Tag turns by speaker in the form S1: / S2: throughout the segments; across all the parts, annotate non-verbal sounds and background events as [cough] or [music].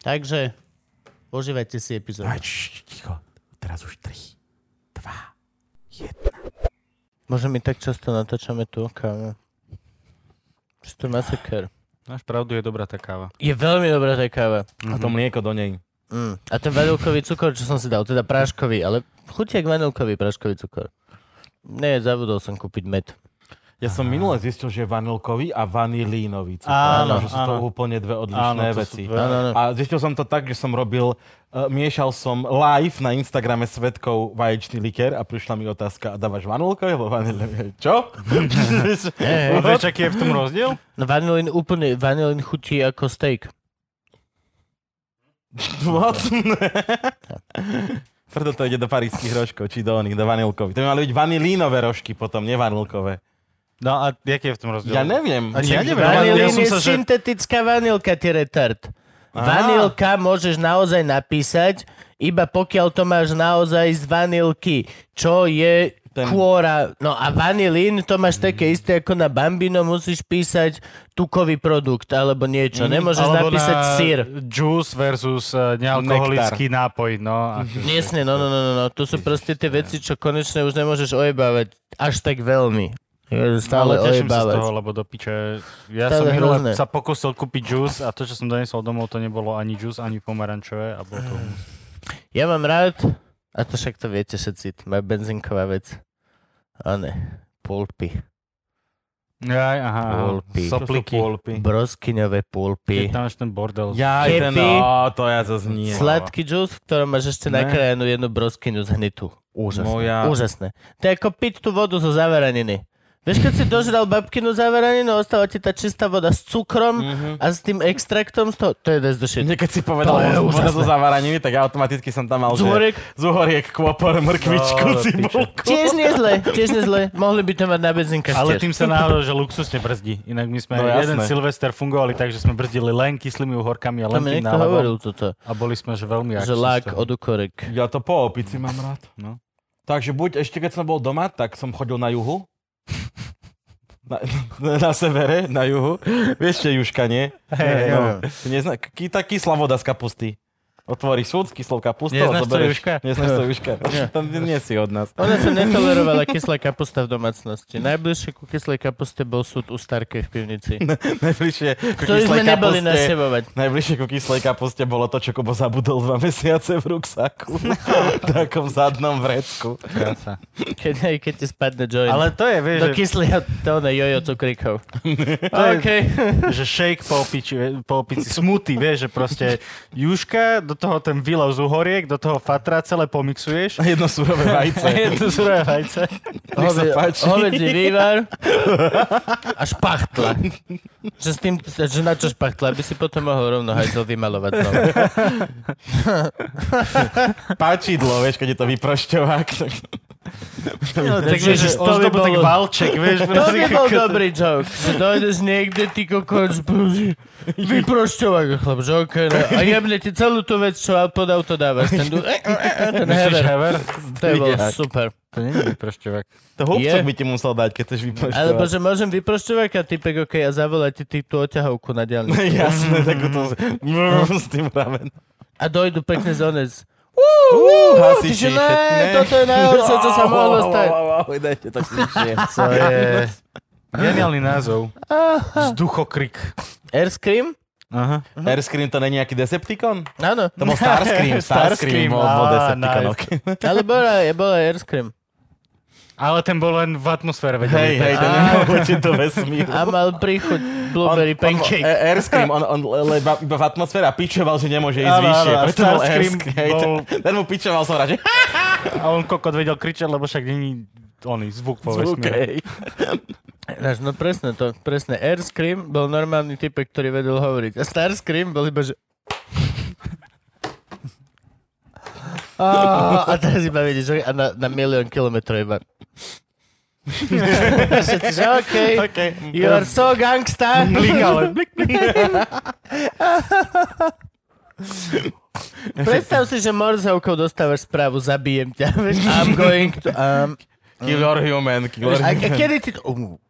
S1: Takže užívajte si epizódu.
S2: Aj, š, ticho, teraz už 3, 2, 1.
S1: Bože, my tak často natáčame tu, kámo. Čo to masaker.
S3: Máš pravdu, je dobrá tá káva.
S1: Je veľmi dobrá tá káva.
S2: A to mlieko do nej.
S1: Mm. A ten vanilkový cukor, čo som si dal, teda práškový, ale chutí jak vanilkový práškový cukor. Nie, zabudol som kúpiť med.
S2: Ja som minule zistil, že je vanilkový a vanilínový cukor.
S1: Áno,
S2: že sú to úplne dve odlišné
S3: Áno, to sú
S2: veci.
S3: dve-
S1: Áno, áno.
S2: A zistil som to tak, že som robil, uh, miešal som live na Instagrame svetkov vaječný liker a prišla mi otázka, a dávaš vanilkové alebo vanilové?
S3: [laughs]
S2: Čo?
S3: Vieš, aký je v tom rozdiel?
S1: No vanilin úplne, vanilin chutí ako steak.
S2: What? [laughs] Preto to ide do parížských rožkov, či do oných, do vanilkových. To by mali byť vanilínové rožky potom, nie vanilkové.
S3: No a aký je v tom rozdiel?
S2: Ja neviem.
S3: Ani ja neviem.
S1: Vanilin
S3: Ja som
S1: je
S3: sa, že...
S1: syntetická vanilka, ty retard. Vanilka môžeš naozaj napísať, iba pokiaľ to máš naozaj z vanilky, čo je
S2: Ten-
S1: kôra. No a vanilín to
S3: Mm.
S1: máš také isté ako na bambino, musíš písať tukový produkt alebo niečo.
S3: Mm,
S1: Nemôžeš napísať sír.
S3: Juice versus eh, nealkoholický nápoj, no. ako-
S1: Jasne, no, no, no, no, no. To sú proste tie veci, čo konečne už nemôžeš ojebávať až tak veľmi. Je Stále
S3: Ale teším sa z toho,
S1: ojebávať.
S3: lebo do piče... Ja
S1: Stále
S3: som
S1: hrozné.
S3: minule sa pokusil kúpiť juice a to, čo som donesol domov, to nebolo ani juice, ani pomarančové a bolo to...
S1: Ja mám rád, a to však to viete všetci, moja benzínková vec. A ne, pulpy.
S3: Aj, aha, aha.
S1: Pulpy.
S3: sopliky.
S2: Pulpy.
S1: Broskyňové
S3: Je
S1: pulpy.
S3: tam no. až ten bordel.
S2: Ja,
S1: Keby-
S2: ten, ó, to ja zase nie.
S1: Sladký džús, v ktorom máš ešte
S2: Ne.
S1: nakrájanú jednu broskyňu z hnitu. Úžasné,
S2: Moja-
S1: úžasné. To je ako piť tú vodu zo zavaraniny. Vieš, keď si dožral babkinu zavaraninu, ostala ti tá čistá voda s cukrom
S3: Mhm.
S1: a s tým extraktom z toho. To je that's the shit.
S2: Nie, keď si povedal
S1: To je
S2: vodu
S1: úžasné.
S2: zo zavaraniny, tak automaticky som tam mal,
S1: Zúhoriek.
S2: že zúhoriek, kôpor, mrkvičku,
S3: No, do piče.
S2: cibulku.
S1: Tiež nie zle, tiež nie zle. Mohli by to mať na benzinkách
S3: Ale
S1: tiež.
S3: tým sa náhodou, že luxusne brzdí. Inak my sme
S2: No jasné.
S3: jeden Silvester fungovali tak, že sme brzdili len kyslými uhorkami a
S1: To
S3: len
S1: mi
S3: tým
S1: niekto
S3: nálevom.
S1: hovoril toto,
S3: A boli sme, že veľmi
S1: že
S3: akční z
S1: lák
S3: toho.
S1: od ukorek.
S2: Ja to po opici mám rád.
S3: No.
S2: Takže buď ešte keď som bol doma, tak som chodil na juhu. Na, na, na severe, na juhu. Vieš, čo je juška, nie?
S3: Hej,
S2: no. Ty Nezna, ký, tá kyslá voda z kapusty. Otvoríš súd s kyslou kapustou.
S3: Neznáš to
S2: zoberieš-
S3: juška?
S2: Neznáš to juška. Tam nie si od nás. [laughs]
S1: Ona sa netolerovala kyslá kapusta v domácnosti. Najbližšie ku kyslej kapuste bol súd u Starkej v pivnici.
S2: Najbližšie ku
S1: Ktorý
S2: kyslej
S1: sme neboli
S2: kapuste.
S1: naštevovať.
S2: Najbližšie ku kyslej kapuste bolo to, čo Kubo zabudol dva mesiace v ruksaku. v takom zadnom vrecku.
S3: Krása.
S1: Keď, aj keď ti spadne joint.
S3: Ale to je, vieš,
S1: do
S3: že,
S1: kyslého to ne, jojo cukrikov.
S3: je-
S1: OK.
S3: že shake po opici, po opici smutý, vieš, že proste juška, do toho ten výlov z uhoriek, do toho fatra celé pomixuješ.
S2: A jedno surové vajce.
S3: A [laughs] je to surové vajce.
S2: Nech sa páči. [laughs]
S1: Hovedzí vývar a špachtla. Že, s tým, že na čo špachtla? Aby si potom mohol rovno hajzel vymalovať znovu.
S2: páčidlo, vieš, keď je to vyprošťovák. Tak...
S1: No, tak
S3: Takže
S1: vieš,
S3: že on
S1: to by
S3: zdobil tak
S1: bolo-
S3: valček, vieš.
S1: To by bol
S3: kokot.
S1: dobrý joke. Že dojdeš niekde, ty kokos, brúzi, vyprošťovak, chlap, že okej, no. A jebne ti celú tú vec, čo pod auto dávaš. Ten, du- e, e, e, ten
S3: Myslíš
S1: hever.
S3: hever?
S1: To je bolo
S2: Zdvihák.
S1: super.
S3: To nie je vyprošťovák.
S2: To húbcok
S1: Je.
S2: by ti musel dať, keď chceš
S1: Alebo,
S2: vypočtovať.
S1: že môžem vyprošťovať a typek, ok, ja zavolaj ti ty tú oťahovku na diálnicu.
S2: [laughs] Jasné, takú to [laughs] s tým ramen.
S1: A dojdu pekne zonec.
S2: hasiči,
S1: Tyže ne,
S2: všetné.
S1: toto je najhoršie, čo
S2: [laughs]
S1: sa
S4: [laughs]
S1: mohlo stať.
S2: Au, au, au, Dajte to klišie.
S3: To je geniálny názov. Vzduchokrik.
S1: Airscream?
S3: Aha.
S2: [laughs] Airscream to není nejaký Decepticon?
S1: Áno.
S2: To bol Starscream, Starscream
S3: Starscream,
S2: bol, bol
S3: á,
S2: Decepticon.
S3: nice.
S2: ok. [laughs]
S1: Ale bola, je bola Airscream.
S3: Ale ten bol len v atmosfére
S2: Hej,
S3: vedeli.
S2: hej, to nemohol letiť do vesmíru.
S1: [laughs] A mal príchuť blueberry pancake.
S2: On, on, Airscream, on, on le- iba, iba v atmosfére a pičoval, že nemôže ísť
S3: Áno,
S2: vyššie.
S3: áno, a
S2: Preto bol
S3: Starscream
S2: Airscream. Hej, ten,
S3: bol-
S2: ten mu pičoval som rád, že
S3: A on kokot vedel kričať, lebo však není oný zvuk po
S2: [laughs] zvuk,
S3: vesmíre.
S2: hej.
S1: Ináč, no presne to, presne. Airscream bol normálny typek, ktorý vedel hovoriť. A Starscream bol iba, že... Á, a teraz iba vidíš, že a na, na milión kilometrov iba. Všetci, že okej, okay,
S2: Okay.
S1: you are so gangsta.
S3: Blik, ale blik, blik.
S1: [laughs] Predstav si, že Morzovkou dostávaš správu, zabijem ťa. vieš, I'm going to... Um,
S2: Kill your human, kill your
S1: a, a
S2: human.
S1: kedy ty... Um,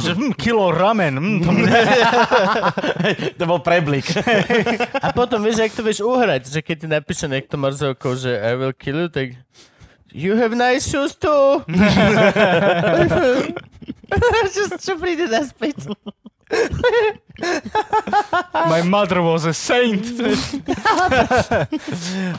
S3: Že, mm, Kilo ramen. mm, to mne-
S2: To bol preblik.
S1: A potom vieš, ak to vieš uhrať, že keď ti napíše niekto morzovkou, že I will kill you, tak You have nice shoes too. čo, čo príde naspäť?
S3: My mother was a saint.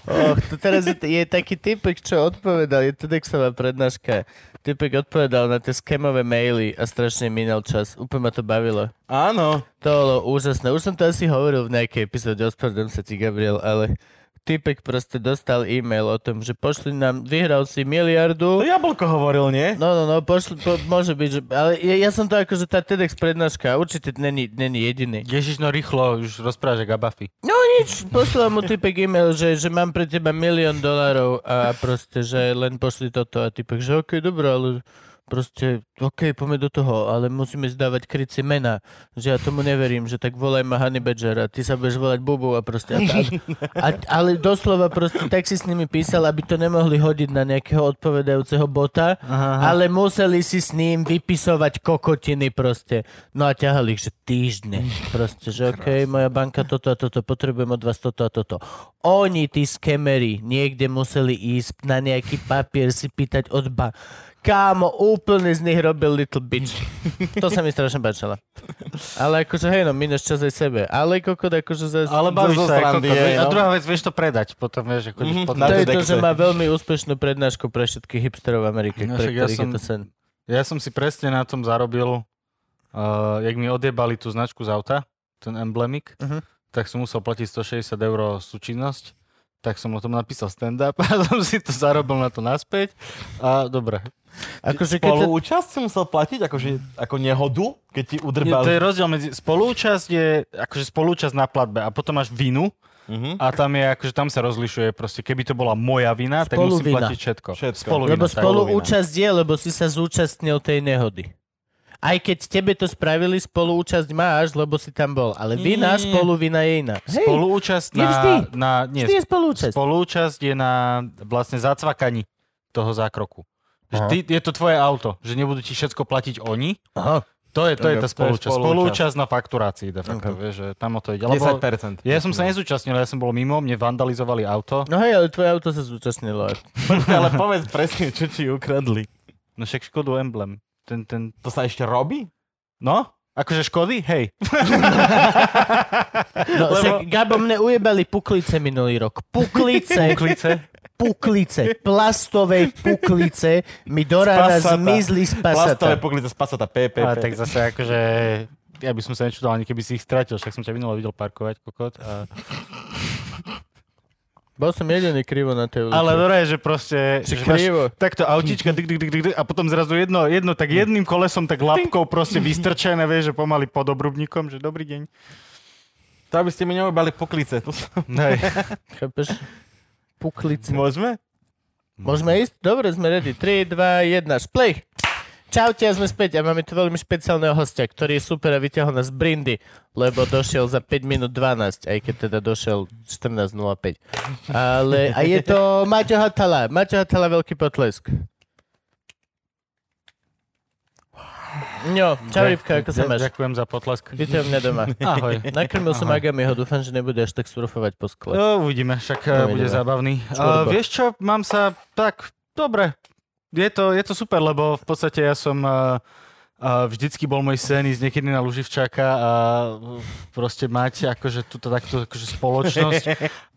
S1: Och, to teraz je, je taký typek, čo odpovedal, je TEDxová prednáška. Typek odpovedal na tie skémové maily a strašne minul čas. Úplne ma to bavilo.
S2: [laughs] Áno.
S1: To bolo úžasné. Už som to asi hovoril v nejakej epizóde, ospravedlňujem sa ti, Gabriel, ale typek proste dostal e-mail o tom, že pošli nám, vyhral si
S2: To
S1: miliardu.
S2: jablko hovoril, nie?
S1: No, no, no, pošli, po, môže byť, že, ale ja, ja som to akože tá TEDx prednáška, určite není, není jediný.
S3: Ježiš, no rýchlo, už rozprávaš jak Abafy.
S1: No nič, poslal mu typek e-mail, že, že mám pre teba milión dolarov a proste, že len pošli toto a typek, že okej, dobré, ale proste, okej, poďme do toho, ale musíme zdávať krycie mena, že ja tomu neverím, že tak volaj ma Honey Badger a ty sa budeš volať Bubu a proste a, a, a, ale doslova proste tak si s nimi písal, aby to nemohli hodiť na nejakého odpovedajúceho bota,
S3: Aha.
S1: ale museli si s ním vypisovať kokotiny proste. No a ťahali ich, že týždne. Proste, že okej, moja banka toto a toto, potrebujem od vás toto a toto. Oni, tí skemery, niekde museli ísť na nejaký papier si pýtať od ba... Kámo, úplne z nich robil little bitch. To sa mi strašne páčilo. Ale akože, hej, no, minúš čas aj sebe. Ale kokot, akože zase...
S2: Ale bavíš
S3: Zo no.
S2: sa, ako
S3: srandy, hej,
S2: to
S3: A druhá vec, vieš to predať, potom vieš, ako
S2: Mhm,
S3: mm,
S2: na
S1: To je to,
S2: TEDxe.
S1: že má veľmi úspešnú prednášku pre všetkých hipsterov v Amerike,
S3: No,
S1: pre
S3: však ja
S1: ktorých je
S3: som-
S1: to sen.
S3: Ja som si presne na tom zarobil, uh, jak mi odjebali tú značku z auta, ten emblemik,
S1: Mhm.
S3: tak som musel platiť 160 eur súčinnosť, tak som o tom napísal stand-up [laughs] a som si to zarobil na to naspäť. A dobre.
S1: Akože, keď sa
S2: Spoluúčasť si musel platiť akože, ako nehodu, keď ti
S3: Je, to je
S2: udrbal.
S3: rozdiel medzi... Spolúčasť je akože spolúčasť na platbe a potom máš vinu
S2: Mhm.
S3: a tam je akože tam sa rozlišuje proste. Keby to bola moja vina, tak musím
S1: Spoluvina.
S3: platiť všetko.
S2: Všetko.
S3: Spoluvina,
S1: Lebo
S3: tak.
S1: spoluúčasť je, lebo si sa zúčastnil tej nehody. Aj keď tebe to spravili, spoluúčasť máš, lebo si tam bol. Ale vina,
S2: Nie.
S1: spoluvina je iná.
S3: Spolúčasť
S1: Je
S3: na,
S1: vždy.
S3: na... Nie,
S1: Vždy je spolúčasť.
S3: Spolúčasť je na vlastne zacvakaní toho zákroku. Že
S1: Aha.
S3: ty, je to tvoje auto, že nebudú ti všetko platiť oni.
S1: Aha.
S3: To je, to je
S2: Ok,
S3: tá
S2: to je
S3: spolúčasť.
S2: spolúčasť.
S3: Spolúčasť na fakturácii de facto,
S1: Ok.
S3: vieš, že tam o to ide. Lebo
S2: 10%.
S3: ja som sa nezúčastnil, ja som bol mimo, mne vandalizovali auto.
S1: No hej, ale tvoje auto sa zúčastnilo.
S2: Ale povedz presne, čo ti ukradli.
S3: No však škodu emblem. Ten, ten...
S2: To sa ešte robí?
S3: No? Akože škody? Hej.
S1: No, lebo... však, Gabo, mne ujebali puklice minulý rok. Puklice,
S3: Klice.
S1: puklice, plastovej puklice mi do rána
S2: Spasata.
S1: zmizli z
S2: Plastové
S1: pasata.
S2: poklice z pasata PPP.
S3: A tak zase akože... Ja by som sa nečudal ani keby si ich stratil, však som ťa minule videl parkovať, kokot. A...
S1: Bol som jediný krivo na tej ulici.
S3: Ale dobré, že proste...
S1: Si
S3: Že máš
S1: krivo.
S3: takto autička, dyk, dyk, dyk, dyk, dyk, a potom zrazu jedno, jedno tak jedným kolesom, tak labkou proste vystrčené, vieš, že pomaly pod obrubníkom, že dobrý deň.
S2: To aby ste mi neobali poklice. To sa...
S3: Hej.
S1: Chápeš? Puklice.
S2: Môžeme?
S1: Môžeme ísť? Dobre, sme ready. 3, 2, 1, play. Čaute, a sme späť a máme tu veľmi špeciálneho hostia, ktorý je super a vyťahol nás z brindy, lebo došiel za 5 minút 12, aj keď teda došiel 14.05. Ale, a je to Maťo Hatala. Maťo Hatala, veľký potlesk. No, čau Rybka, ako sa
S3: Ďa-
S1: máš?
S3: Ďakujem za potlesk.
S1: Vítaj u mňa doma.
S3: Ahoj.
S1: Nakrmil som Agamiho, dúfam, že nebude až tak surfovať po skle.
S3: No, uvidíme, však eh,
S1: Uvidíme.
S3: bude zábavný.
S1: Čurba.
S3: A, vieš čo, mám sa tak, dobre. Je to, je to super, lebo v podstate ja som a, a vždycky bol môj sen ísť niekedy na Luživčáka a proste mať akože túto takto akože spoločnosť.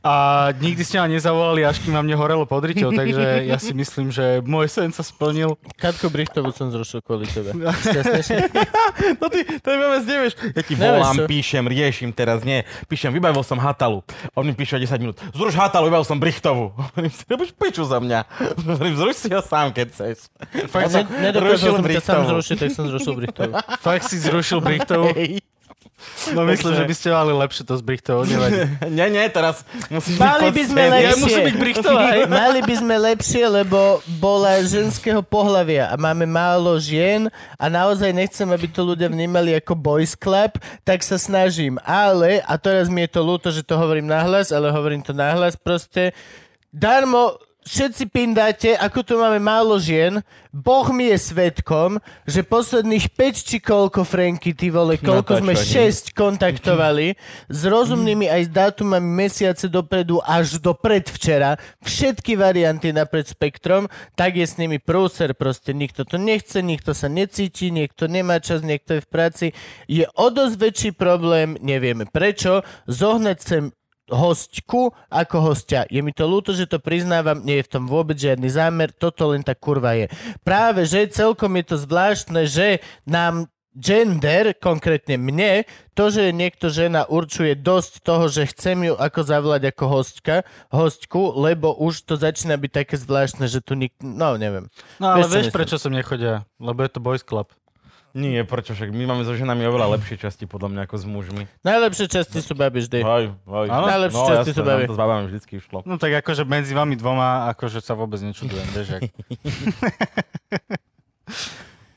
S3: A nikdy ste ma nezavolali, až kým vám nehorelo pod ryťou, takže ja si myslím, že môj sen sa splnil.
S1: Katku Brichtovú som zrušil kvôli tebe. Šťastnejšie?
S2: No ty, to mi vôbec nevieš. Ja ti
S1: Nevieš
S2: volám,
S1: čo?
S2: píšem, riešim teraz, nie. Píšem, vybavil som Hatalu. On mi píše o 10 minút. Zruš Hatalu, vybavil som Brichtovu. [laughs] Hovorím si, robíš piču za mňa. [laughs] Hovorím, zruš si ho sám, keď chceš.
S1: A
S2: Fakt som
S1: ne, nedokázal
S2: rušil
S1: som ťa sám
S2: Brichtovu.
S1: zrušiť, tak som zrušil Brichtovú.
S3: Fakt si zrušil Brichtovú. No myslím, že by ste mali lepšie to s Brichtovou, nevadí.
S1: [laughs]
S2: Nie, nie, teraz musíš
S1: Mali
S2: byť
S1: by sme
S2: poctivý.
S1: lepšie. No
S3: Musí byť Brichtová, hej?
S1: Mali by sme lepšie, lebo bola ženského pohlavia a máme málo žien a naozaj nechcem, aby to ľudia vnímali ako boys club, tak sa snažím. Ale, a teraz mi je to ľúto, že to hovorím nahlas, ale hovorím to nahlas proste, darmo všetci pindáte, ako tu máme málo žien, Boh mi je svetkom, že posledných 5 či koľko, Franky, ty vole,
S2: to
S1: koľko sme
S2: čo, nie?
S1: 6 kontaktovali s rozumnými aj s dátumami mesiace dopredu až do predvčera, všetky varianty napred spektrom, tak je s nimi prúser, proste nikto to nechce, nikto sa necíti, niekto nemá čas, niekto je v práci. Je o dosť väčší problém, nevieme prečo, zohnať sem hostku ako hostia. Je mi to ľúto, že to priznávam, nie je v tom vôbec žiadny zámer, toto len tá kurva je. Práve, že celkom je to zvláštne, že nám gender, konkrétne mne, to, že je niekto žena určuje dosť toho, že chcem ju ako zavolať ako hostka, hostku, lebo už to začína byť také zvláštne, že tu nik... No, neviem.
S3: No
S1: Vieš,
S3: ale
S1: čo
S3: vieš,
S1: myslím.
S3: prečo som nechodia? Lebo je to boys club.
S2: Nie, prečo však my máme so ženami oveľa lepšie časti podľa mňa ako s mužmi.
S1: Najlepšie časti sú babi vždy.
S2: Hej, hej.
S3: Áno?
S1: Najlepšie časti
S2: jasné,
S1: sú babi.
S2: nám to s babami vždycky išlo.
S3: No tak akože medzi vami dvoma, akože sa vôbec nečudujem, vieš,
S1: [laughs]
S3: jak.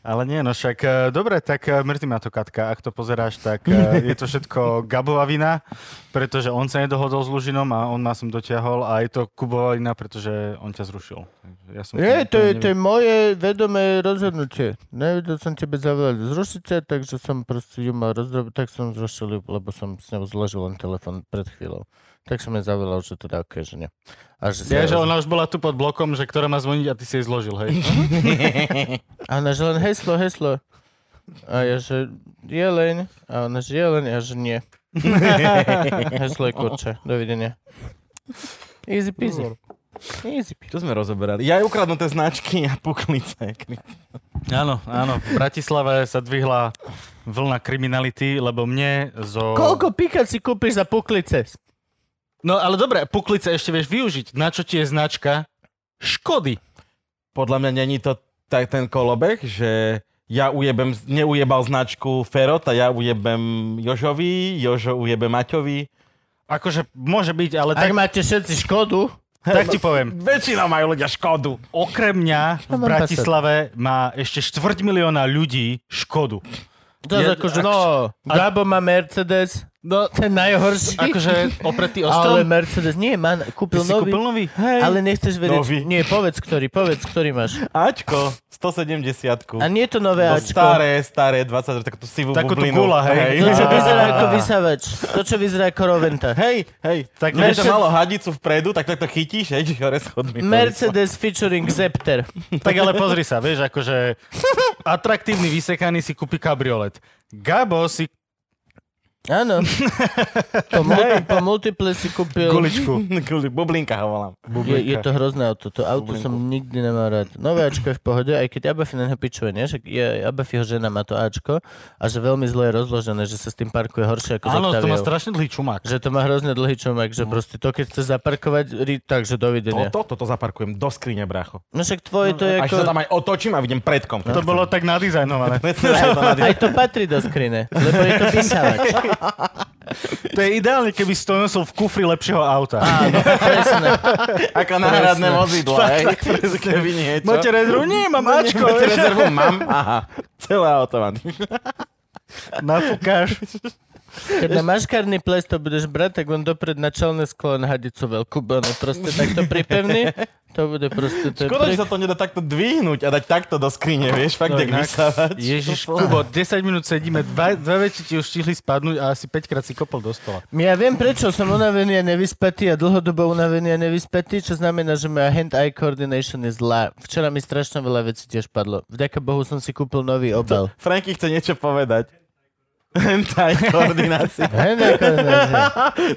S3: Ale nie, no však, e, dobre, tak e, mrzí ma to, Katka, ak to pozeráš, tak
S1: [laughs]
S3: e, je to všetko Gabova vina, pretože on sa nedohodol s Lužinom a on ma som dotiahol a je to Kubova vina, pretože on ťa zrušil. Takže Ja som
S1: Nie, to je, to je
S3: nevin-
S1: moje No vedomé rozhodnutie. Nevedel som tebe zavolať z Rušice, takže som proste ju mal rozdrobiť, tak som zrušil, ju, lebo som s ňou zložil len telefon pred chvíľou. Tak som jej zavolal, že teda ok, že nie. A že sa
S3: Ja, že ona už bola tu pod blokom, že ktorá má zvoniť a ty si jej zložil,
S1: [laughs]
S3: hej.
S1: A ona, že len heslo, heslo. A ja, že jeleň. A ona, že jeleň. A ja, že [laughs] nie. heslo je kurča. Dovidenia. Easy peasy. Easy peasy.
S2: Čo sme rozoberali? Ja aj ukradnuté značky a puklice.
S3: Áno, áno. V Bratislave sa dvihla vlna kriminality, lebo mne zo...
S1: Koľko pikac si kúpiš za puklice?
S3: No ale dobre, puklice ešte vieš využiť. Na čo ti je značka? Škody.
S2: Podľa mňa není to tak ten kolobeh, že ja ujebem, neujebal značku Ferot a ja ujebem Jožovi, Jožo ujebe Maťovi.
S3: Akože môže byť, ale
S1: Ak
S3: tak,
S1: máte všetci škodu,
S3: tak ti poviem.
S2: Väčšina majú ľudia škodu.
S3: Okrem mňa v
S1: mám
S3: Bratislave má ešte štvrť milióna ľudí škodu.
S1: To je
S3: Je-
S1: akože,
S3: ak-
S1: no,
S3: ak-
S1: Gabo má Mercedes,
S3: No,
S1: ten najhorší.
S3: akože
S1: ale
S3: opretý ostrom.
S1: Mercedes, nie, man,
S3: Ty
S1: kúpil
S3: si
S1: nový.
S3: kúpil nový? Hej.
S1: Ale nechceš vedieť,
S2: Nový.
S1: nie, povedz ktorý, povedz ktorý máš.
S2: Ačko, 170
S1: A nie je to nové
S2: To
S3: No
S1: Ačko.
S2: staré, staré, 20 takú tú sivú
S3: Takú tú
S2: bublinu.
S3: gula, hej.
S1: To, čo
S3: [laughs]
S2: Á.
S1: vyzerá ako vysavač. To, čo vyzerá ako Roventa.
S2: Hej, hej, tak
S3: Tak
S2: vieš, to
S3: Mercedes-
S2: malo hadicu vpredu, tak takto chytíš, hej, čiže hore schodmi. to vyšlo.
S1: Mercedes featuring Zepter.
S3: [laughs] Tak ale pozri sa, vieš, akože atraktívny vysekaný si kúpi kabriolet. Gabo si [laughs]
S1: Áno. Po, multi, po multiple si kúpil...
S3: guličku.
S2: Kvôli Bublinka ho volám.
S1: Je, je to hrozné auto, to auto som nikdy nemal rád. Nové Ačko je v pohode, aj keď Abafi na neho pičuje, nie? Však je, Abafiho žena má to Ačko a že veľmi zle je rozložené, že sa s tým parkuje horšie ako
S3: Áno,
S1: s
S3: to má
S1: Octaviou.
S3: strašne dlhý čumák.
S1: Že to má hrozne dlhý čomek, že proste to, keď chce zaparkovať, ri- takže dovidenia.
S2: Toto, toto zaparkujem do skrine, bracho.
S1: [laughs] No však tvoje to je
S2: Až
S1: ako...
S2: sa tam aj otočím a vidím predkom.
S3: To bolo tak nadizajnované.
S1: Aj to patrí do skrine, lebo je to písavač.
S3: To je ideálne, keby si to nosil v kufri lepšieho auta.
S4: Áno, presne. Ako náhradné
S2: Presne.
S4: vozidlo, hej. Keby niečo.
S3: Máte rezervu? Nie, mám Ačko.
S4: Máte rezervu? Mám? Aha. Celé automat.
S3: Nafúkáš.
S4: Keď
S1: Na maškárny ples to budeš brať, tak on dopred na čelné sklo na hadicu veľkú bonu. Proste takto pripevný. To bude proste... To je
S4: Škoda,
S1: pre-
S4: že sa to nedá takto dvihnúť a dať takto do skrine, vieš, fakt,
S3: No
S4: kde
S3: inak.
S4: vysávať.
S3: Ježiš, Kubo, 10 minút sedíme, dva, dva veci ti už stihli spadnúť a asi 5 krát si kopol do stola.
S1: Ja viem, prečo som unavený a nevyspatý a dlhodobo unavený a nevyspatý, čo znamená, že moja hand-eye coordination je zlá. Včera mi strašne veľa vecí tiež padlo. Vďaka Bohu som si kúpil nový obal.
S4: Franky chce niečo povedať. [laughs] Hentai koordinácia.
S1: Hand-eye coordination.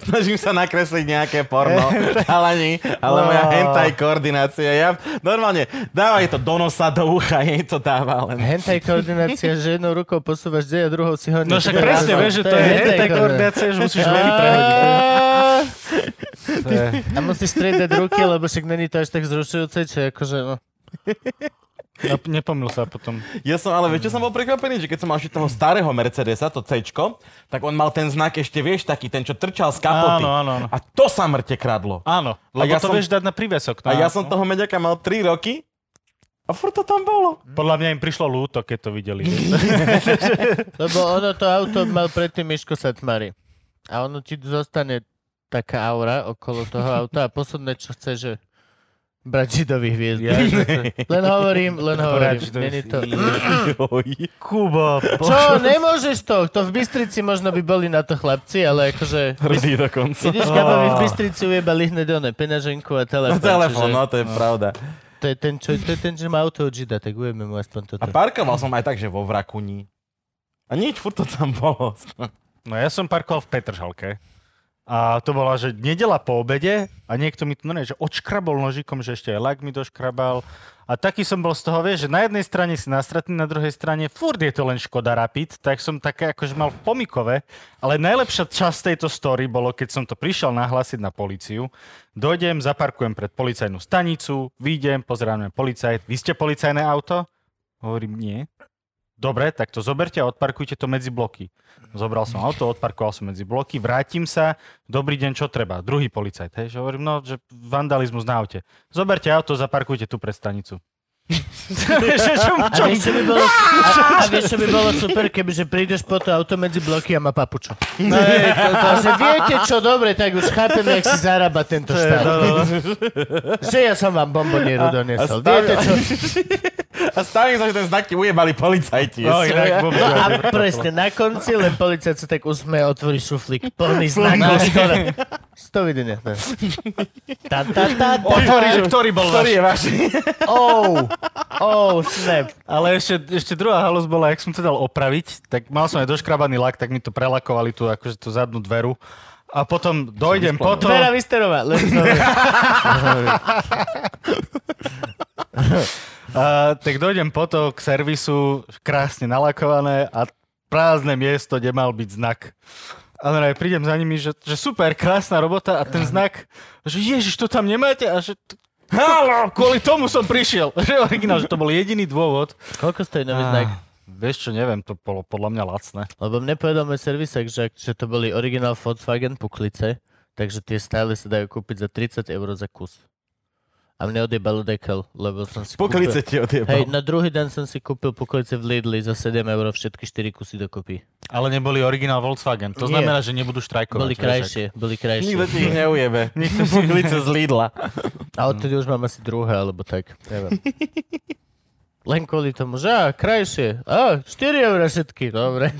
S4: Snažím sa nakresliť nejaké porno, chalani, ale moja
S3: Wow.
S4: hentai koordinácia. Ja normálne, dávaj to do nosa, do ucha, jej to dáva len.
S1: Hentai koordinácia, že jednou rukou posúvaš deň a druhou si hodíš.
S3: No však presne, vieš, že to je tá koordinácia, že musíš veľmi prehodiť. To je-
S1: A musíš striedať ruky, lebo však není to až tak zrušujúce, čo je akože... No.
S3: Nap- Nepomil No, sa potom.
S4: Ja som, ale vieš, čo som bol prekvapený, že keď som mal ešte toho starého Mercedesa, to C, tak on mal ten znak ešte, vieš, taký, ten, čo trčal z kapoty.
S3: Áno, áno, áno.
S4: A to sa mŕte kradlo.
S3: Áno, lebo
S4: ja
S3: to
S4: som-
S3: vieš dať na prívesok. no.
S4: A ja som toho meďaka mal 3 roky a furt to tam bolo.
S3: Podľa mňa im prišlo lúto, keď to videli.
S1: Lebo ono to auto mal predtým Miško Satmari. A ono ti zostane taká aura okolo toho auta a posledné, čo chce, že brať židových hviezd.
S3: Ja, že to-
S1: Len hovorím, len hovorím.
S3: židových
S1: Není to...
S4: [laughs] Joj.
S3: Kubo,
S1: Čo, nemôžeš to? To v Bystrici možno by boli na to chlapci, ale akože...
S4: Hrdý dokonca.
S1: Vidíš, Gabovi v Bystrici ujebali hneď one, peňaženku a telefón.
S4: Telefón,
S1: čiže-
S4: no to je pravda.
S1: To je ten, čo, to je ten, že má auto od Žida, tak ujeme mu aspoň toto.
S4: A parkoval som aj tak, že vo Vrakuni. A nič, furt to tam bolo.
S3: No ja som parkoval v Petržalke. A to bola, že nedela po obede a niekto mi to normálne, že odškrabol nožikom, že ešte aj lak mi doškrabal. A taký som bol z toho, vieš, že na jednej strane si nastratný, na druhej strane furt je to len Škoda Rapid, tak som také akože mal v pomikove. Ale najlepšia časť tejto story bolo, keď som to prišiel nahlásiť na políciu. Dojdem, zaparkujem pred policajnú stanicu, vyjdem, pozerám na policajt. Vy ste policajné auto? Hovorím, nie. Dobre, tak to zoberte a odparkujte to medzi bloky. Zobral som auto, odparkoval som medzi bloky, vrátim sa, dobrý deň, čo treba? Druhý policajt, hej, že hovorím, no, že vandalizmus na aute. Zoberte auto, zaparkujte tu pred [laughs] stanicu. Že čo,
S1: A
S3: čo,
S1: vieš, čo by bolo, a, a vieš, čo by bolo super, kebyže prídeš po to auto medzi bloky a má papučo. No, je to, to, že viete čo, dobre, tak už chápeme, jak si zarába tento štát. Že ja som vám bombonieru doniesol. Viete čo?
S4: A stavím sa, že ten znak ti ujebali policajti.
S3: no, inak vôbec.
S1: No a presne, na konci len policajt sa tak usmeje, otvorí šuflík, plný znakov škoda. Stovidenia. Ta, ta, ta, ta.
S3: Ktorý, ktorý bol
S4: Ktorý
S3: váš?
S4: je váš?
S1: Oh, oh, snap.
S3: Ale ešte, ešte druhá halosť bola, jak som to dal opraviť, tak mal som aj doškrabaný lak, tak mi to prelakovali tu, akože tú zadnú dveru. A potom dojdem po to...
S1: Vera Vysterová. len to-
S3: A, tak dojdem potom k servisu, krásne nalakované a prázdne miesto, kde mal byť znak. A no, prídem za nimi, že, že super, krásna robota a ten znak, že ježiš, to tam nemáte a že t-
S4: Halo!
S3: kvôli tomu som prišiel. [laughs] Že originál, že to bol jediný dôvod.
S1: Koľko stojí nový znak?
S3: Vieš čo, neviem, to bolo podľa mňa lacné.
S1: Lebo mne povedal môj servisák, že, že to boli originál Volkswagen puklice, takže tie stále sa dajú kúpiť za 30 eur za kus. A mne odjebalo dekel, lebo som si kúpil...
S4: Poklice ti odjebal.
S1: Hej, na druhý deň som si kúpil puklice v Lidli za 7 eur všetky 4 kusy dokopy.
S3: Ale neboli originál Volkswagen. To
S1: Nie.
S3: znamená, že nebudú štrajkovať.
S1: Boli
S3: vieš, ak-
S1: krajšie, boli
S4: Nikto
S1: krajšie.
S4: ti ich
S1: [laughs]
S4: neujebe. Nikto poklice z Lidla.
S3: Mhm.
S1: A odtedy už mám asi druhé, alebo tak,
S3: [laughs]
S1: neviem. Len kvôli tomu, že á, krajšie. Á, 4 eur všetky, dobre.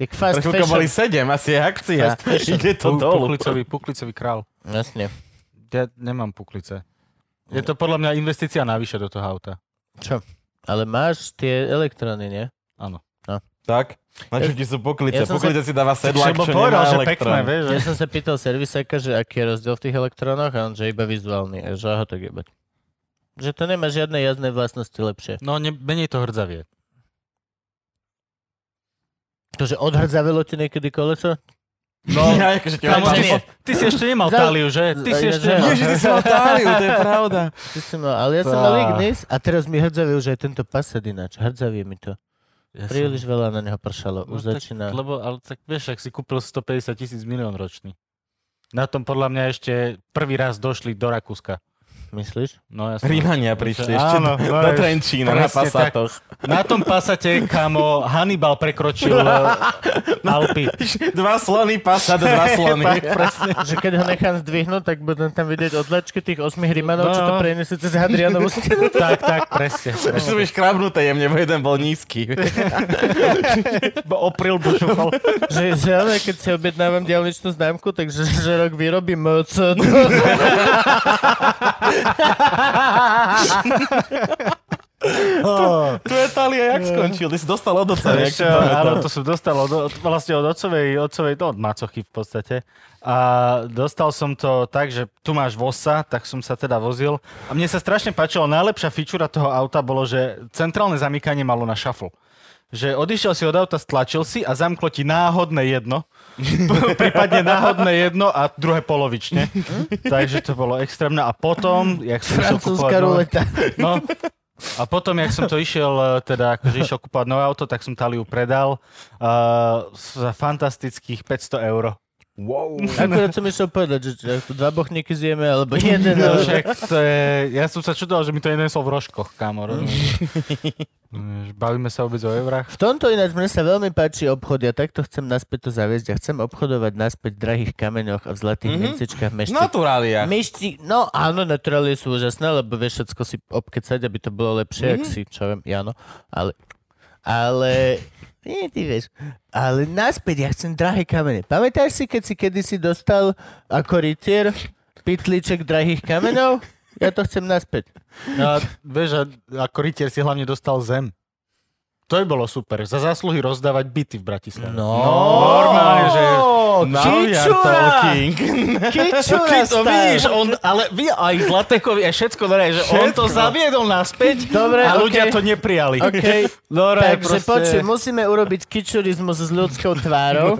S1: Jak fast
S4: Chvíľko
S1: fashion.
S4: boli sedem, asi je akcia.
S1: Fast fashion.
S4: Ide to
S3: Pu-
S4: dolu.
S3: Puklicový, puklicový král.
S1: Jasne.
S3: Ja nemám puklice. Je to podľa mňa investícia navyše do toho auta.
S1: Čo? Ale máš tie elektrony, nie?
S3: Áno.
S4: Tak, na čo
S1: Ja-
S4: ti sú
S1: ja
S4: poklice?
S1: som sa-
S4: Poklice si dáva sedlak,
S3: Lebo
S4: čo
S3: povedal,
S4: nemá
S3: že pekné,
S4: elektrón.
S3: vieš.
S1: Ja
S3: že-
S1: som sa pýtal servisáka, že aký je rozdiel v tých elektrónoch a on, že iba vizuálny. A že aha, tak jebať. Že to nemá žiadne jazdné vlastnosti lepšie.
S3: No, ne, menej to hrdzavie.
S1: To, že odhrdzavelo ti niekedy koleso?
S3: No,
S4: [laughs] Ja, akože ti
S1: Tam
S4: odpadne.
S1: nie.
S3: ty si ešte nemal
S1: Za-
S3: táliu, že? Ty si
S1: Ja,
S3: ešte
S1: že-
S3: nemal.
S4: Ježiš, ty si mal táliu, to je pravda.
S1: Ty si mal, ale ja som
S4: Tá.
S1: mal Ignis a teraz mi hrdzavie už aj tento pasad ináč. Hrdzavie mi to.
S3: Ja
S1: Príliš veľa na neho pršalo.
S3: No
S1: Už
S3: tak,
S1: začína.
S3: Lebo, ale tak vieš, ak si kúpil 150 tisíc milión ročný. Na tom podľa mňa ešte prvý raz došli do Rakúska.
S1: Myslíš?
S3: No ja som...
S4: Rímania prišli ešte
S3: Áno,
S4: do,
S3: no
S4: do
S3: je-
S4: Trenčína na
S3: presne tak.
S4: Passatoch.
S3: Na tom pasate, kamo, Hannibal
S4: [laughs]
S3: prekročil eh, Alpy.
S4: Dva slony Passat, [laughs] dva slony.
S1: Že keď ho nechám zdvihnúť, tak budem tam vidieť odlačky tých osmých Rimanov, čo to
S3: No.
S1: prenesú cez Hadrianovu stenu.
S3: [laughs] tak, tak, presne.
S4: Ešte
S3: presne.
S4: som škrabnuté jemne, bo jeden bol nízky.
S3: Bo Opril bušoval.
S1: že, že ale keď si objednávam diaľničnú známku, takže že rok vyrobím
S3: [laughs]
S1: moc.
S4: tu je Talia, jak skončil? Ty si dostal od oca, jak si
S3: Áno, to som dostal od, od, vlastne od otcovej, otcovej, no, od macochy v podstate. A dostal som to tak, že tu máš vosa, tak som sa teda vozil. A mne sa strašne páčilo, najlepšia fičura toho auta bolo, že centrálne zamykanie malo na šafl. Že odišiel si od auta, stlačil si a zamklo ti náhodné jedno. [laughs] Prípadne náhodné jedno a druhé
S1: [laughs]
S3: polovične. Takže to bolo extrémne. A potom, jak som išiel
S1: Francúzska
S3: kupovať nové-
S1: ruleta.
S3: [laughs] No. A potom, jak som to išiel, e, teda akože išiel kúpať nové auto, tak som Taliu predal uh, za fantastických 500 eur.
S4: Wow.
S1: Akurát som išiel povedať, že že ak tu dva bochníky zjeme,
S3: [laughs]
S1: alebo jeden.
S3: No,
S1: ale-
S3: však to je, ja som sa čudoval, že mi to nenesol v rožkoch, kámo.
S1: [laughs]
S3: rozumieš? Vieš, Bavíme sa vôbec o eurách.
S1: V tomto ináč mne sa veľmi páči obchod, ja takto chcem naspäť to zaviesť, ja chcem obchodovať naspäť v drahých kameňoch a v zlatých
S3: Mhm.
S1: mm-hmm. mincičkách
S3: No,
S1: mešti.
S4: Naturália.
S1: Myšti, no áno, naturálie sú úžasné, lebo vieš všetko si obkecať, aby to bolo lepšie, mm-hmm. ak si, čo viem, ja no, ale, ale, nie, ty vieš, ale naspäť, ja chcem drahé kamene. Pamätáš si, keď si kedysi dostal ako rytier pytlíček drahých kamenov? Ja to chcem naspäť.
S3: A, vieš, a ako rytier si hlavne dostal zem. To by bolo super. Za zásluhy rozdávať byty v Bratislave.
S1: No.
S3: No. Normálne, že...
S4: Now we are
S1: Kičura!
S4: talking.
S3: [laughs]
S1: Kičura style.
S3: To vidíš, on, ale vy aj Zlatekovi, aj všetko, dobré, že on to zaviedol naspäť
S1: Dobre,
S3: a
S1: okej.
S3: ľudia to neprijali. [laughs]
S1: OK,
S3: Dobre,
S1: takže proste... počuj, musíme urobiť kičurizmus s ľudskou tvárou.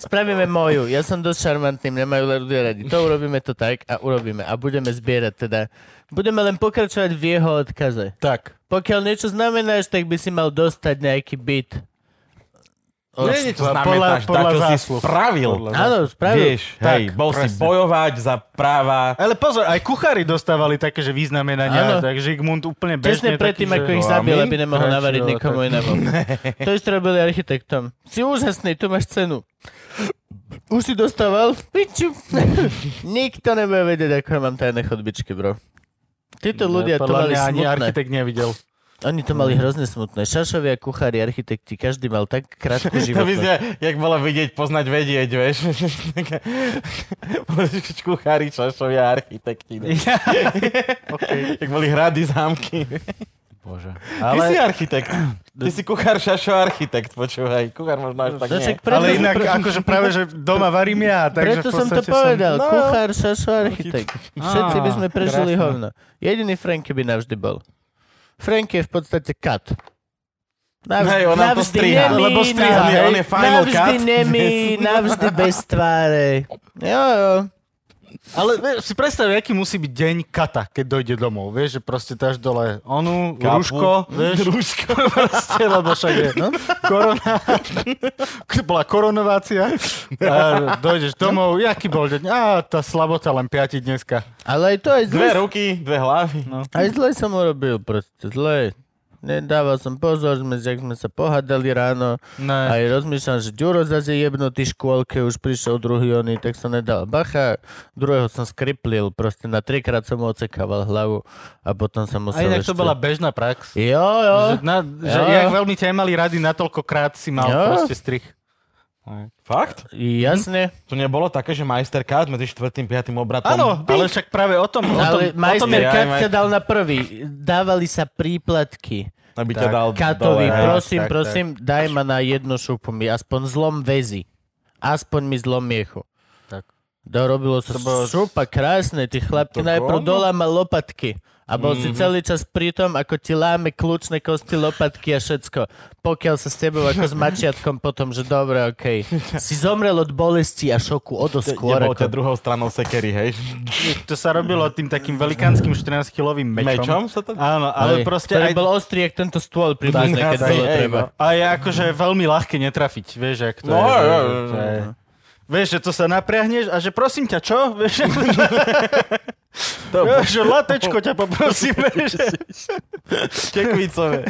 S1: Spravíme moju, ja som dosť šarmantným, nemajú ľudia radi. To urobíme to tak a urobíme a budeme zbierať teda. Budeme len pokračovať v jeho odkaze.
S3: Tak.
S1: Pokiaľ niečo znamenáš, tak by si mal dostať nejaký byt.
S4: Nie, nie, to
S3: Podľa-
S4: znamenáš,
S3: podľa
S4: čo si
S3: zásluh.
S4: spravil.
S1: Áno, spravil.
S4: Vieš, hej,
S3: Tak,
S4: bol si
S3: presne.
S4: bojovať za práva.
S3: Ale pozor, aj kuchári dostávali také, že
S1: Áno.
S3: významenania, takže Igmund úplne bežne
S1: Tesne predtým,
S3: taký,
S1: ako
S3: že...
S1: ich
S4: No a
S1: zabil,
S4: my
S1: aby nemohol
S3: kráčali,
S1: navariť
S3: ale
S1: nikomu
S3: no, tak.
S1: inému. To isté robili architektom. Si úžasný, tu máš cenu. Už si dostával? Piču. Nikto nebude vedieť, ako ja mám tajné chodbičky, bro. Títo ľudia to
S3: Podľa
S1: mali
S3: mňa ani
S1: smutné.
S3: architekt nevidel.
S1: Oni to mali hrozne smutné. Šašovia, kuchári, architekti, každý mal tak krátku
S3: [laughs]
S4: To by
S1: životnosť.
S4: sme, jak bolo vidieť, poznať, vedieť, vieš. [laughs] Také- Kuchári, čašovia, architekti. ne?
S3: okay.
S4: Jak boli hrady, zámky.
S3: Bože.
S4: Ale... Ty si
S3: Ale,
S4: architekt. Ty si kuchár, šašo, architekt, počúvaj. Kuchár možno až tak
S1: No
S4: nie.
S1: však preto,
S3: ale inak, akože práve, že doma varím ja, takže
S1: preto
S3: v
S1: som to
S3: podstate
S1: povedal.
S4: No jo.
S1: Kuchár, šašo, architekt. Všetci by sme prežili
S4: krásne.
S1: hovno. Jediný Franky by navždy bol. Franky je v podstate kat. Navždy,
S4: Hej, on nám to striha,
S3: lebo striha,
S1: navždy-
S4: hej, on je final
S1: Navždy
S4: cut. [laughs]
S1: nemý, navždy bez tváre. Jo, jo.
S3: Ale vieš, si predstav, aký musí byť deň kata, keď dojde domov. Vieš, že proste dáš dole onu,
S4: Kapu.
S3: rúško, vieš. Rúško. [laughs] proste, lebo však je no? korona. Keď bola koronovácia. A dojdeš domov, jaký bol deň? Á, tá slabota len piati dneska.
S1: Ale aj to aj zle,
S4: Dve ruky, dve hlavy.
S1: aj zle som urobil proste, zle. Nedával som pozor, sme, jak sme sa pohádali ráno.
S3: Ne.
S1: Aj rozmýšľam, že Ďuro zase jebnutý škôlke, už prišiel druhý oný, tak som nedal bacha. Druhého som skriplil, proste na trikrát som mu ocekával hlavu a potom som
S3: A
S1: musel
S3: inak
S1: ešte...
S3: to bola bežná prax.
S1: Jo, jo.
S3: Že, na, že
S1: Jo.
S3: jak veľmi ťa mali rady, natoľkokrát si mal
S1: Jo.
S3: proste strich.
S4: Fakt?
S1: Jasne.
S4: To nebolo také, že majsterkát medzi čtvrtým, piatým obratom?
S3: Áno, ale však práve o tom, o tom,
S1: Ale
S3: o tom je
S1: majster
S4: ja aj
S1: Kat
S4: maj-
S1: sa dal na prvý. Dávali sa príplatky.
S4: Aby ťa dal
S1: Katovi,
S4: dole.
S1: prosím,
S3: tak,
S1: prosím, daj ma na jednu šupu mi, aspoň zlom väzy. Aspoň mi zlom miechu.
S3: Tak.
S1: Dorobilo sa
S3: To bolo-
S1: super krásne, tí chlapky
S4: To
S1: najprv
S4: komu?
S1: doláme lopatky. A bol
S3: Mhm.
S1: si celý čas pri tom, ako ti láme kľúčne kosti, lopatky a všetko. Pokiaľ sa s tebou ako s mačiatkom potom, že dobre,
S3: [laughs]
S1: okej. Si zomrel od bolesti a šoku o dosť skôr.
S4: Nebol ťa
S1: Ako...
S4: druhou stranou sekery, hej?
S3: To sa robilo tým takým velikánskym 14-kilovým mečom.
S4: Mečom sa to...
S3: Áno, ale proste
S1: ktorý
S3: aj...
S1: bol ostrý, jak tento stôl približne, keď
S3: naozaj,
S1: bolo
S4: hej,
S1: treba.
S4: no.
S3: A je akože veľmi ľahké netrafiť, vieš, ak to
S4: No,
S3: je.
S4: jo, jo,
S3: to
S4: jo.
S3: je- Vieš, že to sa napriahneš a že prosím ťa, čo? Vieš, [laughs]
S4: To
S3: jo, že latečko ťa
S1: [laughs]
S3: poprosím, vieš.
S4: Tekvicové.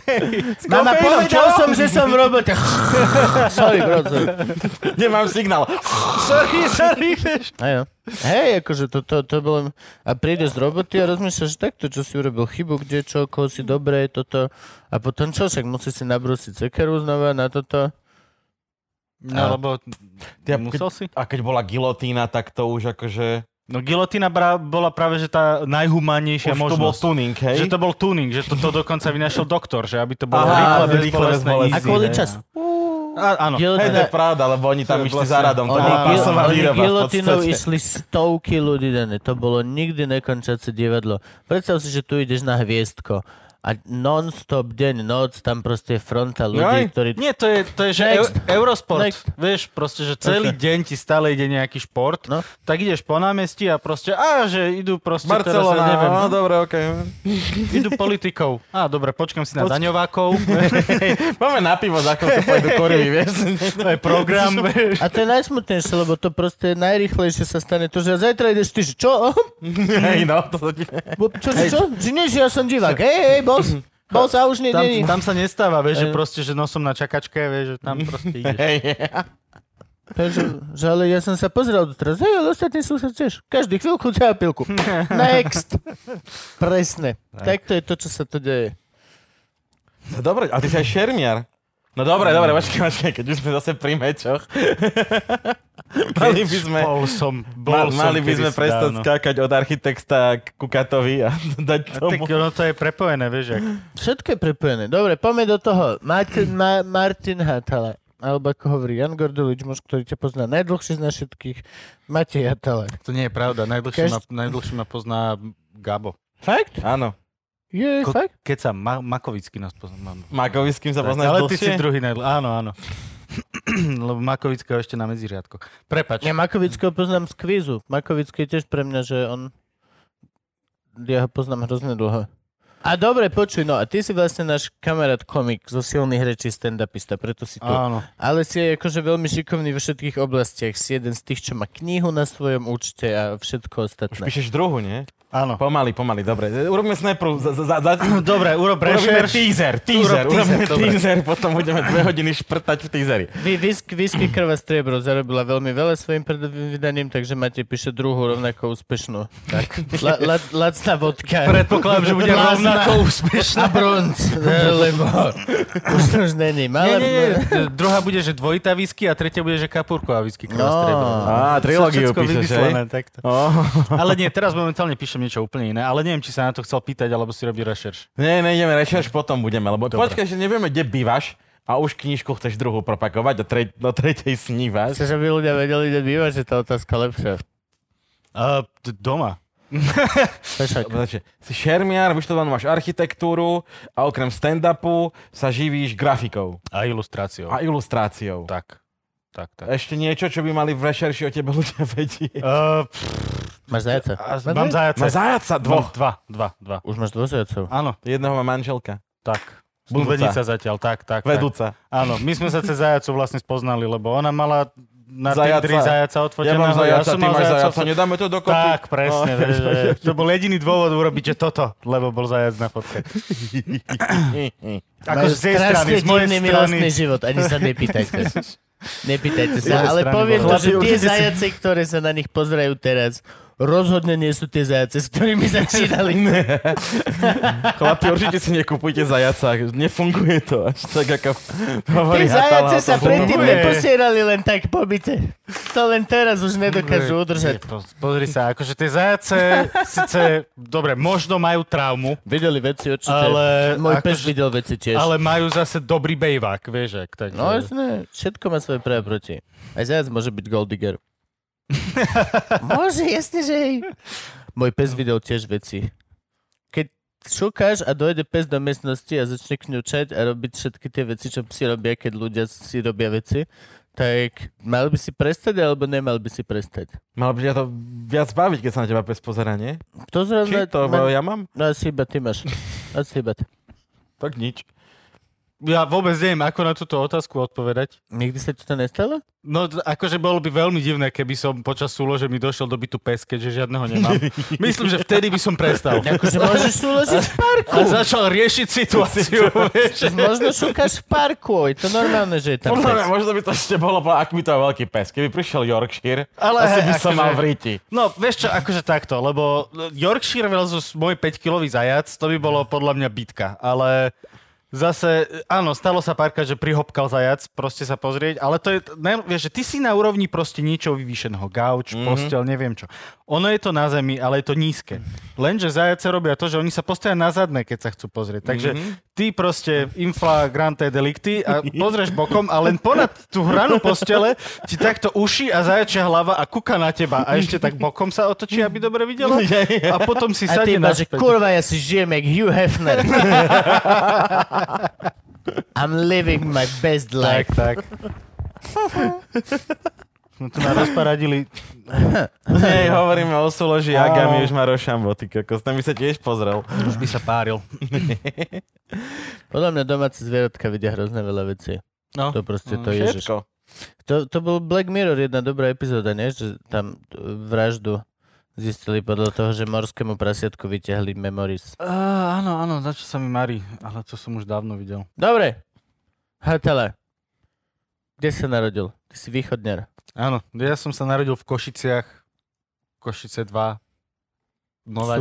S1: Mama,
S4: kofeínom,
S1: povedal
S4: čo?
S1: som, že som v robote. [laughs] Sorry, bro. sorry.
S4: Nemám signál.
S3: Sorry, sorry, vieš.
S1: Ajo. Hej, no. akože to, to, to bolo... A prídeš z roboty a rozmýšľaš takto, čo si urobil chybu, kde čo, koho si dobre, toto. A potom čo, však musíš si nabrúsiť cekeru znova na toto.
S3: No, lebo
S4: Ty-
S3: musel si.
S4: A keď bola gilotína, tak to už akože...
S3: No, gilotina bra- bola práve, že tá najhumánnejšia
S4: Už to bol
S3: možnosť.
S4: tuning, hej?
S3: že to bol tuning, že to, to dokonca vynašiel doktor, že aby to bolo
S4: Aha,
S3: rýchle,
S4: rýchle, bez
S3: bezbolestné,
S4: bolesti.
S1: A
S3: easy,
S1: kvôli
S3: hej.
S1: času.
S3: A, áno.
S4: Hej, to je
S1: Gilotina,
S4: pravda, lebo oni tam
S3: To je
S4: išli
S3: vlastne-
S4: za radom. To
S1: oni,
S4: bola
S3: gil-
S4: pasová
S1: oni
S4: výroba v
S1: gilotinou
S4: podstate.
S1: išli stovky ľudí denne. To bolo nikdy nekončiace divadlo. Predstav si, že tu ideš na hviezdko a non-stop, deň, noc, tam proste je fronta ľudí,
S4: Jaj.
S1: ktorí...
S3: Nie, to je, to je že
S1: Next.
S3: Eu- Eurosport.
S1: Next.
S3: Vieš, proste, že celý deň ti stále ide nejaký šport,
S1: No.
S3: no. tak ideš po námestí a proste, a že idú proste teraz,
S4: Barcelona,
S3: ja neviem,
S4: no, dobre, okej.
S3: idú politikou. A dobre, počkam si na
S1: [laughs]
S4: Poč-
S3: daňovákov,
S4: Máme na pivo, za chvíľku
S3: [laughs]
S4: pôjdu Koreji, vieš?
S3: to je program. vieš.
S1: A to je najsmutnejšie, lebo to proste najrychlejšie sa stane to, že zajtra ideš ty, že čo?
S4: Hej, no, to sa ti...
S1: Bo- Čo, že čo? Že nie, že ja som divák. Hej, hej, boss. Boss, a už nie,
S3: Tam,
S1: nie, nie.
S3: tam sa nestáva, vieš, že
S1: Hej.
S3: proste, že nosom na čakačke, vieš, že tam proste ideš.
S4: Hej,
S1: Takže, že ale ja som sa pozrel doteraz. Hej, ale ostatní sú sa tiež. Každý chvíľku ťa pilku.
S3: [laughs]
S1: Next. Presne. Takto je to, čo sa tu deje.
S4: No Dobre, ale ty si aj šermiar. No dobre, dobre, počkaj, počkaj, keď už sme zase pri mečoch. [laughs] mali by sme,
S3: Bol som,
S4: mal,
S3: bol som
S4: mali by sme
S3: kedysi
S4: prestať
S3: dávno.
S4: skákať od architekta k Kukatovi a [laughs] dať
S3: No Tak
S4: tomu.
S3: ono to je prepojené, vieš, jak.
S1: Všetko je prepojené. Dobre, poďme do toho. Martin, Ma- Martin Hatala. Alebo ako hovorí Jan Gordulič, muž, ktorý ťa pozná najdlhšie z nás všetkých. Matej Hatala.
S3: To nie je pravda, najdlhšie,
S1: Každý-
S3: ma, najdlhšie ma pozná Gabo.
S1: Fakt?
S4: Áno.
S1: Je,
S3: Ko-
S1: fakt?
S3: Keď sa Ma- Makovický nás pozná. mám-
S4: Makovi s kým sa poznáš
S3: Ale ty si
S4: dlhšie?
S3: druhý najdl... Áno, áno. [clears throat] Lebo Makovického ešte na medziriadkoch. Prepač.
S1: Ja Makovického poznám z kvízu. Makovický je tiež pre mňa, že on... Ja ho poznám hrozne dlho. A dobre, počuj, no a ty si vlastne náš kamarát komik zo silných rečí stand-upista, preto si tu.
S3: Áno.
S1: Ale si aj akože veľmi šikovný vo všetkých oblastiach. Si jeden z tých, čo má knihu na svojom účte a všetko
S4: Už
S1: ostatné.
S4: píšeš druhú, nie?
S3: Áno.
S4: Pomaly, pomaly, dobre. Urobme snapru. Za, za, za, za...
S3: [laughs] Dobre, urob rešerš.
S4: Urobíme teaser, teaser,
S3: Urob
S4: urobíme
S3: teaser, dobre.
S4: teaser, potom budeme dve hodiny šprtať v
S3: [laughs]
S4: teaseri.
S1: Vy, Whisky, whisky Krva Striebro zarobila veľmi veľa svojim predovým vydaním, takže máte píše druhú rovnako úspešnú. Tak. La, la, lacná vodka.
S3: Predpokladám, že bude
S1: Lacná.
S3: rovnako úspešná.
S1: A bronz, lebo už to už není.
S3: Nie,
S1: Malé,
S3: nie, nie. D- Druhá bude, že dvojitá whisky a tretia bude, že kapurková whisky.
S1: No.
S4: Á, trilógiu píšeš, hej?
S3: takto.
S4: Oh.
S3: Ale nie, teraz momentálne píšem niečo úplne iné, ale neviem, či sa na to chcel pýtať, alebo si robí rešerš.
S4: Nie, ne, ideme rešerš, potom budeme, lebo Dobre. počkaj, že nevieme, kde bývaš a už knižku chceš druhú propagovať a tre, do tretej snívaš.
S1: Chceš, aby ľudia vedeli, kde bývaš, je tá otázka lepšia.
S3: Uh, d- doma.
S1: Pešak.
S4: Znači, si šermiar, vyštudovanú máš architektúru a okrem stand-upu sa živíš grafikou
S3: A ilustráciou.
S4: a ilustráciou. Tak.
S3: Tak. Tak, tak.
S4: Ešte niečo, čo by mali v rešerši o tebe ľudia [laughs] vedieť.
S3: Uh,
S1: Máš zajaca?
S3: mám zajace.
S4: Má zajaca
S3: Mám
S4: dvoch.
S3: Dva, dva, dva.
S1: Už máš dvoch zajacov.
S3: Áno,
S4: No, Jedného má manželka.
S3: tak.
S4: Budúca.
S3: Vedúca zatiaľ, tak, tak. tak.
S4: Vedúca.
S3: Áno, my sme sa cez zajacu vlastne spoznali, lebo ona mala na
S4: Zajaca.
S3: Tindri zajaca
S4: Ja
S3: odfoteného.
S4: mám zajaca, ty
S3: mal
S4: máš
S3: zajaca
S4: zajaca, nedáme to dokopy.
S3: Tak, presne.
S4: No,
S3: vieš, že to bol jediný dôvod urobiť, že toto, lebo bol zajac na fotke. Ako
S1: Majú
S3: z tej strany,
S1: strašne
S3: z mojej
S1: divný
S3: strany. [laughs]
S1: milostný život, ani sa nepýtajte. Nepýtajte
S3: Z
S1: sa,
S3: mojej
S1: ale
S3: strany
S1: poviem
S3: bolo.
S1: to, že
S4: Chlapi,
S1: tie
S4: určite si-
S1: zajace, ktoré sa na nich pozerajú teraz, rozhodne nie sú tie zajace, s ktorými
S3: [laughs]
S1: začínali.
S4: Chlapi, určite si nekupujte zajaca, nefunguje to až tak, ako hovorí
S1: Tie
S4: Hatala,
S1: zajace
S4: to
S1: sa
S4: funguje.
S1: predtým
S3: funguje.
S1: neposierali len tak po byte. To len teraz už nedokážu
S3: Je
S1: udržať.
S3: to- Pozri sa, akože tie zajace síce, dobre, možno majú traumu,
S1: Videli veci určite.
S3: Ale
S1: Môj pes
S3: akože-
S1: videl veci tiež.
S3: ale majú zase dobrý bejvák, vieš, ak tak.
S4: [laughs]
S1: No jasné, všetko má svoje pre a proti. Aj zajac môže byť gold digger. Môže, jasne, že hej. Môj pes
S4: No.
S1: videl tiež veci. Keď šukáš a dojde pes do miestnosti a začne kňučať a robiť všetky tie veci, čo psi robia, keď ľudia si robia veci, tak mal by si prestať alebo nemal by si prestať?
S4: Mal by ťa to viac baviť, keď sa na teba pes pozera, nie?
S1: To zrovna...
S4: Či to
S1: ma-
S4: ja mám?
S1: No asi iba ty máš. Asi iba ty.
S4: Tak nič.
S3: Ja vôbec neviem, ako na túto otázku odpovedať.
S1: Nikdy sa ti to
S4: [laughs]
S1: nestalo?
S3: No, t- akože bolo by veľmi divné, keby som počas súlože mi došiel do bytu pes, keďže žiadneho nemám. Myslím, že vtedy by som prestal.
S1: Akože môžeš súložiť v parku.
S3: A začal riešiť situáciu. vieš.
S1: Možno šukáš v parku, je to normálne, že je tam
S4: Podľa mňa,
S1: pes.
S4: možno by to ešte bolo, bolo, aký by to bol veľký pes. Keby prišiel Yorkshire,
S3: Ale
S4: asi
S3: hej,
S4: by som
S3: akože-
S4: mal v ríti.
S3: No, vieš čo, akože takto, lebo Yorkshire versus môj 5-kilový zajac, to by bolo podľa mňa bitka, ale zase, áno, stalo sa párka, že prihopkal zajac, proste sa pozrieť, ale to je, ne, vieš, že ty si na úrovni proste niečo vyvýšeného, gauč, mm-hmm. postel, neviem čo. Ono je to na zemi, ale je to nízke. Lenže zajace robia to, že oni sa postavia na zadné, keď sa chcú pozrieť, takže mm-hmm. ty proste inflagrante delikty a pozrieš bokom a len ponad tú hranu postele ti takto uši a zajačia hlava a kuka na teba a ešte tak bokom sa otočí, aby dobre [laughs] videla a potom si
S1: A ty
S3: sadne
S1: iba, že
S3: naspäť.
S1: kurva, ja si žijem jak Hugh
S3: [laughs]
S1: Hefner. I'm living my best
S3: Tak,
S1: life.
S3: tak. Sme tu na rozparadili.
S4: Nie, hovoríme o súloži
S3: Á.
S4: Agami, už má rošambo, ty kokos, tam by sa tiež pozrel.
S3: Už by sa páril.
S1: Podľa mňa domáce zvieratka vidia hrozne veľa vecí.
S3: No.
S1: To proste to je.
S4: Všetko.
S1: To, to bol Black Mirror, jedna dobrá epizóda, nie? Že tam e, vraždu zistili podľa toho, že morskému prasiatku vyťahli memories.
S3: Uh, áno, áno, na čo sa mi marí, ale to som už dávno videl.
S1: Dobre. Hatala. Kde sa narodil? Ty si východňar.
S3: Áno, ja som sa narodil v Košiciach, Košice 2. Nová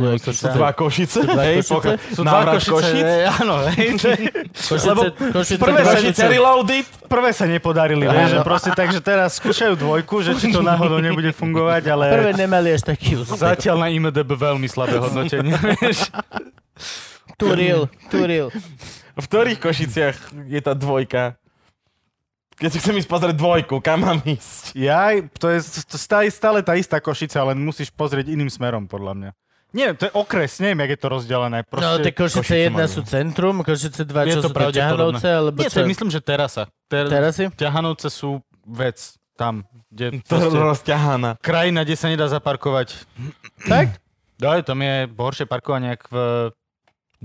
S1: Sú aj
S3: nemocnica.
S1: Košice.
S4: Dva košice,
S1: Dva
S4: hej,
S1: Košice?
S4: poko-
S3: Sú dva
S4: návrat
S3: Košice,
S4: košic.
S3: hej, áno, hej, to je-
S1: Košice,
S3: Lebo
S1: Košice,
S3: prvé sa
S1: Košice.
S4: Košice reloaded.
S3: prvé sa nepodarili, vieš, že proste, takže teraz skúšajú dvojku, že či to náhodou nebude fungovať, ale
S1: Prvé nemali až
S3: [laughs]
S1: taký úspech.
S3: zatiaľ na IMDB veľmi slabé hodnotenie, [laughs] vieš.
S1: Turil, turil.
S4: V ktorých košiciach je tá dvojka? Keď si chcem ísť pozrieť dvojku, kam mám ísť?
S3: Jaj, to je s- s- stále, stále tá istá košica, len musíš pozrieť iným smerom, podľa mňa. Neviem, to je okres, neviem, jak je to rozdelené. Proste...
S1: No, tie Košice 1
S4: Košice majú.
S1: sú centrum, Košice 2 čo
S3: Je to
S1: sú to
S3: pravdepodobné.
S1: ťahanovce, alebo
S3: Nie,
S1: čo?
S3: to je, myslím, že terasa. Ter...
S1: Teraz si?
S3: Ťahanovce sú vec tam,
S4: [laughs]
S3: kde
S4: To je
S3: proste,
S4: rozťahaná.
S3: krajina, kde sa nedá zaparkovať.
S1: Tak?
S3: No, ale tam je horšie parkovanie, ak v...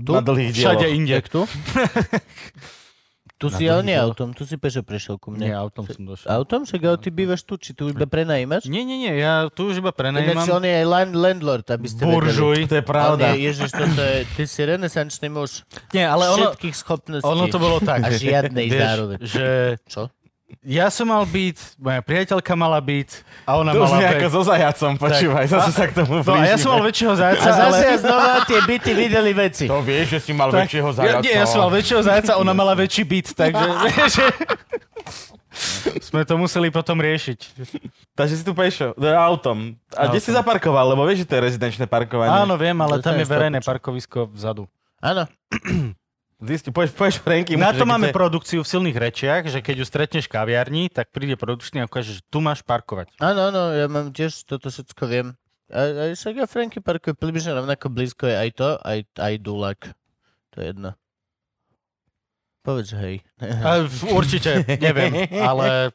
S4: Na dlhých
S3: Všade
S4: dieloch.
S3: inde.
S1: Jak tu? Tu si ale nie autom, tu si pešo prešiel ku
S3: Nie, No.
S1: mne.
S3: autom som došiel.
S1: Autom? Však ale ty bývaš tu, či tu iba prenajímaš?
S3: Nie, nie, nie, ja tu už iba
S1: Ináč
S3: prenajímam.
S1: on je aj land- landlord, aby ste vedeli.
S4: Buržuj. To je
S1: On
S4: pravda.
S1: je, ježiš, toto je, ty si renesančný muž
S3: Nie, ale ono,
S1: všetkých schopností.
S3: ono to bolo tak.
S1: A žiadnej
S3: vieš,
S1: zároveň.
S3: Že
S1: Čo?
S3: ja som mal byť, moja priateľka mala byť a ona
S4: To už
S3: mala
S4: nie
S3: byť.
S4: ako so zajacom, počúvaj, zase sa k
S3: No
S4: tomu
S3: a
S4: blížime.
S3: ja som mal väčšieho
S1: A
S3: zajaca, ale...
S1: zase znova tie byty videli veci.
S4: To No, vieš, že si mal väčšieho zajaca.
S3: Ja, nie, ja som mal väčšieho zajaca, ona mala väčší byt, takže... [laughs] že- Sme to museli potom riešiť.
S4: Takže si tu pešo, no, autom. A kde si zaparkoval? Lebo vieš, že to je rezidenčné parkovanie.
S3: Áno, viem, ale
S1: To
S3: tam
S1: je
S3: je verejné
S1: statočné.
S3: parkovisko vzadu.
S1: Áno.
S4: Zisti, poješ, poješ Franky.
S3: Na to máme produkciu v silných rečiach, že keď ju stretneš v kaviarni, tak príde produkčný a ukáže, že tu máš parkovať.
S1: Áno, áno, ja mám tiež, toto všetko viem. A, a však ja Franky parkuje približne rovnako blízko je aj to, aj, aj Dulak. To je jedno. Povedz, že hej.
S3: A, určite, neviem,
S4: [laughs]
S3: ale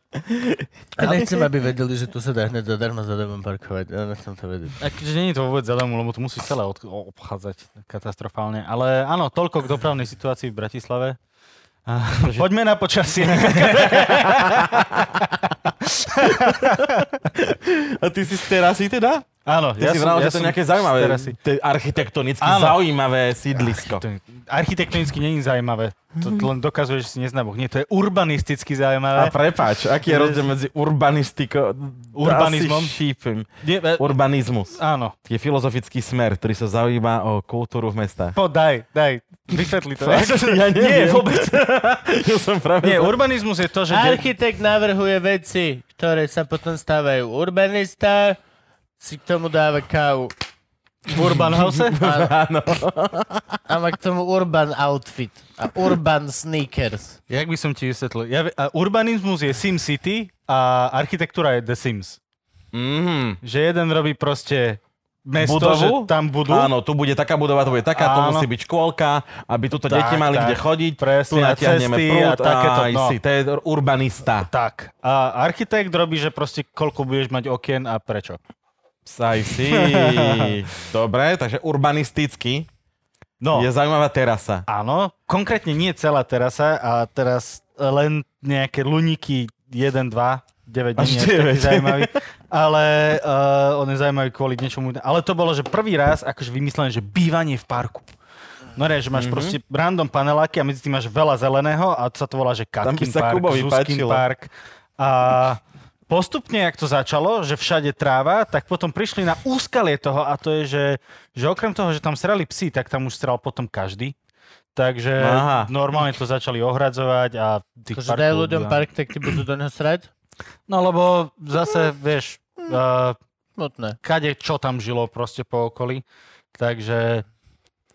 S1: A nechcem, aby vedeli, že tu sa dá hneď zadarmo za domom parkovať. Ja nechcem to vedieť.
S3: akože nie je to vôbec zadarmo, lebo to musíš celé od, o- obchádzať katastrofálne. Ale áno, toľko k dopravnej situácii v Bratislave.
S4: [laughs]
S3: A, poďme na počasie.
S4: A ty si z terasy teda?
S3: áno,
S4: Ty ja si vral, že to je nejaké zaujímavé,
S3: z terasy.
S4: to je architektonicky
S3: Áno.
S4: zaujímavé sídlisko.
S3: To- Architektonicky nie je zaujímavé. To to len dokazuje, že si neznámok. Nie, to je urbanisticky
S4: A
S3: zaujímavé.
S4: prepáč, aký je rozdiel medzi urbanistikou...
S3: Urbanizmom?
S4: Asi šípim.
S3: Nie, e,
S4: Urbanizmus.
S3: áno.
S4: Je filozofický smer, ktorý sa zaujíma o kultúru v mestách. [laughs]
S3: Po, daj, daj. Vysvetli to. [laughs]
S4: Ja
S3: Nie,
S4: neviem.
S3: vôbec.
S4: Ja som práve...
S3: [laughs] Nie, urbanizmus je to, že... de-
S1: Architekt navrhuje veci, ktoré sa potom stávajú. Urbanista si k tomu dáva kávu.
S3: v urban
S1: [laughs]
S3: house? [laughs]
S1: A,
S4: Áno.
S1: a má k tomu urban outfit. A urban sneakers.
S3: Jak by som ti vysvetlil? Ja, ve- a urbanizmus je Sim City a architektúra je The Sims.
S4: Mm-hmm.
S3: Že jeden robí proste mesto,
S4: Budovu?
S3: že tam budú.
S4: Áno, tu bude taká budova, tu bude taká, tu
S3: Áno.
S4: musí byť škôlka, aby tuto
S3: Tak,
S4: deti mali
S3: tak.
S4: kde chodiť.
S3: Presne,
S4: tu
S3: a
S4: natiahneme
S3: cesty
S4: prúd,
S3: a takéto,
S4: aj
S3: no.
S4: si, to je urbanista.
S3: Tak. A architekt robí, že proste koľko budeš mať okien a prečo.
S4: Aj si. [laughs] Dobre, takže urbanisticky
S3: No,
S4: je zaujímavá terasa.
S3: áno. Konkrétne nie celá terasa a teraz len nejaké luniky 1, 2, 9
S4: Až
S3: dní, až taký
S4: 9.
S3: zaujímavý. Ale uh, on je zaujímavý kvôli niečomu. iné- Ale to bolo, že prvý raz akože vymyslené, že bývanie v parku. No ne, že máš mm-hmm.
S4: Mhm.
S3: proste random paneláky a medzi tým máš veľa zeleného a to sa to volá, že
S4: Tam by
S3: Katkin
S4: sa
S3: park,
S4: Kubovi
S3: Zuzkin
S4: páčilo.
S3: park. A postupne, jak to začalo, že všade tráva, tak potom prišli na úskalie toho a to je, že, že okrem toho, že tam srali psi, tak tam už sral potom každý. Takže
S4: Aha.
S3: Aha. normálne to začali ohradzovať a tých
S1: Akože daj
S3: parkov
S1: ľuďom
S3: bolo-
S1: park, tak ti budú do neho srať?
S3: No lebo zase, vieš, uh,
S1: Smutné.
S3: kade čo tam žilo proste po okolí. Takže...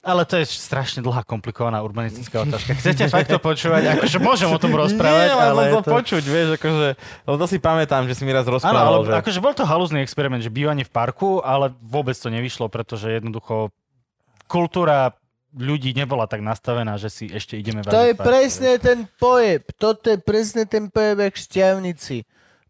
S3: Ale to je strašne dlhá, komplikovaná urbanistická otázka. Chcete fakt to počúvať? Akože môžem o tom rozprávať,
S4: Nie,
S3: ale...
S4: ale
S3: je
S4: som to počuť, vieš, akože, lebo to si pamätám, že si mi raz
S3: Áno,
S4: rozprával,
S3: ale
S4: že...
S3: akože bol to halúzný experiment, že bývanie v parku, ale vôbec to nevyšlo, pretože jednoducho kultúra ľudí nebola tak nastavená, že si ešte ideme
S1: To je
S3: variť v parku.
S1: presne ten pojeb. Toto je presne ten pojeb, jak šťavnici.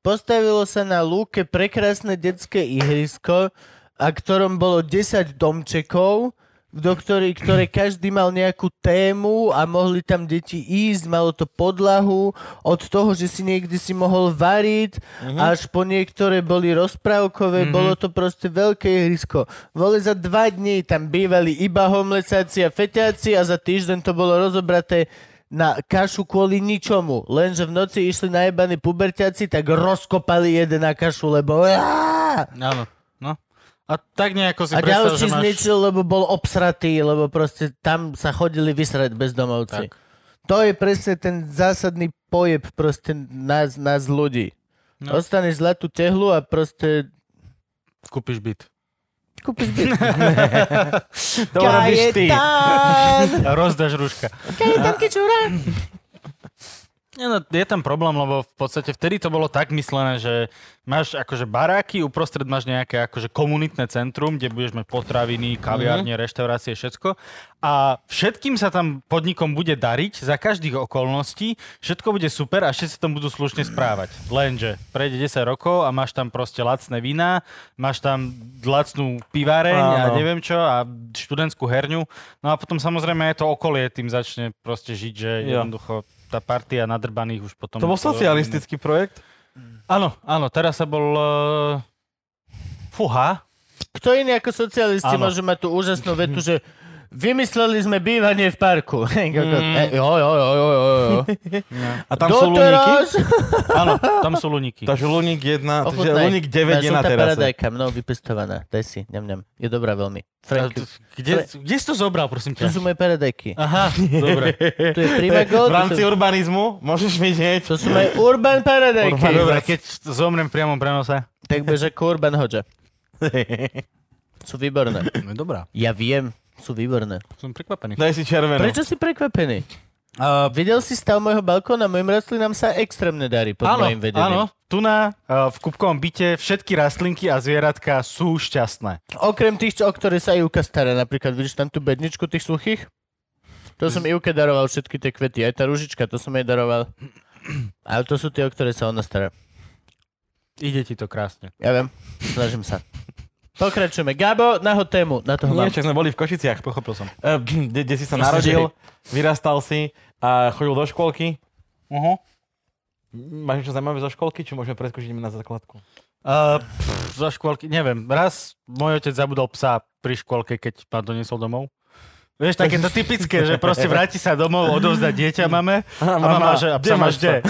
S1: Postavilo sa na lúke prekrásne detské ihrisko, a ktorom bolo 10 domčekov, do ktorý, ktoré každý mal nejakú tému a mohli tam deti ísť, malo to podlahu, od toho, že si niekde si mohol variť, až po niektoré boli rozprávkové, bolo to proste veľké ihrisko. Vole za dva dní tam bývali iba homlesáci a feťáci a za týždeň to bolo rozobraté na kašu kvôli ničomu. Lenže v noci išli najebaní puberťaci, tak rozkopali jeden na kašu, lebo... Aaaa!
S3: Áno, no. A tak nejako si
S1: A
S3: predstav,
S1: ďalší
S3: že
S1: máš...
S3: máš...
S1: zničil, lebo bol obsratý, lebo proste tam sa chodili vysrať bezdomovci. Tak. To je presne ten zásadný pojeb proste nás, nás ľudí. No.
S3: No.
S1: Dostaneš zlatú tehlu a proste
S3: Kúpiš byt.
S1: kúpiš
S3: [laughs]
S1: byt.
S4: to robíš ty.
S1: Kajetán!
S3: A rozdáš ruška.
S1: Kajetán Kičura!
S3: Nie, no, je tam problém, lebo v podstate vtedy to bolo tak myslené, že máš akože baráky, uprostred máš nejaké akože komunitné centrum, kde budeš mať potraviny,
S4: Mhm.
S3: kaviárne, mm-hmm. reštaurácie, všetko. A všetkým sa tam podnikom bude dariť za každých okolností, všetko bude super a všetci sa tam budú slušne správať. Lenže prejde 10 rokov a máš tam proste lacné vína, máš tam lacnú piváreň a
S4: Áno.
S3: neviem čo a študentskú herňu. No a potom samozrejme aj to okolie tým začne proste žiť, že
S4: Jo.
S3: jednoducho tá partia nadrbaných už potom...
S4: To bol socialistický projekt?
S3: Áno, áno, teraz sa bol... Uh... Fuha.
S1: Kto iný ako socialisti
S3: Áno.
S1: môže mať tú úžasnú vetu, že vymysleli sme bývanie v parku. [laughs] Mm. Jo, jo, jo, jo, jo, jo.
S4: No. A tam sú luníky?
S1: Doteraz...
S4: [laughs]
S3: Áno, tam sú [laughs] luníky.
S4: Takže luník 1, takže
S1: Ochutnaj.
S4: luník 9 je na
S1: žltá
S4: terase.
S1: paradajka, mnou vypestovaná. Daj si, ňam, ňam. Je dobrá veľmi.
S3: A
S1: Frank,
S3: to- Kde, kde si to zobral, prosím
S1: to
S3: ťa? [laughs]
S1: sú moje paradajky.
S3: Aha, dobre. [laughs]
S1: Tu
S4: [laughs]
S1: je Prima
S4: V
S1: Gold,
S4: rámci
S1: to,
S4: urbanizmu môžeš mi
S1: to sú
S4: [laughs]
S1: moje Urban paradajky.
S3: Urban, dobre, keď zomrem v priamom prenose.
S1: Tak budeš ako Urban
S4: [laughs]
S1: Hoďa. Sú výborné.
S3: No, dobrá,
S1: Ja viem, sú výborné.
S3: som prekvapený.
S4: Daj si červenú.
S1: Prečo si prekvapený? Uh, Videl si stav môjho balkóna, mojim rastlinám sa extrémne darí pod
S3: Áno,
S1: mojim
S3: áno,
S1: vedením.
S3: tu na, eh, v kupkovom byte všetky rastlinky a zvieratka sú šťastné.
S1: Okrem tých, čo, o ktoré sa Ivka stará, napríklad vidíš tam tú bedničku tých suchých? To som Ivke daroval všetky tie kvety, aj tá ružička, to som jej daroval. Ale to sú tie, o ktoré sa ona stará.
S3: Ide ti to krásne.
S1: Ja viem, snažím sa. Pokračujeme. Gabo, na ho tému, na toho mám.
S4: Nie, čo sme boli v Košiciach.
S3: Pochopil som.
S4: Eh, kde, kde si sa
S1: Jasne,
S4: narodil, vyrastal si a chodil do škôlky.
S3: Uh-huh.
S4: Máš niečo zaujímavé zo školky, či môžeme preskočiť na základku?
S3: Uh, pff, zo škôlky, neviem. Raz môj otec zabudol psa pri škôlke, keď ma doniesol domov. Vieš, takéto typické, že proste vráti sa domov, odovzdá dieťa mame a mama, že a psa máš [laughs] kde?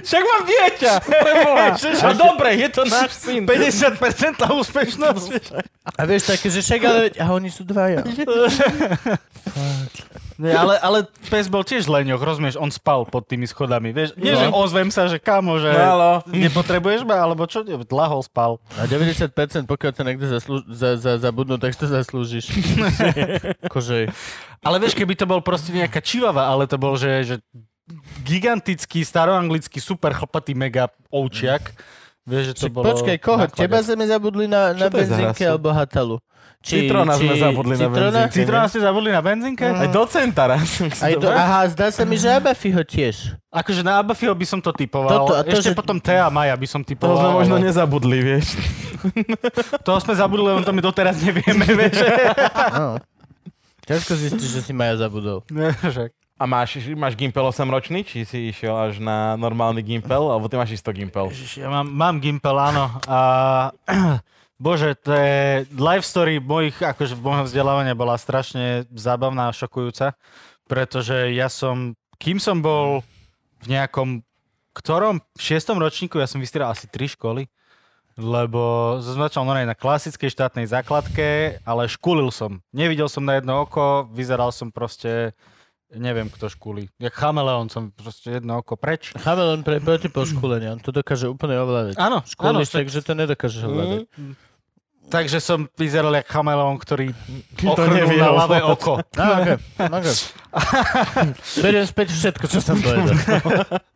S4: Však mám dieťa! A dobre, je to náš syn.
S3: 50% úspešnosť.
S1: A vieš, také, že však, ale... A oni sú dvaja.
S3: Nie, ale, ale pes bol tiež leňoch, rozumieš, on spal pod tými schodami, vieš. Nie, že ozvem sa, že kamo, že
S4: Halo.
S3: nepotrebuješ ma, alebo čo, dlahol spal.
S1: A 90%, pokiaľ to niekde zaslú- za, za, zabudnú, tak si to [laughs] zaslúžiš. Akože...
S3: Ale vieš, keby to bol proste nejaká čivava, ale to bol, že, že gigantický, staroanglický, super chlpatý mega ovčiak, Vieš, že to
S1: Však
S3: bolo...
S1: počkaj, koho?
S3: na chlade.
S1: Teba sme zabudli na, na
S4: Čo to je za
S1: benzínke
S4: hrasu?
S1: alebo hatalu.
S4: Citróna sme zabudli na
S1: citróna?
S4: benzínke.
S3: Citrona ste zabudli na benzínke?
S4: Aj docenta raz.
S1: Aj do, aha, zdá sa mi, že Abafiho tiež.
S3: Akože na Abafiho by som to typoval.
S1: Toto- a to, že-
S3: Ešte potom Thea Maja by som
S4: To
S3: typoval.
S4: sme
S3: ale-
S4: možno nezabudli, vieš.
S3: Toho sme zabudli, len to my doteraz nevieme, [laughs] vieš.
S1: Áno. Ťažko zistiť, že si Maja zabudol.
S3: Ne, že-
S4: A máš, máš gimpel 8 ročný, či si išiel až na normálny gimpel, alebo ty máš isto gimpel?
S3: Ježiš, ja mám, mám Gimpel, áno. A, [clears throat] bože, to je life story mojich, akože v môjho vzdelávania bola strašne zábavná a šokujúca, pretože ja som, kým som bol v nejakom, ktorom, v šiestom ročníku, ja som vystieral asi tri školy, lebo som začal normálne na klasickej štátnej základke, ale škulil som. Nevidel som na jedno oko, vyzeral som proste, neviem kto škúli. Jak chameleon som proste jedno oko preč.
S1: Chameleon pre proti poškulenia, on to dokáže úplne ovládať.
S3: Áno, áno, Mm.
S1: Škúliš,
S3: však-
S1: takže to nedokážeš ovládať.
S3: Takže som vyzeral jak chameleon, ktorý ochrnul
S4: nevie
S3: na ľavé
S4: ovládať.
S3: oko.
S1: No, okay,
S3: [laughs]
S1: okay. Beriem späť všetko, čo som povedal.
S3: [laughs]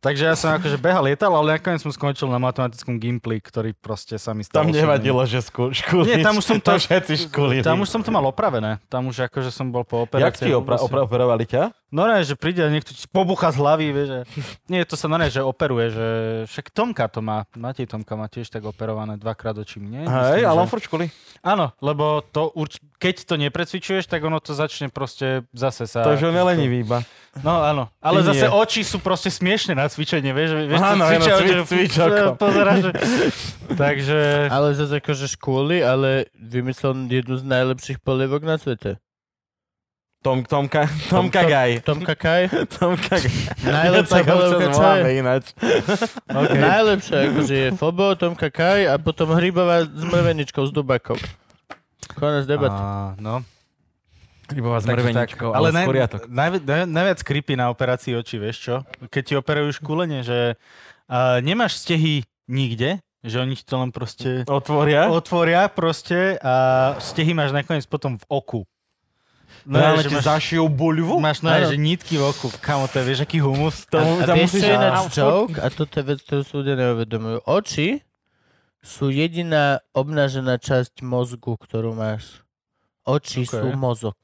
S3: Takže ja som akože behal, lietal, ale nakoniec som skončil na matematickom gimpli, ktorý proste sa mi stal.
S4: Tam
S3: osudným.
S4: nevadilo, že skú, škulíš.
S3: Nie, tam už som
S4: [laughs]
S3: to-
S4: všetci škulili.
S3: Tam už som to mal opravené. Tam už akože som bol po
S4: Jak
S3: operácii.
S4: ti opra- opra- operovali ťa?
S3: No ne, že príde a niekto ti pobucha z hlavy, vieš. Že... Nie, to sa no ne, že operuje, že však Tomka to má. Matej Tomka má tiež tak operované dvakrát oči mne.
S4: Hej,
S3: myslím,
S4: ale
S3: že-
S4: on furt škuli.
S3: Áno, lebo to urč... keď to neprecvičuješ, tak ono to začne proste zase sa...
S4: To, že on je lenivý iba.
S3: No áno, ale
S4: Ty
S3: zase
S4: nie.
S3: oči sú proste smiešne na cvičenie, vieš, vieš
S4: Áno, áno,
S3: cvičia,
S4: cvi-
S3: že-
S4: cvič oko.
S3: že pozeráš, že...
S4: [laughs]
S3: Takže...
S1: Ale zase akože škôly, ale vymyslel jednu z najlepších polievok na svete.
S4: Tom, Tomka, Tomka Gaj.
S1: Tomka Kaj.
S4: [laughs] Tomka Gaj.
S1: Najlepšia
S4: Tak ho
S1: polievka,
S4: občas
S1: čo je?
S4: voláme ináč. [laughs]
S3: Okay.
S1: Najlepšia, akože je Fobo, Tomka Kaj a potom Hrybová s mrveničkou, s dubakou. Konec debaty.
S3: Á, no.
S2: Rybová s
S3: Takže
S2: mrveničkou,
S3: tak.
S2: ale, ale
S3: naj-
S2: skoriatok.
S3: najvi- naj- najviac creepy na operácii očí, vieš čo? Keď ti operujú škúlenie, že uh, nemáš stehy nikde, že oni ti to len proste
S4: Otvoria.
S3: otvoria proste a stehy máš nakoniec potom v oku.
S4: No, ale
S3: že
S4: ti
S3: máš-
S4: zašijú buľvu.
S3: Máš na
S1: Áno.
S3: že nítky v oku. Kamo, to je, vieš, aký humus? [laughs]
S4: To-
S1: A
S4: tam
S1: vieš, čo
S4: musíš-
S1: je ináč
S4: Á, furt-
S1: joke? A toto je vec, ktorú si ľudia neuvedomujú. Oči sú jediná obnažená časť mozgu, ktorú máš. Oči
S3: Ok.
S1: sú mozog.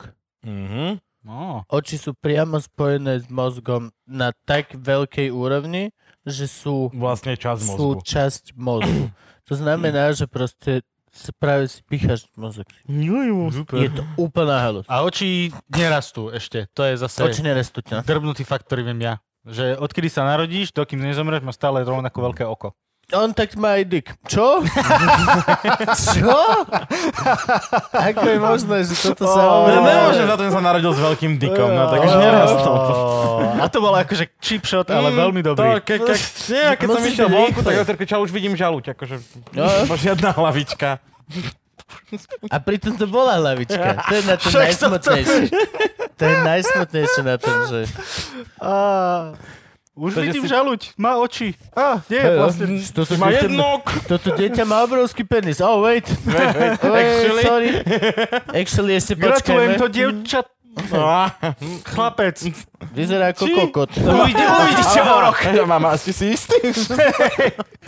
S4: Mhm.
S3: No.
S1: Oči sú priamo spojené s mozgom na tak veľkej úrovni, že sú
S2: Vlastne čas
S1: sú
S2: mozgu.
S1: časť mozgu. To znamená, že proste si práve si picháš mozog. Je to úplná halus.
S3: A oči nerastú ešte. To je zase
S1: Oči nerastú ti na
S3: drbnutý fakt, ktorý viem ja. Že odkedy sa narodíš, dokým nezomreš, má stále rovnako veľké oko.
S1: On tak má aj dyk. Čo? Čo? Ako je možné, že toto sa...
S4: Ja nemôžem No, za to, že sa narodil s veľkým dikom, no tak už
S1: Oh.
S4: nerastol.
S3: Oh, a to bol akože chip shot, ale
S4: Mm,
S3: veľmi dobrý.
S4: To, ke, ke, nie, keď som
S1: Musíš
S4: išiel
S1: byť
S4: vonku,
S1: rýchly.
S4: tak ja trkečal, už vidím žaluť, akože [laughs]
S1: No.
S4: žiadna hlavička.
S1: A pritom to bola hlavička. To je na to najsmutnejšie. To je najsmutnejšie na tom, že...
S3: A, už
S4: Takže
S3: vidím
S4: si-
S3: žaluť, má oči. A, nie,
S4: no.
S3: vlastne.
S1: Toto
S4: Má
S1: dieťa-
S4: jednok!
S1: Toto dieťa má obrovský penis. Oh, wait.
S4: Wait, wait,
S1: Oh,
S4: Actually,
S1: sorry. Actually, ešte
S3: Gratulujem
S1: počkajme.
S3: to, dievča,
S4: no, a-
S3: chlapec.
S1: Vyzerá ako kokot.
S3: Uvidí, uvidíte o
S4: [laughs]
S3: rok.
S4: Ja mám asi si istý.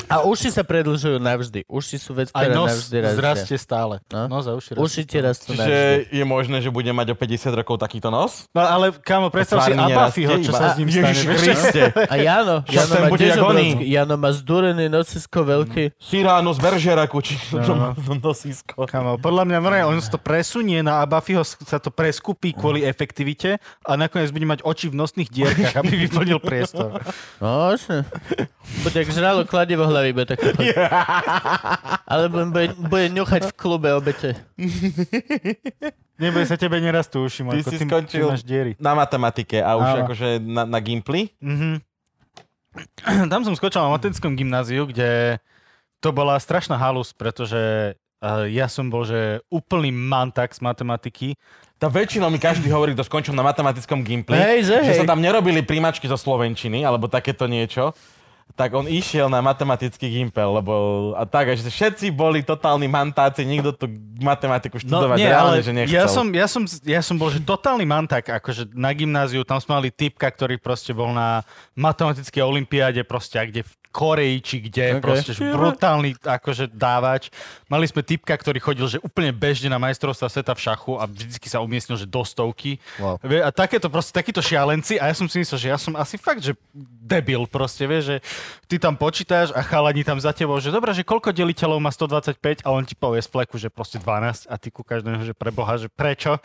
S1: A uši sa predlžujú navždy. Uši sú vec,
S3: Aj
S1: ktorá
S3: nos
S1: navždy rastie.
S3: zrastie stále.
S1: No.
S3: Nos a uši rastie.
S1: Uši ti rastú navždy.
S4: Čiže je možné, že bude mať o 50 rokov takýto nos?
S3: No ale kámo, predstav si
S4: Tvár mi nerastie,
S3: Abafiho, čo
S4: iba-
S3: sa s ním stane.
S4: Ježiš
S3: vieš?
S4: Kriste.
S1: A
S4: [laughs]
S1: Jano,
S4: Čo
S1: Jano
S4: ten
S1: má
S4: bude
S1: tiež
S4: jak oni? Mm.
S1: obrovský. Jano má zdúrený nosisko veľký.
S4: Cyrano z Beržeraku, či [laughs] to má
S3: [laughs] No.
S4: nosisko.
S3: Kamo, podľa mňa normálne, on sa to presunie na Abafiho, sa to preskupí
S4: Mhm.
S3: kvôli efektivite a nakoniec bude mať oči v nosných dierkach, aby vyplnil priestor.
S1: No, jasne. Bude jak žralo kladivo hlavy, bude
S4: [laughs]
S1: tak. Alebo bude, bude ňuchať v klube obete.
S3: Nebude sa tebe nerastú uši,
S4: Ty
S3: Marko,
S4: si
S3: ty, ty
S4: skončil.
S3: máš diery.
S4: Na matematike a už
S3: Áno.
S4: akože na, na Gimply.
S3: Mhm. [clears throat] Tam som skočil na matetickom gymnáziu, kde to bola strašná halus, pretože eh, ja som bol, že úplný mantak z matematiky.
S4: Tá väčšinou mi každý hovorí, kto skončil na matematickom Gimply,
S1: Hej, že
S4: že
S1: hej.
S4: sa tam nerobili príjmačky zo Slovenčiny, alebo takéto niečo. Tak on išiel na matematický gimpel, lebo a tak, a že všetci boli totálni mantáci, nikto tu matematiku
S3: No,
S4: študovať
S3: nie, ale
S4: reálne, že nechcel.
S3: Ja som, ja, som, ja som bol, že totálny mantak, akože na gymnáziu, tam sme mali typka, ktorý proste bol na matematickej olimpiáde proste, a kde v Koreji či kde, okay. proste že brutálny akože dávač. Mali sme typka, ktorý chodil že úplne bežne na majstrovstva sveta v šachu a vždycky sa umiestnil že do stovky.
S1: Wow.
S3: Vie, A takéto proste, takíto šialenci a ja som si myslel, že ja som asi fakt, že debil proste, vieš, že ty tam počítaš a chalani tam za tebou, že dobré, že koľko deliteľov má 125 a on ti povie z fleku, že proste 12 a ty kúkaš na neho, že preboha, že prečo.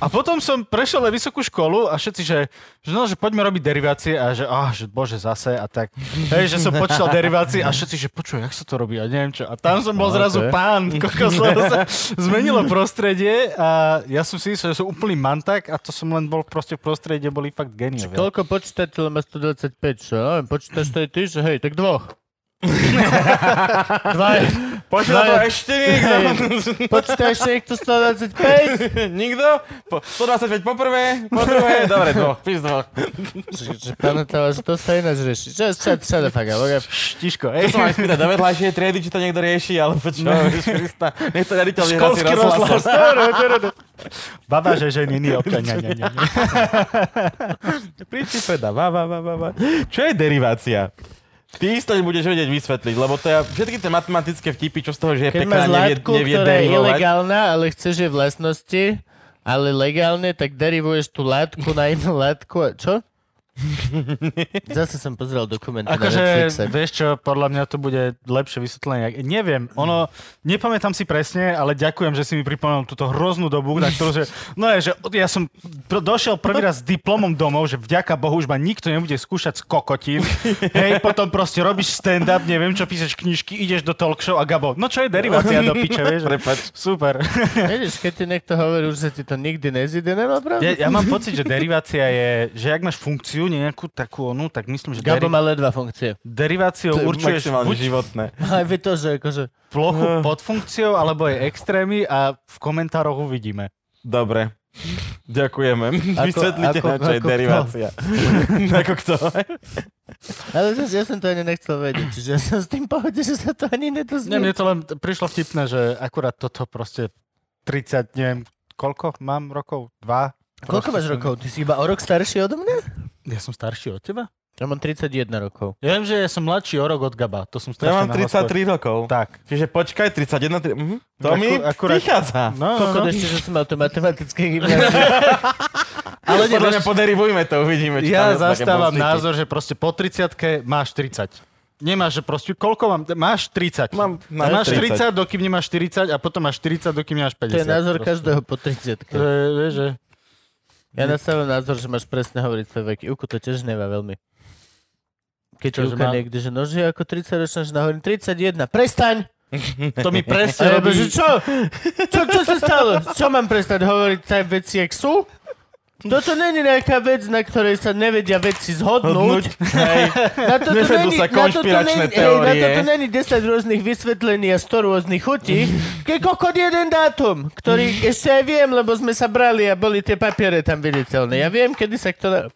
S3: A potom som prešiel na vysokú školu a všetci, že, že no, že poďme robiť derivácie a že, ah, že bože, zase a tak. Hej, že som
S4: [laughs]
S3: počítal derivácie a všetci, že počuj, jak sa to robí a neviem čo. A tam som bol zrazu pán,
S4: [laughs]
S3: kokos, lebo sa zmenilo prostredie a ja som si myslel, že som úplný mantak a to som len bol proste v prostredí, kde boli fakt geniovia.
S1: Koľko počítateľov má 125, čo? Ja Neviem, počítaš to aj ty, že hej, tak dvoch. Dva je...
S4: Počítal to
S1: Daj-
S4: ešte niekto?
S1: Počítaš to 125?
S4: [laughs] Nikto? Po, 125 poprvé, po druhé, dobre, dvoch, pís dvoch.
S1: Pamätala, že to sa ináč rieši. Čo, čo, čo, to fakt, ale...
S3: Štiško,
S4: To
S3: hej.
S4: som aj spýtať do vedľajšej triedy, či to niekto rieši, alebo čo, Ježiš Krista. Nech to riaditeľ vyhlasí
S3: Školský rozhlas.
S4: [laughs] rozhlasom.
S3: Baba, že ženy, nie občania. Nie, nie, nie.
S4: Príči peda, va, va, va, va, va. Čo je derivácia? Ty isto nebudeš vedieť vysvetliť, lebo to ja, všetky tie matematické vtipy, čo z toho, že je
S1: Keď máš
S4: pekná, nevie,
S1: látku,
S4: nevie
S1: ktorá je
S4: derivovať.
S1: ilegálna, ale chceš jej vlastnosti, ale legálne, tak derivuješ tú látku na inú látku. a-
S3: [laughs]
S1: Čo? Zase som pozrel dokumenty na
S3: Akože,
S1: Netflixe.
S3: vieš čo, podľa mňa to bude lepšie vysvetlenie. Neviem, ono, nepamätám si presne, ale ďakujem, že si mi pripomenul túto hroznú dobu, na ktorú,
S1: [laughs]
S3: že, no je, že ja som pr- došiel prvý raz s diplomom domov, že vďaka Bohu už ma nikto nebude skúšať z
S1: [laughs]
S3: kokotín. Hej, potom proste robíš stand-up, neviem čo, píšeš knižky, ideš do talk show a Gabo, no čo je derivácia do
S1: [laughs]
S3: piče, vieš? že-
S4: Prepač.
S3: Super.
S1: Vidíš, keď ti niekto hovorí, že sa ti to nikdy nezide, nemá pravdu?
S3: Ja, ja mám pocit, že derivácia je, že ak máš funkciu nejakú takú onu, tak myslím, že
S1: Gabo
S3: deri-
S1: má ledva funkcie.
S3: deriváciou
S4: To je
S3: určuješ
S4: maximálne
S3: buď
S4: životné.
S1: [laughs] Aj vy to, že akože...
S3: plochu pod funkciou, alebo je extrémy a v komentároch uvidíme.
S4: Dobre. Ďakujeme.
S1: Ako-
S4: Vysvetlite
S1: ako-
S4: nám, čo je
S1: ako kto?
S4: derivácia. Ako kto?
S1: Ale zase, ja som to ani nechcel vedieť, čiže ja som s tým pohode, že sa to ani
S3: Nie,
S1: nedozvie.
S3: mne to len t- prišlo vtipné, že akurát toto proste 30, neviem, koľko mám rokov? Dva?
S1: Koľko
S3: Proste
S1: máš
S3: som-
S1: rokov? Ty si iba o rok starší odo mňa?
S3: Ja som starší od teba?
S1: Ja mám 31 rokov.
S3: Ja viem, že ja som mladší o rok od Gaba, to som
S4: Ja
S3: strašne
S4: mám
S3: nahlas povedal.
S4: 33 rokov.
S3: Tak.
S4: Čiže počkaj, 31, tri... mhm. to
S3: Ako-
S4: mi
S3: akurát-
S4: vychádza.
S3: No, no,
S1: Koľko
S3: no.
S1: ešte, že som mal to [laughs] matematické gymnázium.
S4: Ale
S3: nie,
S4: Podľa
S3: vieš-
S4: mňa poderivujme to, uvidíme. či
S3: Ja
S4: tam sú také
S3: zastávam
S4: bonstiky.
S3: názor, že proste po 30 máš 30. Nemáš, že proste, koľko mám? Máš 30.
S4: Mám- mám
S3: máš
S4: 30.
S3: 30, dokým nemáš 40 a potom máš 40, dokým nemáš 50.
S1: To je názor
S3: proste.
S1: každého po 30
S3: Že, vieš, že...
S1: Ja nastavím názor, že máš presne hovoriť svoje veky. Uku to tiež nevá veľmi. Keď
S3: Čo, že
S1: Uka
S3: má-
S1: niekde, že nože ako 30 ročná žena, hovorím 31, prestaň!
S3: To mi
S1: [laughs] A
S3: presne
S1: ja
S3: robí...
S1: že čo? čo? Čo sa stalo? Čo mám prestať hovoriť tie veci, jak sú? Toto není nejaká vec, na ktorej sa nevedia veci zhodnúť. Hej. Na toto
S4: Nevedú
S1: není, na
S4: sa
S1: toto
S4: konšpiračné
S1: není, hej, na
S4: teórie.
S1: toto není 10 rôznych vysvetlení a 100 rôznych chutí. Keď kokot jeden dátum, ktorý ešte aj viem, lebo sme sa brali a boli tie papiere tam viditeľné. Ja viem, kedy sa kto... na-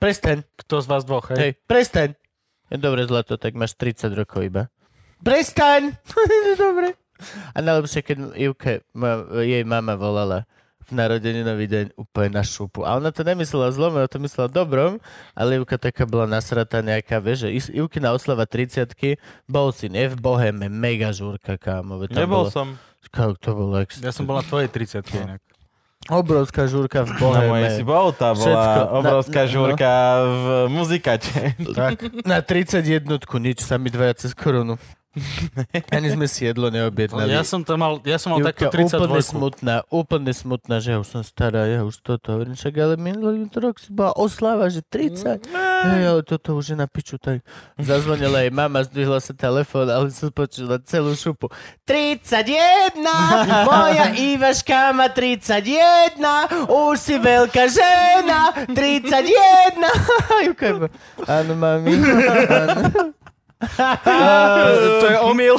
S1: Prestaň.
S3: [laughs] Kto z vás dvoch,
S1: Hej,
S3: hej?
S1: prestaň. Ja, Dobre, zlato, tak máš 30 rokov iba. [laughs] Prestaň! Dobre. A najlepšie, keď Ivke, ma, jej mama volala v narodeninový deň úplne na šupu. A ona to nemyslela zlom, ona to myslela dobrom, ale Ivka taká bola nasratá nejaká, vieš, že Is- Ivkina oslava 30 bol si ne v Boheme, mega žúrka, kámo. veď tam
S4: Nebol
S1: bolo-
S4: som
S1: Kámo, to bolo extra.
S3: Ja som bol na tvojej 30 inak.
S1: Obrovská žúrka v
S4: na
S1: Boheme.
S4: mojej No, si bol, tá
S1: Všetko.
S4: bola
S1: Na-
S4: obrovská
S1: na- no.
S4: žúrka v muzikate.
S3: Tak.
S1: Na 31 nič, sami dvaja cez korunu. [laughs] Ani sme si jedlo neobjednali.
S3: Ja som to mal, ja som mal
S1: Júka,
S3: takú
S1: úplne
S3: 32.
S1: smutná, úplne smutná, že ja už som stará, ja už toto. Hovorím, však ale minulý rok si bola oslava, že 30.
S3: Mm,
S1: Hej, ale toto už je na piču, tak zazvonila jej mama, zdvihla sa telefón, ale som počula celú šupu. 31,
S3: [laughs]
S1: moja Ivaška má 31, už si veľká žena, [laughs] 31. Júka, iba, áno, mami, áno.
S3: To je [laughs] omyl.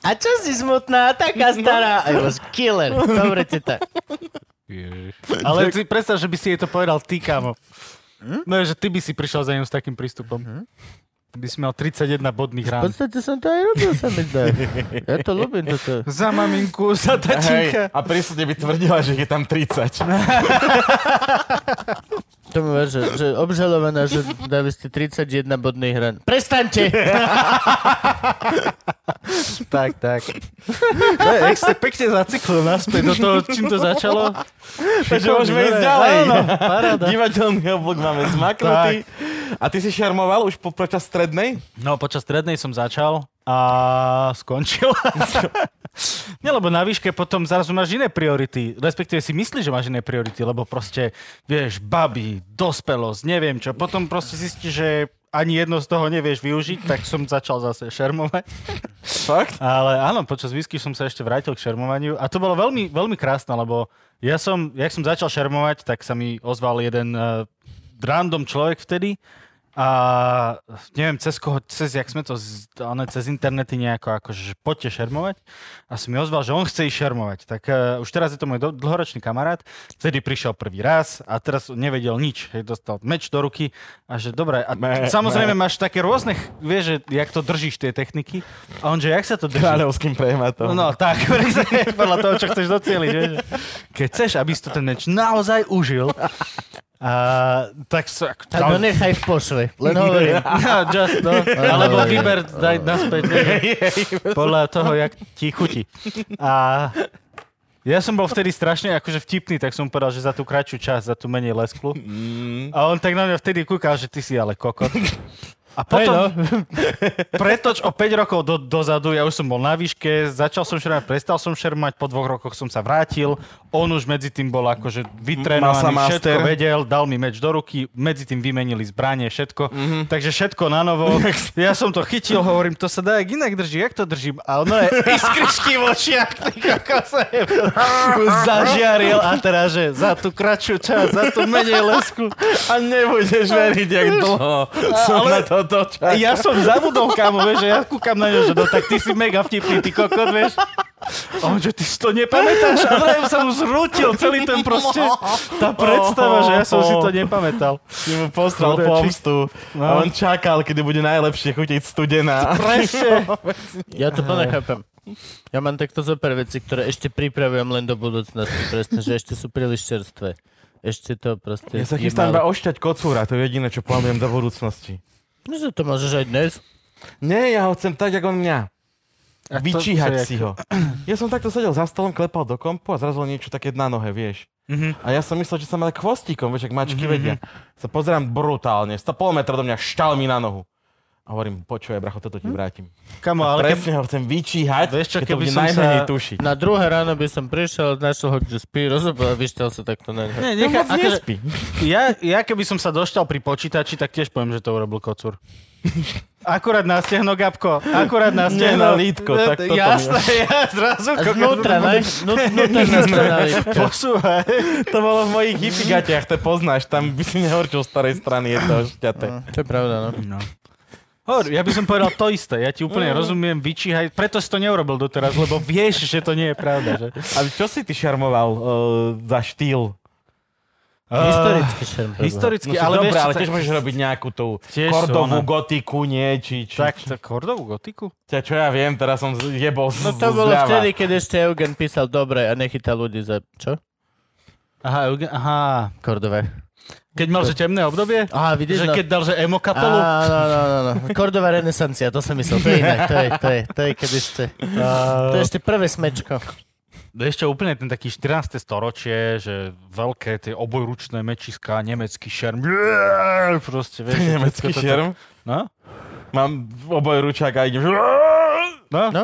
S1: A čo si smutná, taká stará? I was killer. Dobre ti tak.
S3: Ale si predstav, že by si jej to povedal ty, kámo. No je, že ty by si prišiel za ňou s takým prístupom. By si mal 31 bodných
S1: V
S3: rán.
S1: podstate som to aj robil, sa mi zdá. Ja to ľúbim toto.
S3: Za maminku, za
S4: Hej,
S3: tačinka.
S4: [laughs] a prísne by tvrdila, že je tam 30.
S1: To mi ver, že, že obžalovaná, že dali ste 31 bodných hran. Prestaňte!
S3: Tak, tak. Ne, Jak ste pekne zaciklil naspäť do toho, čím to začalo.
S4: Takže
S3: Šikovný,
S4: môžeme ísť
S3: dobre.
S4: ďalej.
S3: Áno, paráda.
S4: Divadelný oblok máme zmaknutý. A ty si šarmoval už po počas strednej?
S3: No, počas strednej som začal a skončil. Nie, lebo na výške potom zrazu máš iné priority. Respektíve si myslíš, že máš iné priority, lebo proste, vieš, baby, dospelosť, neviem čo. Potom proste zistíš, že ani jedno z toho nevieš využiť, tak som začal zase šermovať.
S4: Fakt?
S3: Ale áno, počas výsky som sa ešte vrátil k šermovaniu a to bolo veľmi, veľmi krásne, lebo ja som, jak som začal šermovať, tak sa mi ozval jeden uh, random človek vtedy a neviem, cez koho, cez, jak sme to, z- ono, cez internety nejako, akože že poďte šermovať a som mi ozval, že on chce ísť šermovať. Tak uh, už teraz je to môj do, dlhoročný kamarát, vtedy prišiel prvý raz a teraz nevedel nič, hej, dostal meč do ruky a že dobre, a
S4: Me-
S3: samozrejme máš také rôzne, ch- vieš, že jak to držíš tie techniky a on, že jak sa to drží?
S4: Kráľovským prehmatom.
S3: No tak, [laughs] presne, podľa toho, čo chceš docieliť. Vieš. Keď chceš, aby si to ten meč naozaj užil, a, tak sa...
S1: Tak ho nechaj v pošle. Len hovorím.
S3: No, just, no. Alebo vyber, daj naspäť. Vieš. Podľa toho, jak ti chutí. A ja som bol vtedy strašne akože vtipný, tak som mu povedal, že za tú kratšiu časť, za tú menej lesklu. A on tak na mňa vtedy kúkal, že ty si ale kokot. A potom, [laughs] pretoč o 5 rokov do, dozadu, ja už som bol na výške, začal som šermať, prestal som šermať, po dvoch rokoch som sa vrátil, on už medzi tým bol akože
S4: Mal sa
S3: vytrénovaný,
S4: master.
S3: všetko vedel, dal mi meč do ruky, medzi tým vymenili zbranie, všetko, mm-hmm. takže všetko na novo. Ja som to chytil, hovorím, to sa dá jak inak drží, jak to držím, a ono je iskričky v očiach, ty kokos, zažiaril a teraz, že za tú kratšiu časť, za tú menej lesku.
S4: A nebudeš veriť, jak dlho som
S3: No, ale-
S4: na toto
S3: A
S4: čas.
S3: ja som zabudol, kámo, vieš, že ja kúkam na ňo, že no tak ty si mega vtipný, ty kokot, vieš. A on, že ty si to nepamätáš? A vraj sa mu zrútil celý ten proste,
S4: No.
S3: tá predstava, že ja som si to nepamätal.
S4: Si mu poslal
S3: Chudáčik.
S4: pomstu. A
S3: No.
S4: on čakal, kedy bude najlepšie chutiť studená.
S3: Presne.
S1: Ja to plne chápem. Ja mám takto zo pár vecí, ktoré ešte pripravujem len do budúcnosti. Presne, že ešte sú príliš čerstvé. Ešte to proste...
S4: [laughs] Ja sa
S1: je
S4: chystám iba
S1: málo.
S4: ošťať kocúra, to je jediné, čo plánujem do budúcnosti.
S1: No, že to môžeš aj dnes.
S4: Nie, ja ho chcem tak, ako on mňa.
S3: A to-
S4: Vyčíhať
S3: to je
S4: si ho. [clears throat] Ja som takto sedel za stolom, klepal do kompu a zrazu len niečo také na nohe, vieš.
S3: Mhm.
S4: A ja som myslel, že sa ma tak chvostíkom, vieš, ak mačky vedia. Sa pozerám brutálne, 100 metra do mňa štal mi na nohu. A hovorím, počúvaj, bracho, toto ti vrátim.
S3: Kamo, Hm? ale keby,
S4: Presne ho chcem vyčíhať,
S3: Vieš čo,
S4: keď to
S3: keby
S4: bude
S3: som
S4: najmenej
S3: sa-
S4: tušiť.
S1: Na druhé ráno by som prišiel, našiel ho, kde spí, rozobral, vyštel sa takto na neho.
S3: nie,
S4: No
S3: nechá,
S4: moc
S3: akože,
S4: nespí.
S3: ja, ja keby som sa doštal pri počítači, tak tiež poviem, že to urobil kocúr. Akurát na stehno, Gabko. Akurát na
S4: Nie,
S3: stehno.
S4: na lítko, tak toto mi-
S3: Jasné, ja zrazu...
S1: A
S3: [laughs]
S1: znútra, ne? No, Znú- Vnútorná strana lítka.
S3: Posúvaj.
S4: To bolo v mojich hippigatiach, to poznáš, tam by si nehorčil z starej strany,
S3: [clears throat]
S4: je to šťate.
S1: To je pravda, no.
S3: No. Hovor, ja by som povedal to isté, ja ti úplne rozumiem, vyčíhaj, preto si to neurobil doteraz, lebo vieš, že to nie je pravda. [laughs] Že?
S4: A čo si ty šarmoval uh, za štýl?
S1: Historický šerm.
S3: Eh,
S1: preboha.
S3: Historicky,
S4: No,
S3: ale
S4: ale
S3: vieš,
S4: dobré,
S3: čo,
S4: ale
S3: tak,
S4: tiež môžeš robiť nejakú tú
S3: Tiež sú
S4: kordovú
S3: one.
S4: gotiku, nie, či, či,
S3: tak, tak kordovú gotiku?
S4: Ťa čo ja viem, teraz som z- jebol
S1: No to bolo vtedy, keď ešte Eugen písal dobre a nechytal ľudí za... Čo?
S3: Aha, Eugen- aha.
S1: Kordové.
S3: Keď mal, že temné obdobie?
S1: Aha, vidíš,
S3: Že
S1: no.
S3: keď dal, že emo
S1: Á,
S3: kapelu?
S1: no, no, no, no. Kordová renesancia, to som myslel. To je iné, to je, to je, to je keď ešte... To je ešte prvé smečko.
S3: No Ešte úplne ten taký 14. storočie, že veľké tie obojručné mečiska, nemecký šerm. Proste, [laughs] vieš. že
S4: [laughs] Nemecký
S3: všetko toto-
S4: šerm.
S3: No?
S4: Mám oboj ručák a idem... [laughs] že-
S3: No?
S1: No.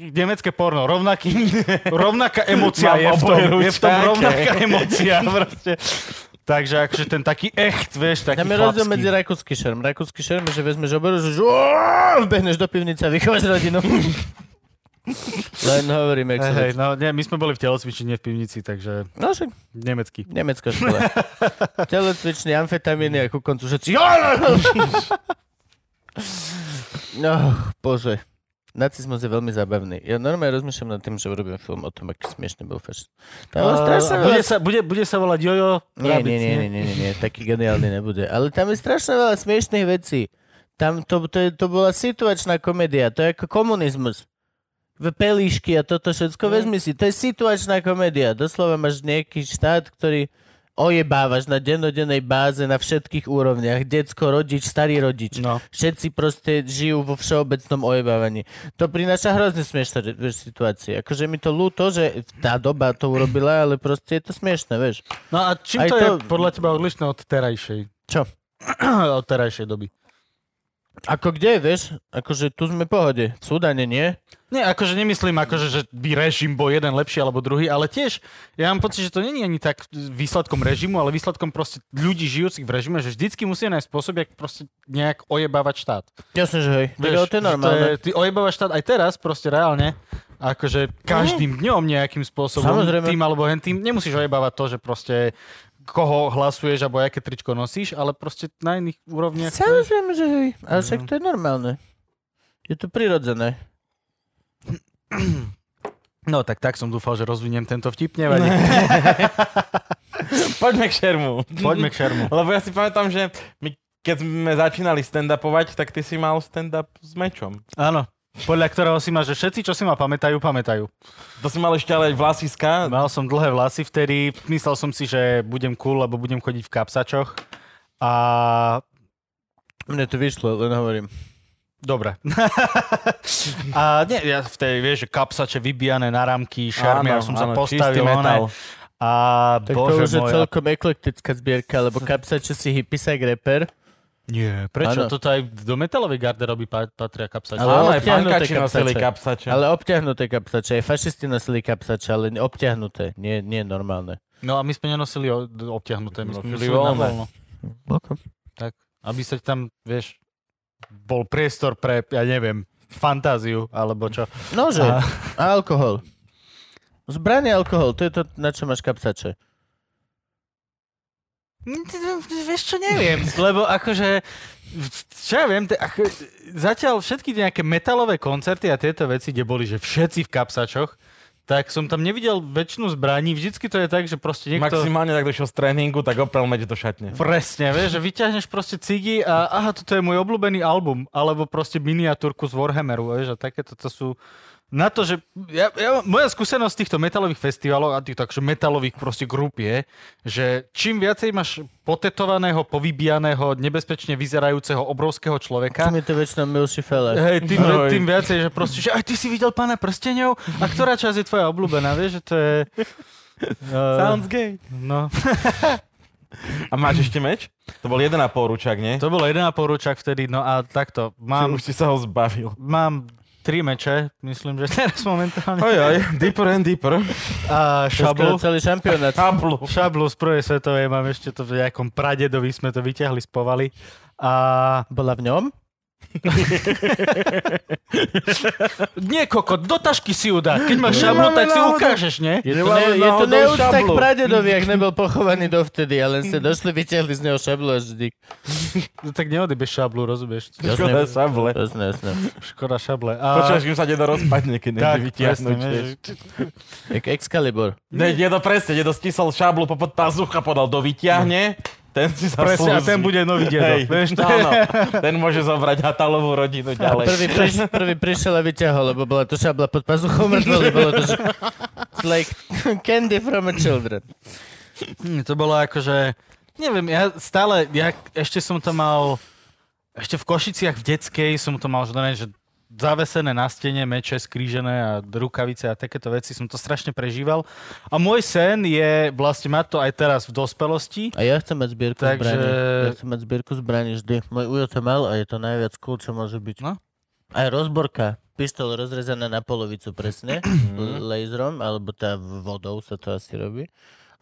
S3: Nemecké porno, rovnaký, [laughs] rovnaká emocia
S4: Mám
S3: je v tom,
S4: oboje
S3: je v tom
S4: ručáke.
S3: rovnaká emocia [laughs] proste. Takže akože ten taký echt, vieš, taký
S1: Tam je rozdiel medzi rakúsky šerm. Rakúsky šerm je, že vezmeš oberu, že behneš do pivnice a vychováš
S3: [laughs]
S1: rodinu. Len hovorím, jak sa...
S3: Hej, hej, no nie, my sme boli v telocvični, nie v pivnici, takže
S1: No však
S3: nemecký.
S1: nemecká [laughs] škola. Telocvičný, amfetamíny a ku koncu všetci... [laughs] No, bože. Nacizmus je veľmi zábavný. Ja normálne rozmýšľam nad tým, že urobím film o tom, aký smiešný bol fašist. Tam bolo strašne
S3: A
S1: veľa...
S3: Eh, bude, sa, bude, bude sa volať Jojo
S1: No, Nie,
S3: Rabic,
S1: nie, nie, nie, nie, nie, nie, taký geniálny nebude. Ale tam je strašne veľa smiešných vecí. Tam to, to, je, to bola situačná komédia, to je ako komunizmus. V pelíšky a toto všetko, vezmi si, to je situačná komédia. Doslova máš nejaký štát, ktorý ojebávaš na dennodennej báze na všetkých úrovniach. Decko, rodič, starý rodič.
S3: No.
S1: Všetci proste žijú vo všeobecnom ojebávaní. To prináša hrozne smiešné vieš, situácie. Akože mi to ľúto, že tá doba to urobila, ale proste je to smiešné, vieš.
S3: No a čím
S1: Aj
S3: to, to je
S1: to-
S3: podľa teba odlišné od terajšej?
S1: Čo?
S3: [clears throat] od terajšej doby?
S1: Ako kde, vieš? Akože tu sme v pohode. V Sudane nie.
S3: Nie, akože nemyslím, akože, že by režim bol jeden lepší alebo druhý, ale tiež ja mám pocit, že to není ani tak výsledkom režimu, ale výsledkom proste ľudí žijúcich v režime, že vždycky musia nájsť spôsob, jak proste nejak ojebávať štát.
S1: Jasne, že hej. Vieš, to je
S3: že
S1: normálne.
S3: To je, ty ojebávaš štát aj teraz proste reálne, akože každým dňom nejakým spôsobom,
S1: Mhm. Samozrejme.
S3: tým alebo hen tým, nemusíš ojebávať to, že proste koho hlasuješ alebo aké tričko nosíš, ale proste na iných úrovniach. to je-
S1: Samozrejme, že hej. Ale však to je normálne. Je to prirodzené.
S3: No tak tak som dúfal, že rozviniem tento vtip,
S1: [laughs]
S3: nevadí.
S4: Poďme k šermu.
S3: Poďme k šermu.
S4: [laughs] Lebo ja si pamätám, že my keď sme začínali stand-upovať, tak ty si mal stand-up s mečom.
S3: Áno. Podľa ktorého si ma, že všetci, čo si ma pamätajú, pamätajú.
S4: To si mal ešte ale vlasiska.
S3: Mal som dlhé vlasy vtedy, myslel som si, že budem cool, lebo budem chodiť v kapsačoch. A
S1: Mne to vyšlo, len hovorím.
S3: dobre. [laughs] a nie, ja vtedy, vieš, že kapsače vybíjane na ramky, šarmiar som sa postavil. One, a
S1: Tak to
S3: bože
S1: už je
S3: môj. Hm.
S1: celkom eklektická zbierka, lebo kapsače si hypisák reper.
S3: Nie,
S1: Áno.
S3: prečo? Toto aj do metalovej garderoby pa- patria kapsače.
S1: Ale-
S4: Áno, aj
S1: obtiahnuté
S4: pankači
S1: kapsače.
S4: nosili kapsače.
S1: Ale obťahnuté kapsače. Aj fašisti nosili kapsače, ale obťahnuté. Nie, nie normálne.
S3: No a my sme nenosili o- obtiahnuté, my sme
S4: Nosili
S3: nosili na
S4: voľné.
S3: voľno. aby sa ti tam, vieš, bol priestor pre, ja neviem, fantáziu, alebo čo.
S1: Nože.
S3: A-
S1: A... alkohol. Zbranie alkohol, to je to, na čo máš kapsače.
S3: Mm, no, Vieš čo, [laughs] neviem, lebo akože, čo ja viem, t- ako, zatiaľ všetky nejaké metalové koncerty a tieto veci, kde boli, že všetci v kapsačoch, tak som tam nevidel väčšinu zbraní, vždycky to Eh, je tak, že proste niekto...
S4: Maximálne tak došiel z tréningu, tak oprel meč do šatne.
S3: Presne, vieš, že vyťahneš proste cigy a aha, toto je môj obľúbený album, alebo proste miniatúrku z Warhammeru, vieš, a takéto to sú na to, že ja, ja, moja skúsenosť z týchto metalových festivalov a tých takže metalových proste grup je, že čím viacej máš potetovaného, povybijaného, nebezpečne vyzerajúceho obrovského človeka,
S1: Tam je to väčšinou milší feller.
S3: Hej, tým,
S4: Ahoj.
S3: tým viacej, že proste, že aj ty si videl pána prsteňov a ktorá časť je tvoja obľúbená, vieš, že to je... Uh,
S4: Sounds gay.
S3: No,
S4: A máš ešte meč? To bol jeden a pol ručak, nie?
S3: to bolo jeden a pol ručak vtedy, no a takto, mám,
S4: Už si sa ho zbavil.
S3: mám tri meče, myslím, že teraz momentálne.
S4: Oj, oj, deeper and deeper.
S1: To
S3: A
S1: je skoro
S3: šablu.
S1: celý šampionát.
S4: Tablu.
S3: Šablu z prvej svetovej mám ešte to v nejakom pradedovi, sme to vyťahli z povaly. A
S1: Bola v ňom?
S3: niekoľko, do tašky si ju dá. Keď máš šablu, tak si ukážeš, nie?
S1: Je to,
S4: Nemám
S1: ne, je to
S4: náhodou
S1: neúcta k
S4: šablu.
S1: pradedovi, ak nebol pochovaný dovtedy, a len ste došli, vyťahli z neho šablu a vždy.
S3: No, tak neodebeš šablu, rozumieš?
S4: Škoda šable.
S1: Jasné, jasné.
S3: Škoda šable. A...
S4: Počuješ, kým sa dedo rozpadne, keď nejde
S3: tak,
S4: vytiahnuť.
S3: presne,
S4: vieš.
S3: vieš.
S1: Jak Excalibur.
S4: Ne, dedo presne, dedo stisol šablu popod pazucha, podal do vyťahne. Ten si sa
S3: Presne, a ten bude nový dedo.
S4: Hej,
S3: Vieš, to je-
S4: áno, ten môže zobrať Hatalovú rodinu ďalej.
S1: Prvý, priš, [laughs] prvý prišiel a vyťahol, lebo bola to šabla pod pazuchou mŕtvoly. Bolo to, že... It's like candy from a children.
S3: Mm, To bolo akože, neviem, ja stále, ja ešte som to mal, ešte v Košiciach v detskej som to mal, že neviem, že zavesené na stene, meče skrížené a rukavice a takéto veci, som to strašne prežíval. A môj sen je vlastne mať to aj teraz v dospelosti.
S1: A ja chcem mať zbierku
S3: Takže-
S1: Takže... zbraní. Ja chcem mať zbierku zbraní vždy. Môj ujo to mal a je to najviac cool, čo môže byť.
S3: No.
S1: Aj rozborka. Pistol rozrezaná na polovicu
S3: [clears throat]
S1: presne.
S3: Mhm.
S1: laserom, alebo tá vodou sa to asi robí.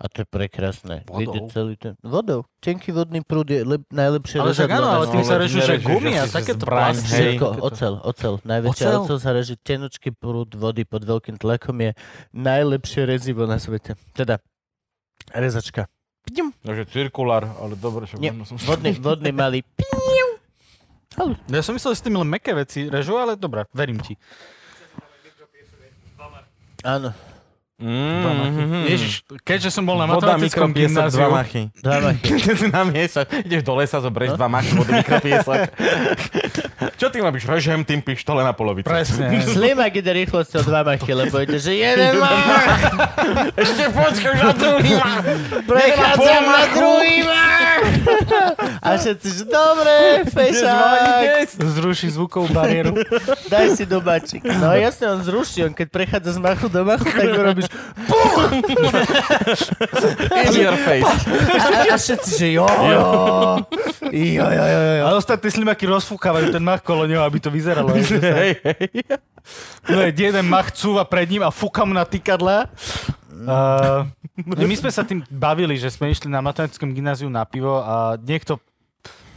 S1: A to je prekrásne.
S3: Vodou?
S1: Vidieť celý ten... Vodou. Tenký vodný prúd je lep, najlepšie
S3: Ale však
S1: rozhadlo
S3: áno,
S1: na
S3: ale tým
S1: svete.
S3: sa
S4: ale
S3: režú, že
S4: nerežeš,
S3: gumy
S4: že
S3: a
S4: si
S3: takéto
S4: zbraň,
S3: plasty.
S4: hej.
S1: Všetko, ocel, ocel. Najväčšia
S3: Oceľ?
S1: ocel, ocel sa reží tenučký prúd vody pod veľkým tlakom je najlepšie rezivo na svete. Teda, rezačka. Pďum.
S4: Takže cirkulár, ale dobre, že
S1: Nie,
S3: No,
S4: možno som...
S1: vodný, vodný malý.
S3: Ja som myslel, že s tými len meké veci režú, ale dobre, verím ti.
S1: Áno.
S4: Mhm, Mm-hmm.
S3: Ježiš, keďže som bol na
S4: Voda,
S3: matematickom
S4: mikropiesok, dva
S3: gymnáziu,
S4: machy.
S3: [laughs]
S1: Dávaj.
S4: Ty si namiešaš, ideš do lesa, zoberieš dva machy, vodu, [laughs] mikropiesok. Čo ty robíš? Režem tým pištole na polovicu.
S3: presne.
S1: Slimak ide rýchlosťou dva machy, lebo ide, že jeden [laughs] mach,
S4: Ešte [laughs] počkaj, už na druhý mach.
S1: prechádzam na
S4: machu.
S1: druhý mach. [laughs] A všetci, že dobre, fešák,
S3: Zruší zvukovú bariéru.
S1: daj si domačik. No jasne, on zruší, on keď prechádza z machu do machu, tak ho robíš.
S4: In your face.
S1: A, a všetci, že jo, jo, jo, jo, jo, jo.
S3: Ale ostatní slimaky rozfúkávajú ten mach kolo neho, aby to vyzeralo. Hej, že sa-
S4: Hej, hej.
S3: No, je jeden mach cúva pred ním a fúka mu na tykadla. Uh, my sme sa tým bavili, že sme išli na matematickom gymnáziu na pivo a niekto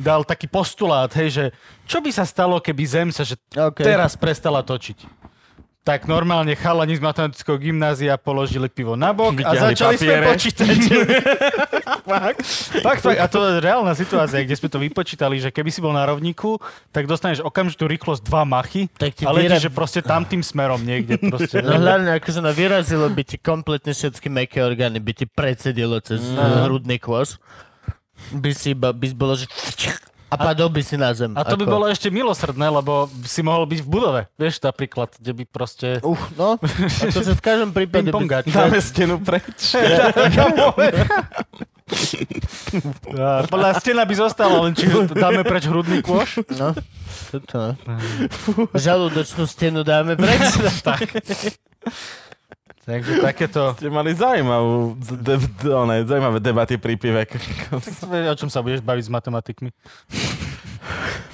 S3: dal taký postulát, hej, že čo by sa stalo, keby Zem sa že
S1: Okay.
S3: teraz prestala točiť. Tak normálne chalani z matematického gymnázia položili pivo na bok a
S4: Vyťahli
S3: začali
S4: papiere.
S1: [laughs]
S3: sme počítať. fakt, fakt. A to je reálna situácia, kde sme to vypočítali, že keby si bol na rovníku, tak dostaneš okamžitú rýchlosť dva machy,
S1: Tak ti
S3: ale
S1: vyra-
S3: že proste tam tým smerom niekde. Proste.
S1: No hlavne akože no vyrazilo by ti kompletne všetky meké orgány, by ti precedilo cez no. hrudný kôž. By si iba, by si bolo, že... A padol by si na zem.
S3: A to by bolo ešte milosrdné, lebo si mohol byť v budove. Vieš, napríklad, kde by proste...
S1: Uh, no, akože v každom prípade...
S3: Ping-pongač.
S4: Dáme stenu preč.
S3: A Podľa stena by zostala, len či ju dáme preč hrudný kôš.
S1: No, toto no. Žalúdočnú stenu dáme preč.
S3: Takže takéto...
S4: Ste mali zaujímavú, z- de, de, one, zaujímavé debaty pri pive. [laughs]
S3: O čom sa budeš baviť s matematikmi?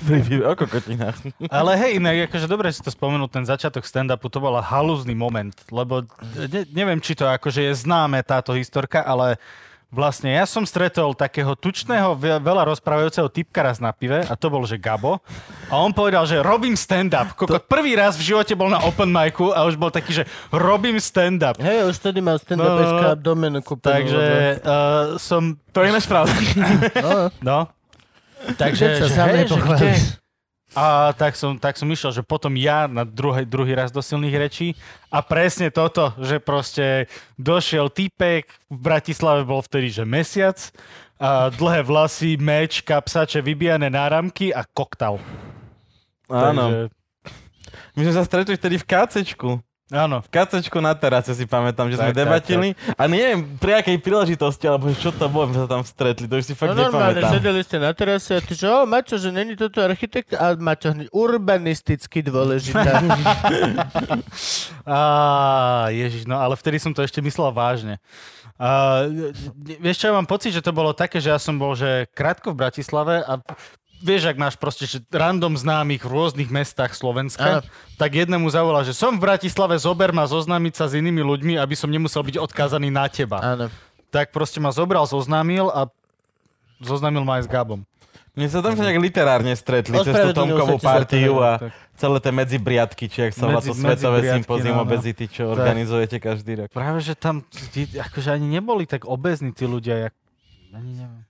S4: pri pive o kokotinách.
S3: Ale hej, inak akože dobre si to spomenul, ten začiatok stand-upu, to bol halúzny moment, lebo ne, neviem, či to akože je známe táto historka, ale vlastne ja som stretol takého tučného, ve- veľa rozprávajúceho typka raz na pive a to bol, že Gabo. A on povedal, že robím stand-up. Koko, prvý raz v živote bol na open micu a už bol taký, že robím stand-up.
S1: Hej, už tedy mal stand-up
S3: No, no,
S1: SK
S3: no.
S1: abdomenu kúpenú. lebo-
S3: Takže uh, som... To je pravda. No.
S1: Sa
S3: Takže, že,
S1: sám
S3: hej, že kde,
S1: nepochváliš.
S3: a tak som, tak som išiel, že potom ja na druhý, druhý raz do silných rečí a presne toto, že proste došiel týpek, v Bratislave bol vtedy, že mesiac, a dlhé vlasy, meč, kapsače, vybijané náramky a koktal.
S4: Áno. My sme sa stretli vtedy v KCčku.
S3: Takže, áno.
S4: V KCčku na terase si pamätám, že
S3: Tak,
S4: sme
S3: tak,
S4: debatili. A neviem, pri akej príležitosti, alebo čo to bolo, sme sa tam stretli. To už si
S1: No
S4: fakt
S1: normálne,
S4: nepamätám.
S1: sedeli ste na terase a ty, že o, Maťo, že není toto architekt, a Maťo hneď urbanisticky
S4: [laughs]
S1: dôležitá.
S3: Á, ježiš, no ale vtedy som to ešte myslel vážne. Á, ne- vieš čo, ja mám pocit, že to bolo také, že ja som bol, že krátko v Bratislave a vieš, ak máš proste že random známych v rôznych mestách Slovenska,
S1: Áno.
S3: tak jednému zavolá, že som v Bratislave, zober ma zoznámiť sa s inými ľuďmi, aby som nemusel byť odkázaný na teba.
S1: Áno.
S3: Tak proste ma zobral, zoznámil a zoznámil ma aj s Gabom.
S4: My sa tam nejak literárne stretli cez tú
S1: Ospravedlnil
S4: Tomkovú
S1: sa ti za to,
S4: partiu
S3: hej,
S4: a
S3: tak.
S4: celé tie medzibriadky, či ak sa volá
S3: Medzi-
S4: to Svetové
S3: medzibriadky,
S4: sympózium
S3: no, no.
S4: obezity, čo
S3: Tak.
S4: organizujete každý rok.
S3: Práve, že tam tí- akože ani neboli tak obezní tí ľudia, jak... Ani neviem.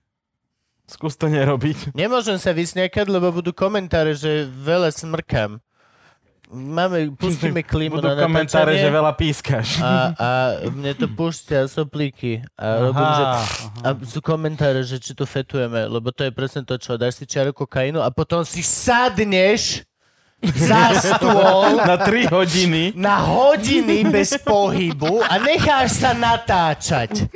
S4: Skús to nerobiť.
S1: Nemôžem sa vysniakať, lebo budú komentáre, že veľa smrkám. Máme, pustíme klímu
S4: Budú
S1: na
S4: komentáre,
S1: natáčanie
S4: že veľa pískaš.
S1: a, a mne to púšťa soplíky. A, robím, že, a sú komentáre, že či to fetujeme, lebo to je presne to, čo dáš si čiaru kokainu a potom si sadneš za stôl
S4: Na [laughs] 3 hodiny.
S1: na hodiny bez pohybu a necháš sa natáčať.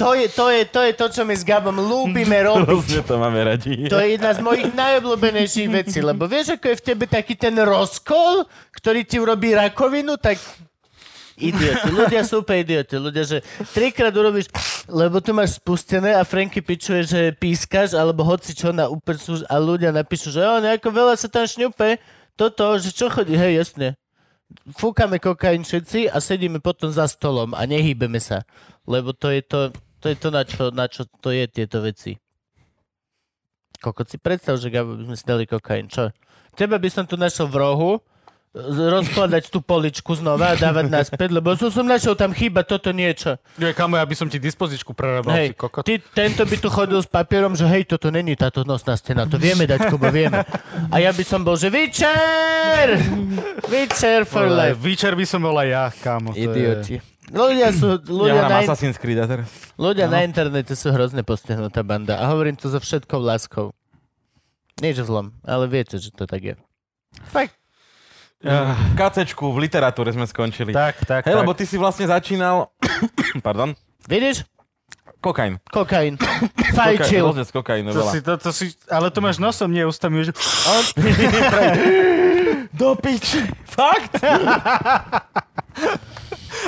S1: To je to, je, to, je to čo my s Gabom ľúbime robiť.
S4: Hrozne to máme radi.
S1: To je jedna z mojich najobľúbenejších vecí, lebo vieš, ako je v tebe taký ten rozkol, ktorý ti urobí rakovinu, tak idioti. Ľudia sú úplne idioti. Ľudia, že trikrát urobíš, lebo tu máš spustené a Franky pičuje, že pískaš, alebo hoci čo na úplne sú, a ľudia napíšu, že jo, nejako veľa sa tam šňupe, toto, že čo chodí, hej, jasne. Fúkame kokain všetci a sedíme potom za stolom a nehýbeme sa, lebo to je to, to, je to na, čo, na čo to je tieto veci. Kokot si predstav, že Gabo by sme si dali kokain, čo? Teba by som tu našiel v rohu, z- rozkladať tú poličku znova a dávať naspäť, lebo som, som našiel tam chyba, toto niečo.
S3: Jo, kamo, ja by som ti dispozičku prerobil,
S1: hej,
S3: ty kokot.
S1: ty, tento by tu chodil s papierom, že hej, toto není táto nosná stena, to vieme dať, Kubo, vieme. A ja by som bol, že Witcher! Witcher for
S3: Ale
S1: life.
S3: Výčer by som bol aj ja, kámo. to je-
S1: Idioti. Ľudia sú,
S4: Ja
S1: ľudia,
S4: hrám
S1: na, in-
S4: Assassin's Creed a teraz.
S1: ľudia na internete sú hrozne postihnutá banda a hovorím to so všetkou láskou. Nič zlom, ale viete, že to tak je. Fakt.
S4: V kacečku, v literatúre sme skončili.
S3: Tak, tak,
S4: Hej,
S3: tak.
S4: lebo ty si vlastne začínal... [coughs] Pardon.
S1: Vidíš?
S4: Kokain.
S1: Kokain.
S4: Kokain,
S1: Fajčil.
S4: Rôzne z kokainu
S3: to
S4: veľa.
S3: [laughs] si, to, to si, ale to máš nosom, nie ústami. Že...
S4: [laughs] Do piči. Fakt?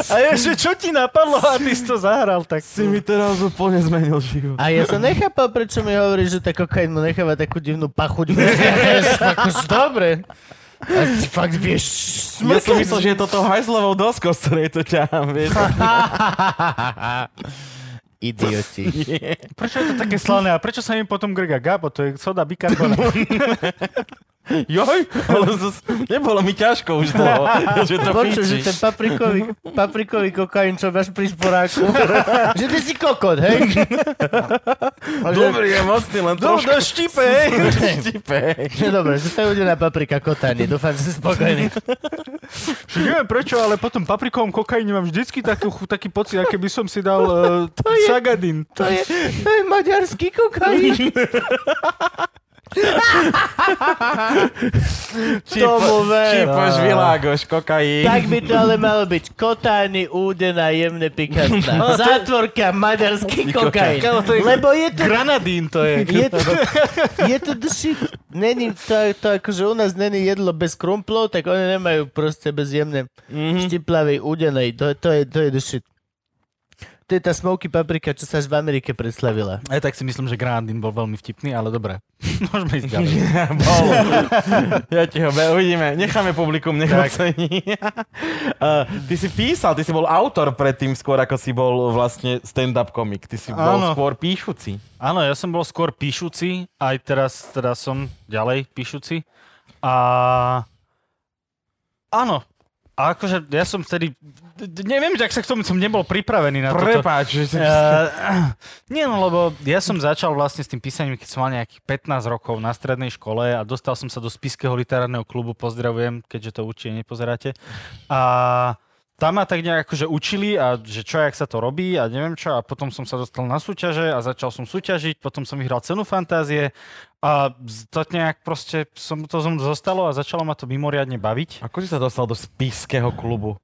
S3: A je, že čo ti napadlo a ty si to zahral, tak
S4: Si mi teraz úplne zmenil život.
S1: A ja som nechápal, prečo mi hovorí, že tá kokain mu necháva takú divnú pachuť. [laughs] Akože dobre. A si fakt vieš,
S4: Ja som
S1: smrkaj
S4: myslel, že je toto hajzlovou doskou, z ktorej to ťahám, vieš.
S1: Idioti.
S3: prečo je to také slané a prečo sa im potom grga? Gabo, to je soda bikarbona.
S4: Joj, ale zas, nebolo mi ťažko už dlho, že to
S1: Počuj, že
S4: piči.
S1: ten paprikový, paprikový kokain, čo máš pri sporáku, [laughs] že ty si kokot, hej? A že-
S4: Dobrý je mocný, len trošku.
S3: do štipe,
S4: [laughs]
S3: hej.
S4: Tipe.
S1: Že No dobre, že to je udená paprika kotanie, dúfam, že si spokojný.
S3: [laughs] Že neviem prečo, ale potom paprikovom kokaine mám vždycky takú, chu- taký pocit, aké by som si dal [laughs] uh,
S1: je-
S3: Sagadin.
S1: To je, to je maďarský [laughs] kokain. Tomu ver.
S4: Čipo, žvilágoš, kokain.
S1: Tak by to ale malo byť. Kotány, údená, jemne, pikantná. Zátvorka, maďarský kokain.
S3: Kámo, to je-
S1: Lebo je to...
S3: Granadín to je.
S1: Je to, je to the shit. Není, to, to akože u nás není jedlo bez krumplov, tak oni nemajú proste bez jemne
S4: Mhm.
S1: štiplavej, údenej. To, to, je, to je the shit. To je tá smoky paprika, čo sa až v Amerike preslavila.
S3: Aj tak si myslím, že Granadín bol veľmi vtipný, ale dobre. [laughs] Môžeme ísť ďalej.
S4: Bol. Ja ti ho be- uvidíme. Necháme publikum, nech
S3: Tak.
S4: ocení. [laughs] Uh, ty si písal, ty si bol autor predtým skôr, ako si bol vlastne stand-up komik. Ty si bol
S3: Áno.
S4: skôr píšuci.
S3: Áno, ja som bol skôr píšuci, aj teraz teda som ďalej píšuci. A... Áno. A akože ja som vtedy... d- d- Neviem, že ak sa k tomu som nebol pripravený na toto.
S4: Prepáč, že si...
S3: Uh, [clears throat] nie, no lebo ja som začal vlastne s tým písaním, keď som mal nejakých 15 rokov na strednej škole a dostal som sa do Spiského literárneho klubu, pozdravujem, keďže to určite nepozeráte. A tam ma tak nejak akože učili a že čo, jak sa to robí a neviem čo a potom som sa dostal na súťaže a začal som súťažiť, potom som vyhral cenu fantázie a z- to nejak proste som, to som zostalo a začalo ma to mimoriadne baviť.
S4: Ako si sa dostal do spiského klubu?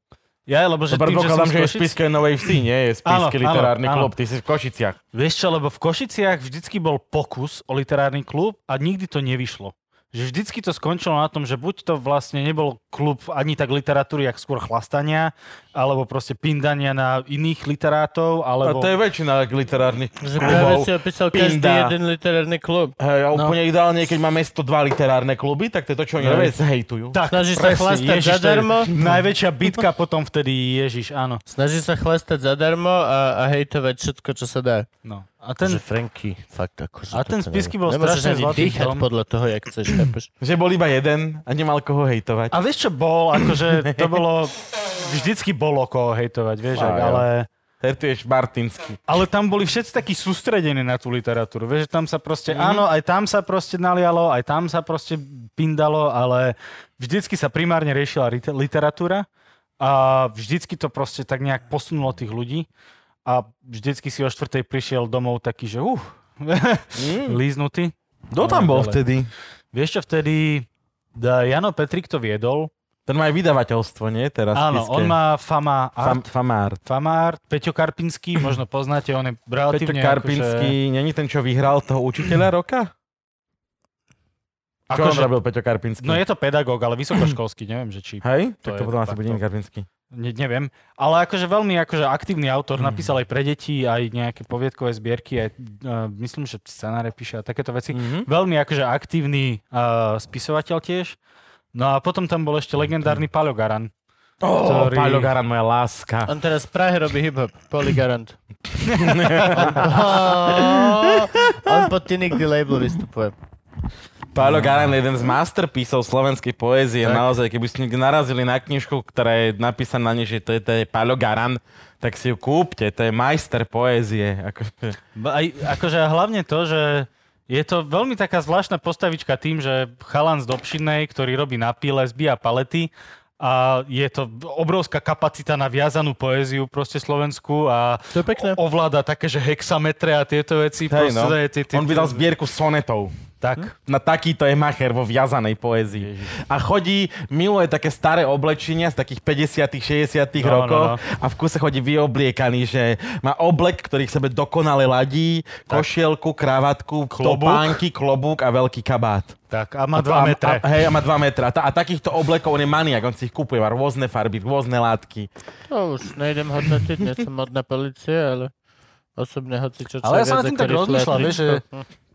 S3: Ja, lebo že
S4: To
S3: tým, že som z
S4: predpokladám, že, je
S3: Košic-
S4: spiské Novej Vsi, nie je spiský
S3: Áno, áno,
S4: literárny
S3: áno.
S4: klub. Ty si v Košiciach.
S3: Vieš čo, lebo v Košiciach vždycky bol pokus o literárny klub a nikdy to nevyšlo. Že vždycky to skončilo na tom, že buď to vlastne nebol klub ani tak literatúry, jak skôr chlastania, alebo proste pindania na iných literátov,
S4: A
S3: alebo...
S4: to je väčšina literárnych
S1: Že práve
S4: klubov.
S1: si opísal
S4: každý
S1: každý
S4: Pinda. jeden
S1: jeden literárny klub.
S4: Hej, a
S1: No.
S4: úplne ideálne, je, keď má mesto dva literárne kluby, tak to je to, čo oni
S3: Hej.
S4: najviac hejtujú.
S3: Tak,
S1: Snaží sa chlastať
S3: Ježiš, to je
S1: zadarmo?
S3: Najväčšia bitka potom vtedy, Ježiš, áno.
S1: Snaží sa chlastať zadarmo a, a hejtovať všetko, čo sa dá.
S3: No. A ten...
S1: Že Franky, fakt akože...
S3: A ten
S1: toto
S3: Spisky
S1: ne-
S3: bol
S1: nemôžeš
S3: strašne
S1: ani
S3: zlatý
S1: dýchať
S3: film.
S1: podľa toho, jak chceš, chápeš?
S4: Že bol iba jeden a nemal koho hejtovať.
S3: A vieš čo bol, akože to bolo... Vždycky bolo koho hejtovať, vieš,
S4: Á,
S3: ak,
S4: jo.
S3: ale...
S4: Hertuješ Martinsky.
S3: Ale tam boli všetci takí sústredení na tú literatúru. Vieš, že tam sa proste, mm-hmm. áno, aj tam sa proste nalialo, aj tam sa proste pindalo, ale vždycky sa primárne riešila rit- literatúra a vždycky to proste tak nejak posunulo tých ľudí a vždycky si o štvrtej prišiel domov taký, že uh,
S4: Mm.
S3: [laughs] líznutý.
S4: Kto tam bol vtedy?
S3: Vieš čo, vtedy da, Jano Petrik to viedol.
S4: Ten má aj vydavateľstvo, nie? Teraz
S3: Áno,
S4: spiske.
S3: on má Fama
S4: Fam,
S3: Art.
S4: Famár.
S3: Famár, Peťo Karpinský, možno poznáte, on je
S4: Peťo
S3: relatívne... akože-
S4: Karpinský, není ten, čo vyhral toho učiteľa roka? Čo on
S3: Akože, akože
S4: robil Peťo Karpinský?
S3: No je to pedagóg, ale vysokoškolský, neviem, že či...
S4: Hej?
S3: To
S4: tak
S3: je
S4: to potom asi
S3: fakt
S4: bude iný
S3: to.
S4: Karpinský.
S3: Ne, neviem. Ale akože veľmi akože aktívny autor, napísal aj pre deti, aj nejaké poviedkové zbierky, aj uh, myslím, že scenáre píše a takéto veci.
S4: Mhm.
S3: Veľmi akože aktívny uh, spisovateľ tiež. No a potom tam bol ešte legendárny Paľo Garan.
S4: Oh,
S3: ktorý-
S4: Paľo Garan, moja láska.
S1: On teraz v Prahe robí hip-hop, Polygarant.
S3: [laughs]
S1: on pod ty nikdy label vystupuje.
S4: Paolo Garan je jeden z masterpísov slovenskej poézie. Tak. Naozaj, keby ste niekde narazili na knižku, ktorá je napísaná na nej, že to je, to je Paolo Garan, tak si ju kúpte. To je majster poézie. Akože,
S3: Ba- Aj, akože a hlavne to, že je to veľmi taká zvláštna postavička tým, že chalan z Dobšinej, ktorý robí na pile, zbíja palety a a je to obrovská kapacita na viazanú poéziu proste Slovensku a
S1: To je pekné.
S3: o- ovláda také, že hexametre a tieto veci.
S4: Hej,
S3: proste
S4: no.
S3: to je- ty- ty-
S4: On vydal zbierku sonetov.
S3: Tak.
S4: Na takýto je macher vo viazanej poézii. A chodí, miluje také staré oblečenia z takých 50 60
S3: No, no,
S4: rokov
S3: no.
S4: a v kuse chodí vyobliekaný, že má oblek, ktorý k sebe dokonale ladí, košielku, kravatku,
S3: Klobúk.
S4: topánky, klobúk a veľký kabát.
S3: Tak, a má 2 metre.
S4: A, hej, a má 2 metra. A, tá- a takýchto oblekov on je maniak, on si ich kúpuje, má rôzne farby, rôzne látky.
S1: To už nejdem hodnotiť, nie som modná policie, ale osobne hoci čo
S3: Ale ja som nad tým tak rozmýšľal, vieš, že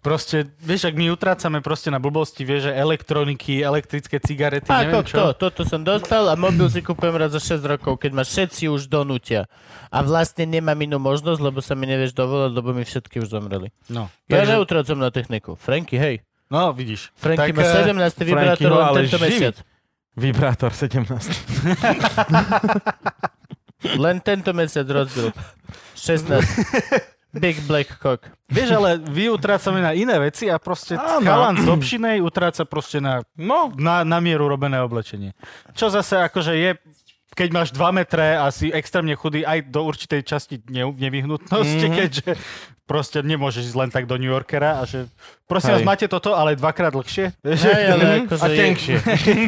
S3: proste, vieš, ak my utrácame proste na blbosti, vieš, že elektroniky, elektrické cigarety,
S1: Ako
S3: neviem čo.
S1: kto? Toto som dostal a mobil si kúpem raz za 6 rokov, keď ma všetci už donútia. A vlastne nemám inú možnosť, lebo sa mi nevieš dovolať, lebo mi všetky už zomreli.
S3: No,
S1: Ja
S3: takže,
S1: neutracom na techniku. Franky, hej.
S3: no vidíš.
S1: Franky
S3: Tak,
S1: má
S3: eh,
S1: 17. vibrátor
S4: Franky, no,
S1: len
S4: ale
S1: tento
S4: živý.
S1: mesiac.
S4: Vibrátor 17.
S1: Len tento mesiac rozbil. 16. Big Black Cock.
S3: Vieš, ale vy utrácame na iné veci a proste
S4: Áno.
S3: chalan z obšinej utráca proste na,
S4: No,
S3: na, na mieru robené oblečenie. Čo zase akože je keď máš 2 metre a si extrémne chudý, aj do určitej časti ne, nevyhnutnosti,
S4: Mhm.
S3: mm-hmm. keďže proste nemôžeš ísť len tak do New Yorkera a že prosím vás,
S4: Hej.
S3: máte toto, ale dvakrát dlhšie. Vieš?
S1: Hej, ale akože
S4: a
S1: je-
S3: [laughs]
S4: [laughs] tenkšie.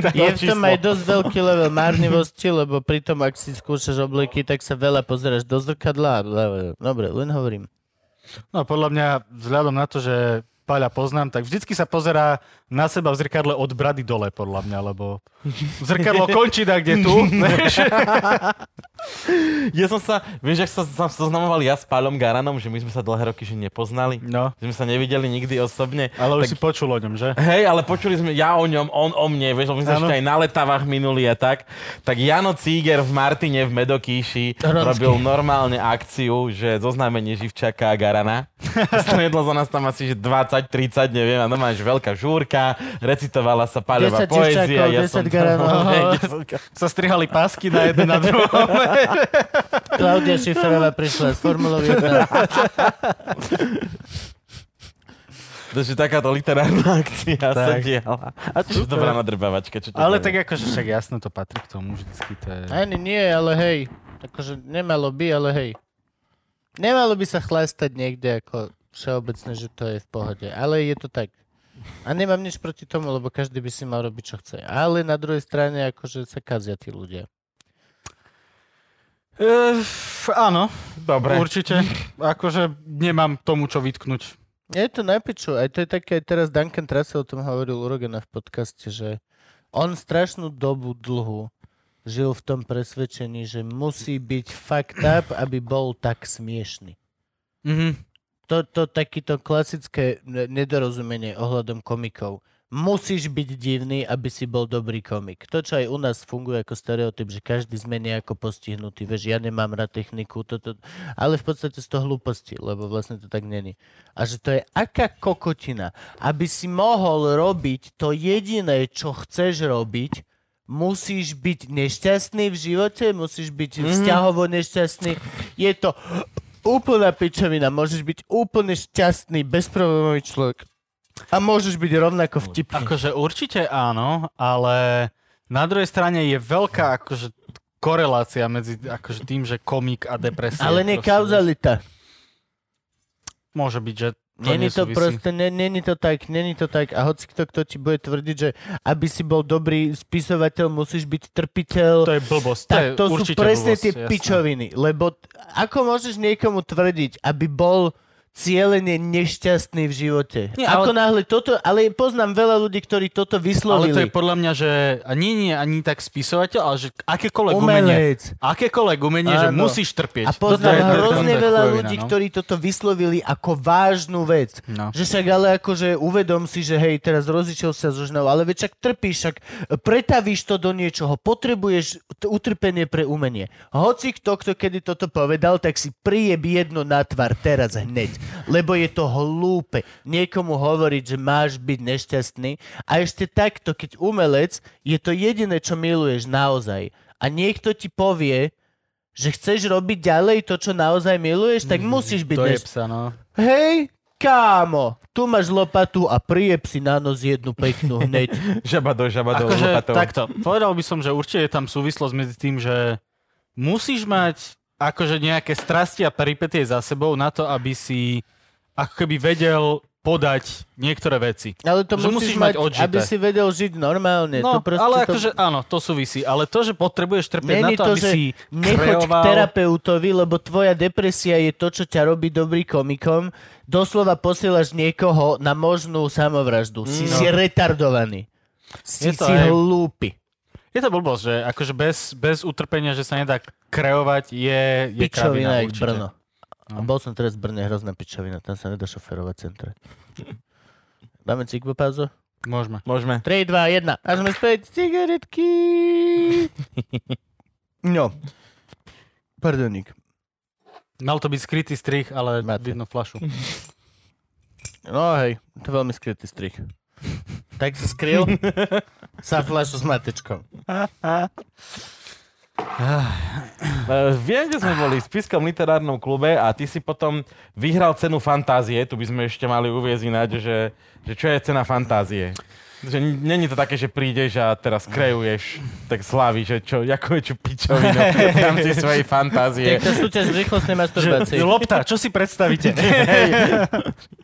S1: Je v tom aj dosť veľký level márnivosti, lebo pri tom, ak si skúšaš obleky, tak sa veľa pozeráš do zrkadla. a bla, bla, bla. Dobre, len hovorím.
S3: No podľa mňa, vzhľadom na to, že Paľa poznám, tak vždycky sa pozerá na seba v zrkadle od brady dole, podľa mňa, [laughs] lebo zrkadlo končí tak, kde [laughs] tu. vieš.
S4: [laughs] Ja som sa, vieš, ak sa, sa zoznamoval ja s Pálom Garanom, že my sme sa dlhé roky že nepoznali.
S3: No,
S4: Že sme sa nevideli nikdy osobne.
S3: ale už
S4: Tak-
S3: si počul o ňom, že?
S4: Hej, ale počuli sme ja o ňom, on o mne, vieš, lebo my sme
S3: Áno.
S4: ešte aj na letavách minuli a tak. Tak Jano Cíger v Martine v Medokíši
S1: Hronský.
S4: robil normálne akciu, že zoznámenie Živčaka a
S3: [laughs]
S4: Garana. Stredlo za nás tam asi že 20-30, neviem, a normálne, že veľká žúrka, recitovala sa
S1: 10
S4: Paľová
S1: Živčakov,
S4: poézia.
S1: 10 Garanov.
S4: [laughs] Hej,
S3: Sa strihali pásky na jeden na druhom.
S1: Klaudia Šiferová prišla z Formulou 1.
S4: Takže takáto literárna akcia
S3: Tak.
S4: sa diala. A čo to bola nadrbavačka? Čo to
S3: [laughs] Ale
S4: bolo?
S3: tak akože však jasne to patrí k tomu vždycky. To je...
S1: Ani nie, ale hej. Akože nemalo by, ale hej. Nemalo by sa chlastať niekde ako všeobecne, že to je v pohode. Ale je to tak. A nemám nič proti tomu, lebo každý by si mal robiť, čo chce. Ale na druhej strane, akože sa kazia tí ľudia.
S3: E, f- áno, [laughs]
S4: Dobre.
S3: určite. Akože nemám tomu, čo vytknúť.
S1: Je to na piču. Aj to je také, aj teraz Duncan Trussell o tom hovoril u Rogana v podcaste, že on strašnú dobu dlhu žil v tom presvedčení, že musí byť fucked up, aby bol tak smiešný.
S3: Mhm.
S1: To, to takýto klasické ne- nedorozumenie ohľadom komikov. Musíš byť divný, aby si bol dobrý komik. To, čo aj u nás funguje ako stereotyp, že každý sme nejako postihnutý. Vieš, ja nemám rád techniku, toto, ale v podstate z toho hlúposti, lebo vlastne to tak není. A že to je aká kokotina. Aby si mohol robiť to jediné, čo chceš robiť, musíš byť nešťastný v živote, musíš byť vzťahovo nešťastný. Je to úplná pičovina. Môžeš byť úplne šťastný, bezproblémový človek. A môžeš byť rovnako vtipný.
S3: Akože určite áno, ale na druhej strane je veľká akože korelácia medzi akože tým, že komik a depresia.
S1: Ale nie
S3: Proste,
S1: kauzalita.
S3: vieš, Môže byť, že to
S1: Není to
S3: nesúvisí.
S1: proste, ne- není to tak, není to tak. A hoci kto, kto ti bude tvrdiť, že aby si bol dobrý spisovateľ, musíš byť trpiteľ.
S3: To je blbosť.
S1: tak
S3: je
S1: to sú
S3: určite
S1: presne
S3: blbosť,
S1: tie
S3: jasné.
S1: pičoviny. Lebo t- ako môžeš niekomu tvrdiť, aby bol cieľene nešťastný v živote? Nie,
S3: Nie,
S1: ako
S3: ale-
S1: náhle toto, ale poznám veľa ľudí, ktorí toto
S3: Ale to
S1: vyslovili.
S3: je podľa mňa, že a nie, nie ani tak spisovateľ, ale že akékoľvek umenie.
S1: Umelec.
S3: Akékoľvek umenie, že
S1: Áno.
S3: musíš
S1: A
S3: trpieť. Toto
S1: poznám
S3: je- to je
S1: hrozne
S3: taká
S1: veľa
S3: chujovina,
S1: ľudí,
S3: no.
S1: ktorí toto vyslovili ako vážnu vec.
S3: No.
S1: Že však ale akože uvedom si, že hej, teraz rozišiel sa so ženou, ale veď však trpíš, však pretavíš to do niečoho, potrebuješ t- utrpenie pre umenie. Hoci kto, kto kedy toto povedal, tak si prijeb jedno na tvár teraz hneď, lebo je to hlúpe. Niekomu hovoriť, že máš byť nešťastný a ešte takto, keď umelec, je to jediné, čo miluješ naozaj. A niekto ti povie, že chceš robiť ďalej Mhm, to, čo naozaj miluješ, tak musíš byť
S3: To je
S1: neš-
S3: psa, no.
S1: Hej, Kámo, tu máš lopatu a prieb si na nos jednu peknú [laughs] hneď.
S4: Žaba do žaba do
S3: Akože
S4: lopatov.
S3: takto, povedal by som, že určite je tam súvislosť medzi tým, že musíš mať akože nejaké strasti a peripetie za sebou na to, aby si ako keby vedel podať niektoré veci.
S1: Ale to
S3: Že
S1: musíš,
S3: musíš
S1: mať,
S3: mať odžité.
S1: aby si vedel žiť normálne. to
S3: No,
S1: proste
S3: ale
S1: to...
S3: akože áno, to súvisí. Ale to, že potrebuješ trpieť na
S1: Není
S3: to,
S1: to,
S3: aby
S1: že
S3: si
S1: nechoď k
S3: kreoval...
S1: terapeutovi, lebo tvoja depresia je to, čo ťa robí dobrý komikom. Doslova posielaš niekoho na možnú samovraždu. Si, si retardovaný. Si,
S3: Je Mm. No. to
S1: si
S3: aj-
S1: hlúpy.
S3: Je to blbosť, že akože bez, bez utrpenia, že sa nedá kreovať, je, je kravina
S1: Pičovina jak
S3: určite. No.
S1: Brno. A bol som teraz v Brne, hrozná pičovina. Tam sa nedá šoferovať
S3: [laughs]
S1: centre. Dáme cigbo pauzu?
S3: Môžeme.
S4: Môžeme.
S1: 3, 2, 1. A sme späť. Cigaretky. [laughs] No. Pardonik.
S3: Mal to byť skrytý strich, ale
S1: Máte.
S3: vidno flašu.
S1: [laughs] No hej, to je veľmi skrytý strich. Tak sa [laughs] skryl sa flašu s matečkou.
S4: Uh, viem, že sme boli v Spiskom literárnom klube a ty si potom vyhral cenu fantázie. Tu by sme ešte mali uviezť ináč, že, že čo je cena fantázie. Že n- není to také, že prídeš a teraz krejuješ, tak slaví, že čo, ako je čo pičovinu v rámci svojej fantázie.
S1: Tak tá súťaž rýchlostnej masturbácie.
S3: Lopta, čo si
S1: [laughs]
S3: predstavíte?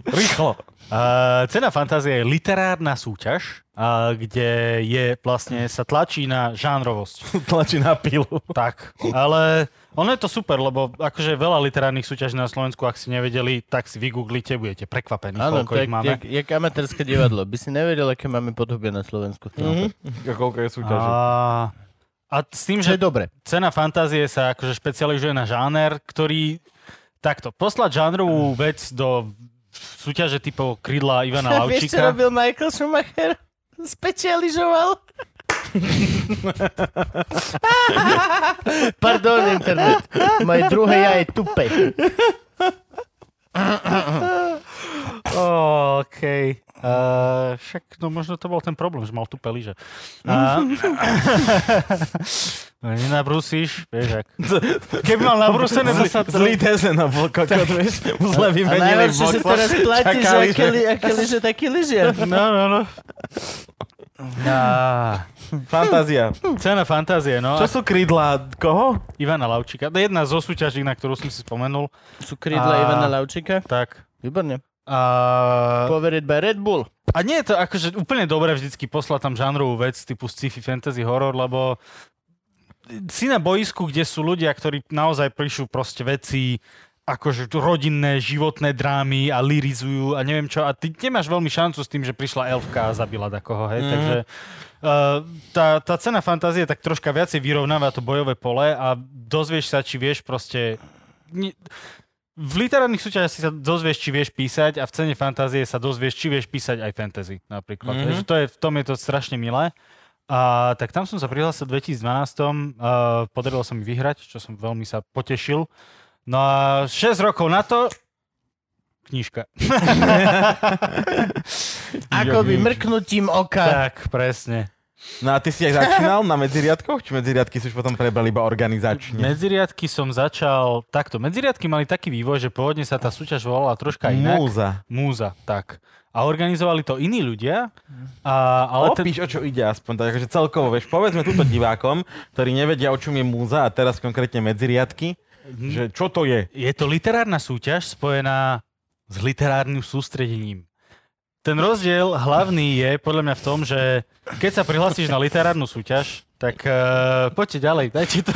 S4: Rýchlo.
S3: Uh, cena fantázie je literárna súťaž, uh, kde je vlastne sa tlačí na žánrovosť.
S1: [laughs]
S4: Tlačí na pilu.
S3: tak, ale ono je to super, lebo akože je veľa literárnych súťaží na Slovensku, ak si nevedeli, tak si vygooglite, budete prekvapení,
S1: Áno,
S3: koľko
S1: tak,
S3: ich máme.
S1: jak, jak amatérske divadlo. By si nevedel, aké máme podobie na Slovensku. Mm-hmm.
S4: A koľko je
S3: A,
S4: súťaží?
S3: a s tým,
S1: Čo
S3: že
S1: je dobre.
S3: cena fantázie sa akože špecializuje na žáner, ktorý takto, poslať žánrovú vec do súťaže typu krídla
S1: [laughs] [laughs]
S3: Ivana
S1: Vieš, čo
S3: Lavčíka.
S1: robil Michael Schumacher? Specializoval. [laughs] Pardon, internet. Moje druhé ja je tupe.
S3: OK. Uh, však, no možno to bol ten problém, že mal tu pelíže. A... [laughs] Nenabrúsiš, vieš ak. Keby mal nabrúsené, to No, sa...
S4: Zlý no, dezenov bol kokot, vieš. Mu
S1: A
S4: zle vymenili
S1: najhoršie, že
S4: boxer.
S1: teraz platíš, že
S4: Čakali
S1: aké,
S4: sme.
S1: li, aké lyže, taký [laughs] lyžiar.
S3: No, no, no. Á,
S4: Fantázia.
S3: cena fantázie, no.
S4: Čo sú krídla? Koho?
S3: Ivana Lavčíka. To je jedna zo súťaží, na ktorú som si spomenul.
S1: Sú krídla
S3: A-
S1: Ivana Lavčíka?
S3: Tak.
S1: Výborne.
S3: A,
S1: Powered by Red Bull.
S3: a nie je to akože úplne dobré vždycky poslať tam žánrovú vec typu sci-fi, fantasy, horor, lebo si na boisku, kde sú ľudia, ktorí naozaj prišú proste veci akože tu rodinné, životné drámy a lirizujú a neviem čo. A ty nemáš veľmi šancu s tým, že prišla elfka a zabila takoho, hej. Mm. Takže uh, tá, tá cena fantázie tak troška viacej vyrovnáva to bojové pole a dozvieš sa, či vieš proste... ni- V literárnych súťažiach si sa dozvieš, či vieš písať a v cene fantázie sa dozvieš, či vieš písať aj fantasy napríklad.
S4: Mhm.
S3: Mm-hmm. Takže to je, v tom je to strašne milé. A, tak tam som sa prihlásil v 2012. Uh, podarilo sa mi vyhrať, čo som veľmi sa potešil. No a 6 rokov na to
S4: [laughs]
S3: knižka.
S1: Ako by mrknutím oka.
S3: Tak, presne.
S4: No a ty si aj začínal na medziriadkoch? Či medziriadky si už potom prebral iba organizačne?
S3: Medziriadky som začal takto. Medziriadky mali taký vývoj, že pôvodne sa tá súťaž volala troška inak.
S4: Múza.
S3: Múza, tak. A organizovali to iní ľudia.
S4: Mhm.
S3: A, ale
S4: Ale
S3: ten-
S4: Opíš, o čo ide aspoň, tak akože celkovo, vieš, povedzme túto divákom, ktorí nevedia, o čom je múza a teraz konkrétne medziriadky, že čo to je?
S3: Je to literárna súťaž spojená s literárnym sústredením. Ten rozdiel hlavný je podľa mňa v tom, že keď sa prihlásiš na literárnu súťaž, tak uh, poďte ďalej, dajte to.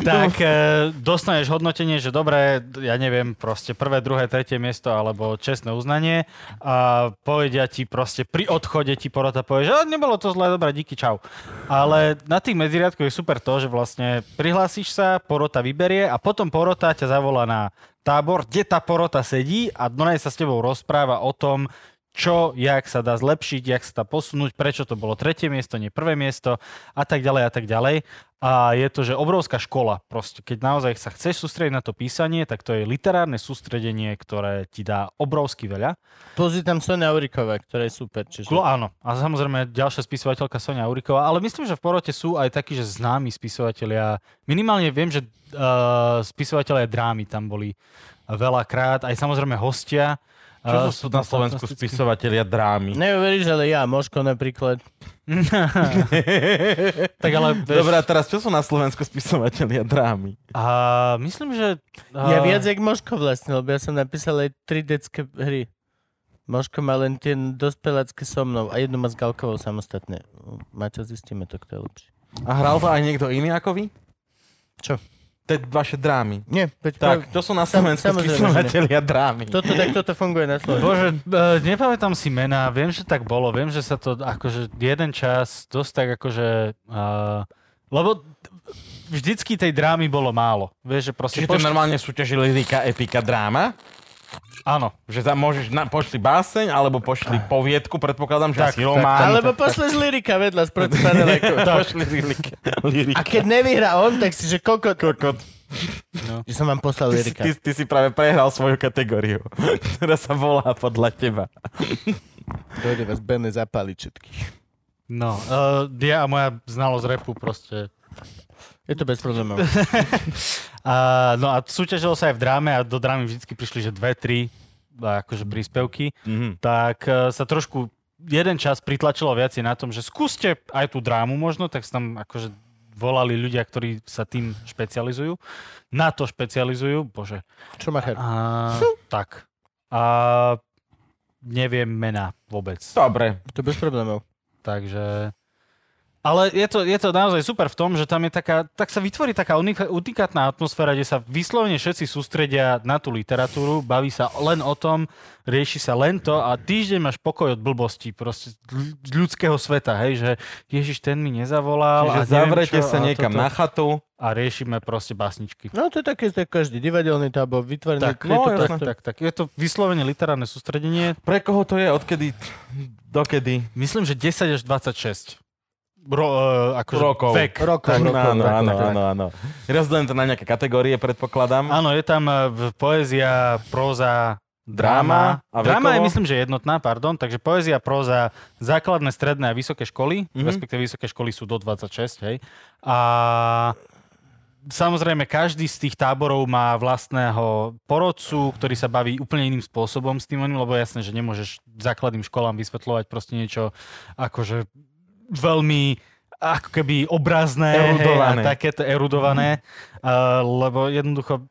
S3: tak uh, dostaneš hodnotenie, že dobré, ja neviem, proste prvé, druhé, tretie miesto alebo čestné uznanie a povedia ti proste pri odchode ti porota povie, že "A, nebolo to zlé, dobré, díky, čau. Ale na tých medziriadkoch je super to, že vlastne prihlásiš sa, porota vyberie a potom porota ťa zavolá na tábor, kde tá porota sedí a Donaj sa s tebou rozpráva o tom, čo, jak sa dá zlepšiť, jak sa dá posunúť, prečo to bolo tretie miesto, nie prvé miesto a tak ďalej a tak ďalej. A je to, že obrovská škola proste. Keď naozaj sa chceš sústrediť na to písanie, tak to je literárne sústredenie, ktoré ti dá obrovsky veľa.
S1: Plus je tam Sonia Uriková, ktorá je super. Čiže...
S3: Klo, áno. A samozrejme ďalšia spisovateľka Sonia Uriková, ale myslím, že v porote sú aj takí, že známi spisovatelia. Minimálne viem, že uh, spisovatelia drámy tam boli veľakrát, aj samozrejme hostia. eh,
S4: Čo sú na Slovensku
S3: fantastickí.
S4: spisovatelia drámy?
S1: Neuveríš, ale ja, Moško napríklad.
S3: Tak
S1: [laughs]
S3: ale, vieš,
S4: Dobre, a teraz čo sú na Slovensku spisovatelia drámy?
S3: a myslím, že... eh,
S1: Ja
S3: A,
S1: viac jak Moško vlastne, lebo ja som napísal aj 3 detské hry. Moško má len tie dospelácké so mnou a jednu má s Galkovou samostatne. Maťo, zistíme to, kto je lepší.
S4: A hral to aj niekto iný ako vy?
S1: Čo?
S4: Te vaše drámy.
S1: Nie, veď
S4: Tak,
S1: prav-
S4: to sú na
S1: Sam-
S4: Slovensku
S1: samozrejme, že nie.
S4: spisovatelia drámy.
S1: toto, tak toto funguje na Slovensku.
S3: Bože, eh, nepamätám si mená, viem, že tak bolo, viem, že sa to akože jeden čas dosť tak akože... Uh, lebo vždycky tej drámy bolo málo. Vieš, že proste...
S4: Čiže to
S3: pošt-
S4: normálne súťažili lyrika, epika, dráma?
S3: Áno.
S4: Že tam môžeš, na, pošli báseň, alebo pošli poviedku, predpokladám, že
S3: Tak,
S4: asi
S3: tak,
S4: román.
S1: Alebo pošleš lirika vedľa sproti panelekov.
S4: Pošli lyrika. lyrika.
S1: A keď nevyhrá on, tak si že kokot.
S4: Kokot.
S3: No.
S1: Že som vám poslal
S4: Ty, si-
S1: lirika.
S4: ty, ty si práve prehral svoju kategóriu, [laughs] ktorá sa volá podľa teba.
S1: Dojde vás Bene zapáliť všetkých.
S3: No, uh, ja a moja znalosť repu proste.
S1: Je to bez problémov.
S3: Uh, no a súťažilo sa aj v dráme a do drámy vždycky prišli, že dve, tri a akože príspevky.
S4: Mhm.
S3: tak e, sa trošku jeden čas pritlačilo viacej na tom, že skúste aj tú drámu možno, tak sa tam akože volali ľudia, ktorí sa tým špecializujú. Na to špecializujú, bože.
S1: Čo má her?
S3: A, tak. A neviem mená vôbec.
S4: Dobre.
S1: To bez problémov.
S3: Takže... Ale je to, je to naozaj super v tom, že tam je taká, tak sa vytvorí taká unika- unikátna atmosféra, kde sa vyslovene všetci sústredia na tú literatúru, baví sa len o tom, rieši sa len to a týždeň máš pokoj od blbostí proste z ľ- z ľudského sveta, hej, že Ježiš, ten mi nezavolal
S4: Čiže
S3: a neviem
S4: zavrete
S3: čo,
S4: sa
S3: a
S4: niekam
S3: toto.
S4: na chatu.
S3: a riešime proste básničky.
S1: No to je také, tak každý divadelný tábor, vytvorený.
S3: Tak,
S1: je to
S3: no, tak,
S1: proste-
S3: tak, tak, je to vyslovene literárne sústredenie,
S4: Pre koho to je? Odkedy? Dokedy?
S3: myslím, že 10 až 26 Ro, uh, akože
S4: Rokov.
S3: Vek.
S1: Rokov,
S4: áno,
S1: rokov,
S4: áno,
S1: rokov,
S4: áno,
S1: tak.
S4: áno, áno. Rozdelujem to na nejaké kategórie, predpokladám.
S3: Áno, je tam e, v- poézia, próza,
S4: Dráma
S3: dráma.
S4: a
S3: dráma je
S4: vekovo?
S3: myslím, že jednotná, pardon. Takže poézia, próza, základné, stredné a vysoké školy,
S4: Mhm.
S3: mm-hmm. respektíve vysoké školy sú do 26, hej. A samozrejme každý z tých táborov má vlastného porodcu, ktorý sa baví úplne iným spôsobom s tým oným, lebo je jasné, že nemôžeš základným školám vysvetľovať proste niečo akože veľmi ako keby obrazné hej,
S4: Erudované. Mhm.
S3: a takéto erudované, uh, lebo jednoducho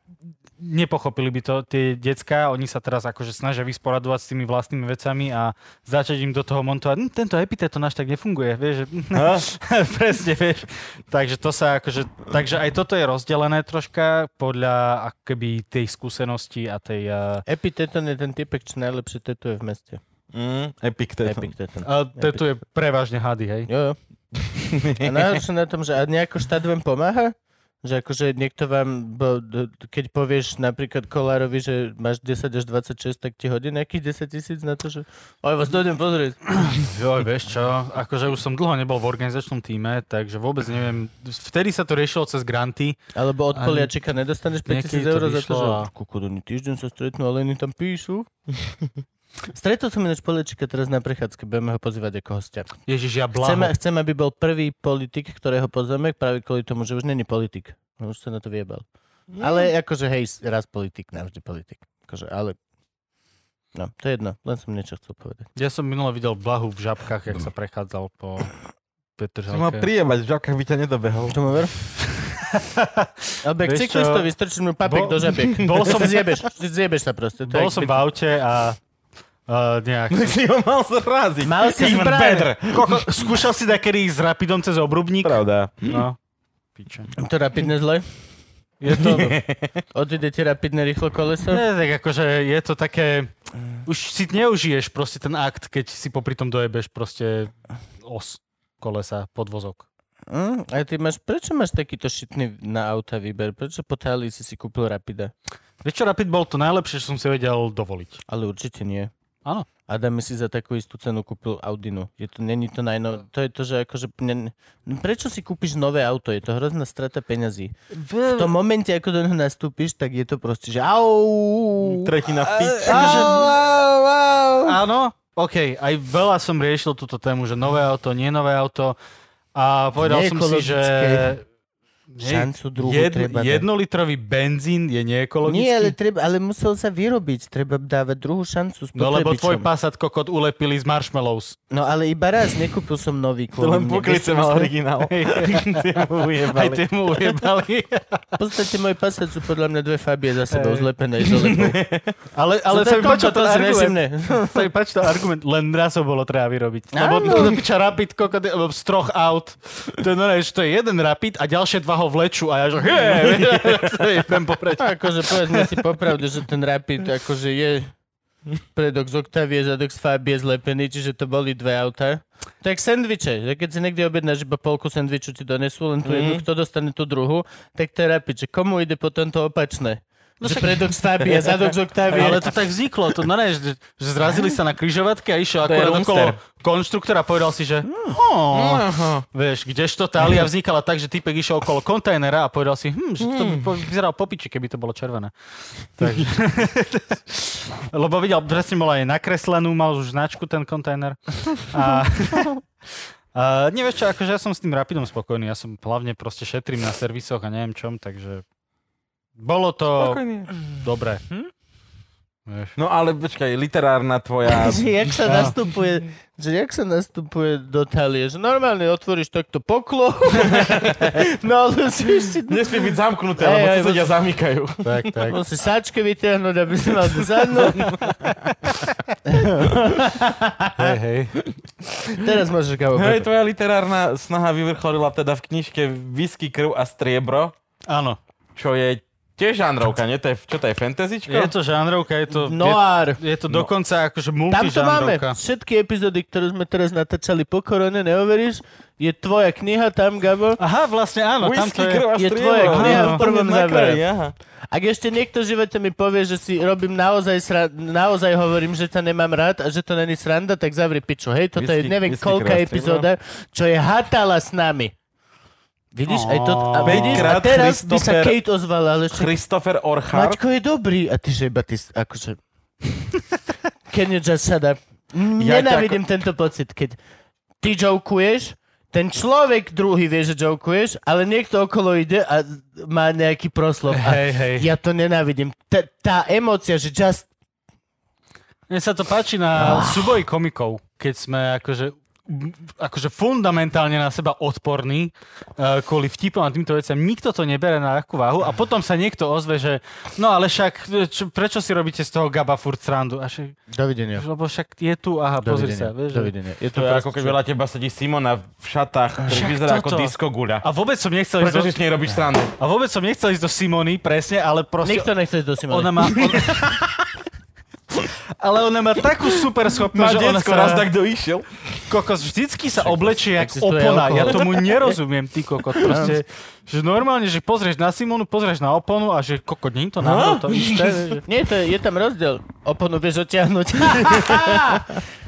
S3: nepochopili by to tie decka, oni sa teraz akože snažia vysporadovať s tými vlastnými vecami a začať im do toho montovať, "Hm, tento epitet to náš tak nefunguje, vieš, že... [laughs] presne, vieš. Takže to sa akože, takže aj toto je rozdelené troška podľa akoby tej skúsenosti a tej... Uh,
S1: Epiteton je ten typek, čo najlepšie tetuje v meste.
S4: Mm, epic to je to.
S1: Epiteton.
S3: a to tu je prevažne hady, hej?
S1: Jo, jo. A najhoršie na tom, že a nejako štát vám pomáha? Že akože niekto vám, bo, d- d- keď povieš napríklad Kolárovi, že máš 10 až 26, tak ti hodí nejakých 10 tisíc na to, že oj, vás dojdem pozrieť.
S3: Joj, vieš čo, akože už som dlho nebol v organizačnom týme, takže vôbec neviem, vtedy sa to riešilo cez granty,
S1: Alebo od
S3: Ani-
S1: poliačika nedostaneš 5000
S3: Niekedy to
S1: eur za to,
S3: vyšlo
S1: že
S3: a-
S1: kukod, oni týždeň sa stretnú, ale oni tam
S3: [laughs]
S1: píšu. Stretol som ináč poliačika teraz na prechádzke, budeme ho pozývať ako hostia.
S3: Ježiš, ja blaho.
S1: Chcem, chcem, aby bol prvý politik, ktorého pozveme, práve kvôli tomu, že už není politik. On Už sa na to vyjebal. Ale akože hej, raz politik, navždy politik. Akože, ale... No, to je jedno, len som niečo chcel povedať.
S3: Ja som minule videl Blahu v žabkách, jak sa prechádzal po
S4: Si mal
S3: Petržalke.
S4: prijebať, v žabkách by ťa [laughs] nedobehol.
S1: To [laughs] mu ver? Alebo k
S3: Vieš čo?
S1: cyklistovi strčím mu papek
S3: Bol-
S1: do žabiek.
S3: [laughs] bol som-
S1: zjebeš, zjebeš sa proste. To je
S3: Bol
S1: No, jak
S3: som v
S1: bicykel.
S3: aute a uh,
S4: [laughs]
S3: nejak...
S4: Si ho mal zraziť.
S1: Mal si
S4: Even
S1: správne.
S4: better.
S3: Koko, skúšal si takedy ísť s rapidom cez obrubník?
S4: Pravda.
S3: No. Piče.
S1: To rapidné zle?
S3: Je to...
S1: Odíde ti rapidné rýchlo koleso?
S3: Ne, tak akože je to také... Už si neužiješ proste ten akt, keď si popri tom dojebeš proste os kolesa, podvozok.
S1: Mm, a ty máš, prečo máš takýto šitný na auta výber? Prečo po Tálii si si kúpil Rapida?
S3: Vieš čo, Rapid bol to najlepšie, čo som si vedel dovoliť.
S1: Ale určite nie.
S3: Áno.
S1: A Adam si za takú istú cenu kúpil Audinu. Je to, není to najno... To je to, že akože... Ne, prečo si kúpiš nové auto? Je to hrozná strata peňazí. V tom momente, ako do neho nastúpiš, tak je to proste, že au...
S4: Tretina v piči.
S3: Takže- Áno, OK, aj veľa som riešil túto tému, že nové auto, nie nové auto. A povedal som si, že...
S1: Šancu druhú
S3: Jed,
S1: treba dať.
S3: jednolitrový benzín je neekologický.
S1: Nie, ale, treba, ale musel sa vyrobiť. Treba dávať druhú šancu spotrebičom.
S3: No lebo tvoj Passat kokot ulepili z marshmallows.
S1: [laughs] No ale iba raz, nekúpil som nový
S4: To
S1: kvôli
S4: len
S1: mne.
S4: pokryce mal [laughs] originál.
S3: Aj tie mu ujebali.
S1: V podstate môj pasec sú podľa mňa dve fabie za sebou zlepené z olepou.
S3: ale [laughs] ale
S1: To
S3: sa
S1: je
S3: mi páčil
S1: to
S3: ten
S1: si
S3: argument.
S1: nevšimne.
S3: [laughs] Sa mi páčil ten argument, len raz ho bolo treba vyrobiť. Lebo
S1: Áno.
S3: to piča rapid kokot je- z troch aut. To je, normálne, že to je jeden rapid a ďalšie dva ho vlečú a ja že hej, [laughs] idem popreč.
S1: Akože povedzme si popravdu, že ten Rapid akože je predok z Octavie, zadok z Fabie zlepený, čiže to boli dve auta. Tak sendviče, že keď si niekde objednáš iba polku sendviču ti donesú, len tú jednu, kto dostane tú druhú, tak to je Rapid, že komu ide potom to opačné? že predok z Fabie, zadok z Octavie.
S3: Ale to tak vzniklo, to normálne, že, že zrazili sa na kryžovatke a išiel
S4: To je Hm,
S3: akurát
S4: Rumster.
S3: okolo konštruktora a povedal si, že oh, vieš, kdežto
S1: Mhm.
S3: Tália vznikala tak, že typek išiel okolo kontajnera a povedal si, hm, že to by
S1: Mhm.
S3: po- vyzeralo po piči, keby to
S1: [laughs]
S3: bolo červené. Takže. [laughs] Lebo videl, presne bol aj nakreslenú, mal už značku ten kontajner.
S1: [laughs]
S3: A, a nevieš čo, akože ja som s tým Rapidom spokojný, ja som hlavne proste šetrím na servisoch a neviem čom, takže bolo to dobré. Hm? Vieš.
S4: No ale počkaj, literárna [laughs] tvoja...
S1: Že jak sa nastupuje, že jak sa nastupuje do talie, že normálne otvoríš takto poklo, [laughs] no ale musíš si
S4: Nesmie byť zamknuté,
S1: Hej,
S4: lebo
S1: hej,
S4: susedia zamykajú.
S3: Tak, tak.
S1: musíš sáčke vytiahnuť, aby si mal zadnú.
S3: Hej, hej.
S1: Teraz máš kávu.
S4: Hej, No tvoja literárna snaha vyvrcholila teda v knižke Whisky, krv a striebro,
S3: Áno.
S4: čo je tiež žánrovka, nie? To je, čo to je, fantasyčko?
S3: Je to žánrovka, je to,
S1: Noir.
S3: je, je to dokonca akože
S1: No Tam to máme.
S3: multižánrovka.
S1: Všetky epizódy, ktoré sme teraz natáčali po korone, neoveríš, je tvoja kniha tam, Gabo.
S3: Aha, vlastne áno, tam to
S4: Whisky,
S3: je.
S4: krv a
S1: je
S4: striebro.
S1: tvoja kniha v
S4: Áno.
S1: prvom
S4: Na kraji,
S1: závere.
S4: aha.
S1: Ak ešte niekto v živote mi povie, že si robím naozaj sra- naozaj hovorím, že ťa nemám rád a že to není sranda, tak zavri piču. Hej, toto je
S4: Whisky-
S1: neviem
S4: whisky
S1: koľká
S3: no.
S4: krásne.
S1: epizóda, čo je hatala s nami. Vidíš, aj to... A, vidíš, a
S4: Päťkrát
S1: teraz by sa
S4: Christopher-
S1: Kate ozvala, ale čo...
S4: Christopher Orchard.
S1: Maťko je dobrý. A ty, že iba ty... s-
S4: [laughs]
S1: Akože... Can you just shut up? Nenávidím tento pocit, keď ty jokuješ, ten človek druhý vie, že jokuješ, ale niekto okolo ide a má nejaký proslov. A
S3: Hej, hej.
S1: ja to nenávidím. Tá, tá emócia, že just...
S3: Mne sa to páči na súboji komikov, keď sme akože akože fundamentálne na seba odporní uh, kvôli vtipom a týmto veciam. Nikto to nebere na ľahkú váhu a potom sa niekto ozve, že no ale však čo, prečo si robíte z toho gaba furt srandu? A že,
S1: Dovidenia.
S3: lebo však je tu, aha, pozri sa. Vieš, že-
S1: Dovidenia. Je
S4: To je ako keď vedľa teba sedí Simona v šatách, ktorý vyzerá ako
S3: toto.
S4: disco guľa.
S3: a vôbec som nechcel ísť
S4: Prečo
S3: do,
S4: si s nej robíš srandu?
S3: a vôbec som nechcel ísť do Simony, presne, ale proste
S1: Nikto nechce ísť do Simony.
S3: Ona má... [laughs]
S4: [laughs]
S3: On... Ale ona má takú super schopnosť,
S4: Máš
S3: že ona
S4: detsko,
S3: sa...
S4: raz tak doišiel.
S3: Kokos vždycky sa oblečie jak
S1: existuje
S3: opona. Ja
S1: alkohol.
S3: tomu nerozumiem, ty
S1: [laughs]
S3: kokot. Proste, že normálne, že pozrieš na Simonu, pozrieš na oponu a že kokot, nie je to náhodou to isté.
S1: [laughs]
S3: že-
S1: Nie, to je, je tam rozdiel. Oponu vieš odtiahnuť. [laughs]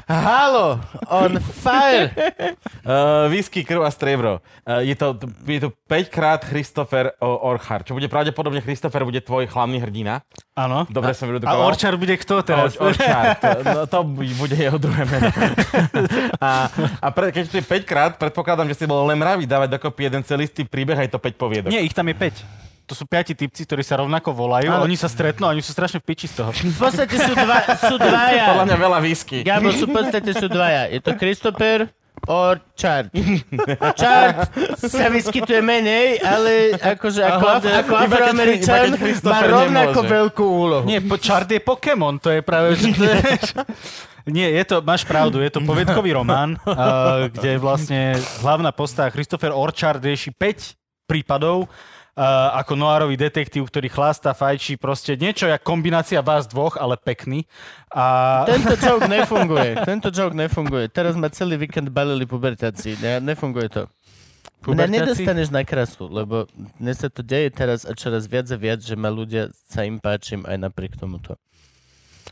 S1: Halo, on fire.
S4: Uh, whisky, krv a striebro. Uh, je, to, je to 5 krát Christopher o, Orchard, čo bude pravdepodobne Christopher bude tvoj hlavný hrdina.
S3: Áno.
S4: Dobre
S3: A
S4: som vyredukoval.
S3: Orčar bude kto teraz?
S4: Or- Orchard. No, to bu- bude jeho druhé meno. A, a pre, keď to je 5 krát, predpokladám, že si bol len mravý dávať dokopy jeden celý istý príbeh, aj to 5 poviedok.
S3: Nie, ich tam je 5. To sú piati typci, ktorí sa rovnako volajú,
S1: Áno.
S3: oni sa stretnú a oni sú strašne v piči z
S1: [laughs]
S3: toho.
S1: V podstate sú, dva, sú dvaja.
S4: Podľa mňa veľa whisky.
S1: Gabo, sú v podstate sú dvaja. Je to Christopher or Chard. Chard sa vyskytuje menej, ale akože ako,
S4: Aha,
S1: ako
S4: iba keď-
S1: afroameričan
S4: iba keď
S1: má
S4: Christopher
S1: rovnako
S4: nemôže.
S1: veľkú úlohu.
S3: Nie, po, Chard je Pokémon, to je práve... Že to je, nie, je to, máš pravdu, je to povedkový román, uh, kde vlastne hlavná postava Christopher Orchard rieši 5 prípadov uh, ako noárový detektív, ktorý chlasta, fajčí, proste niečo jak kombinácia vás dvoch, ale pekný. A
S1: Tento [laughs] joke nefunguje. Tento joke nefunguje. Teraz ma celý víkend balili pubertáci. Ne, nefunguje to. Mňa
S3: Pubertáci?
S1: nedostaneš na krasu, lebo dnes sa to deje teraz a čoraz viac a viac, že ma ľudia sa im páčim aj napriek tomuto.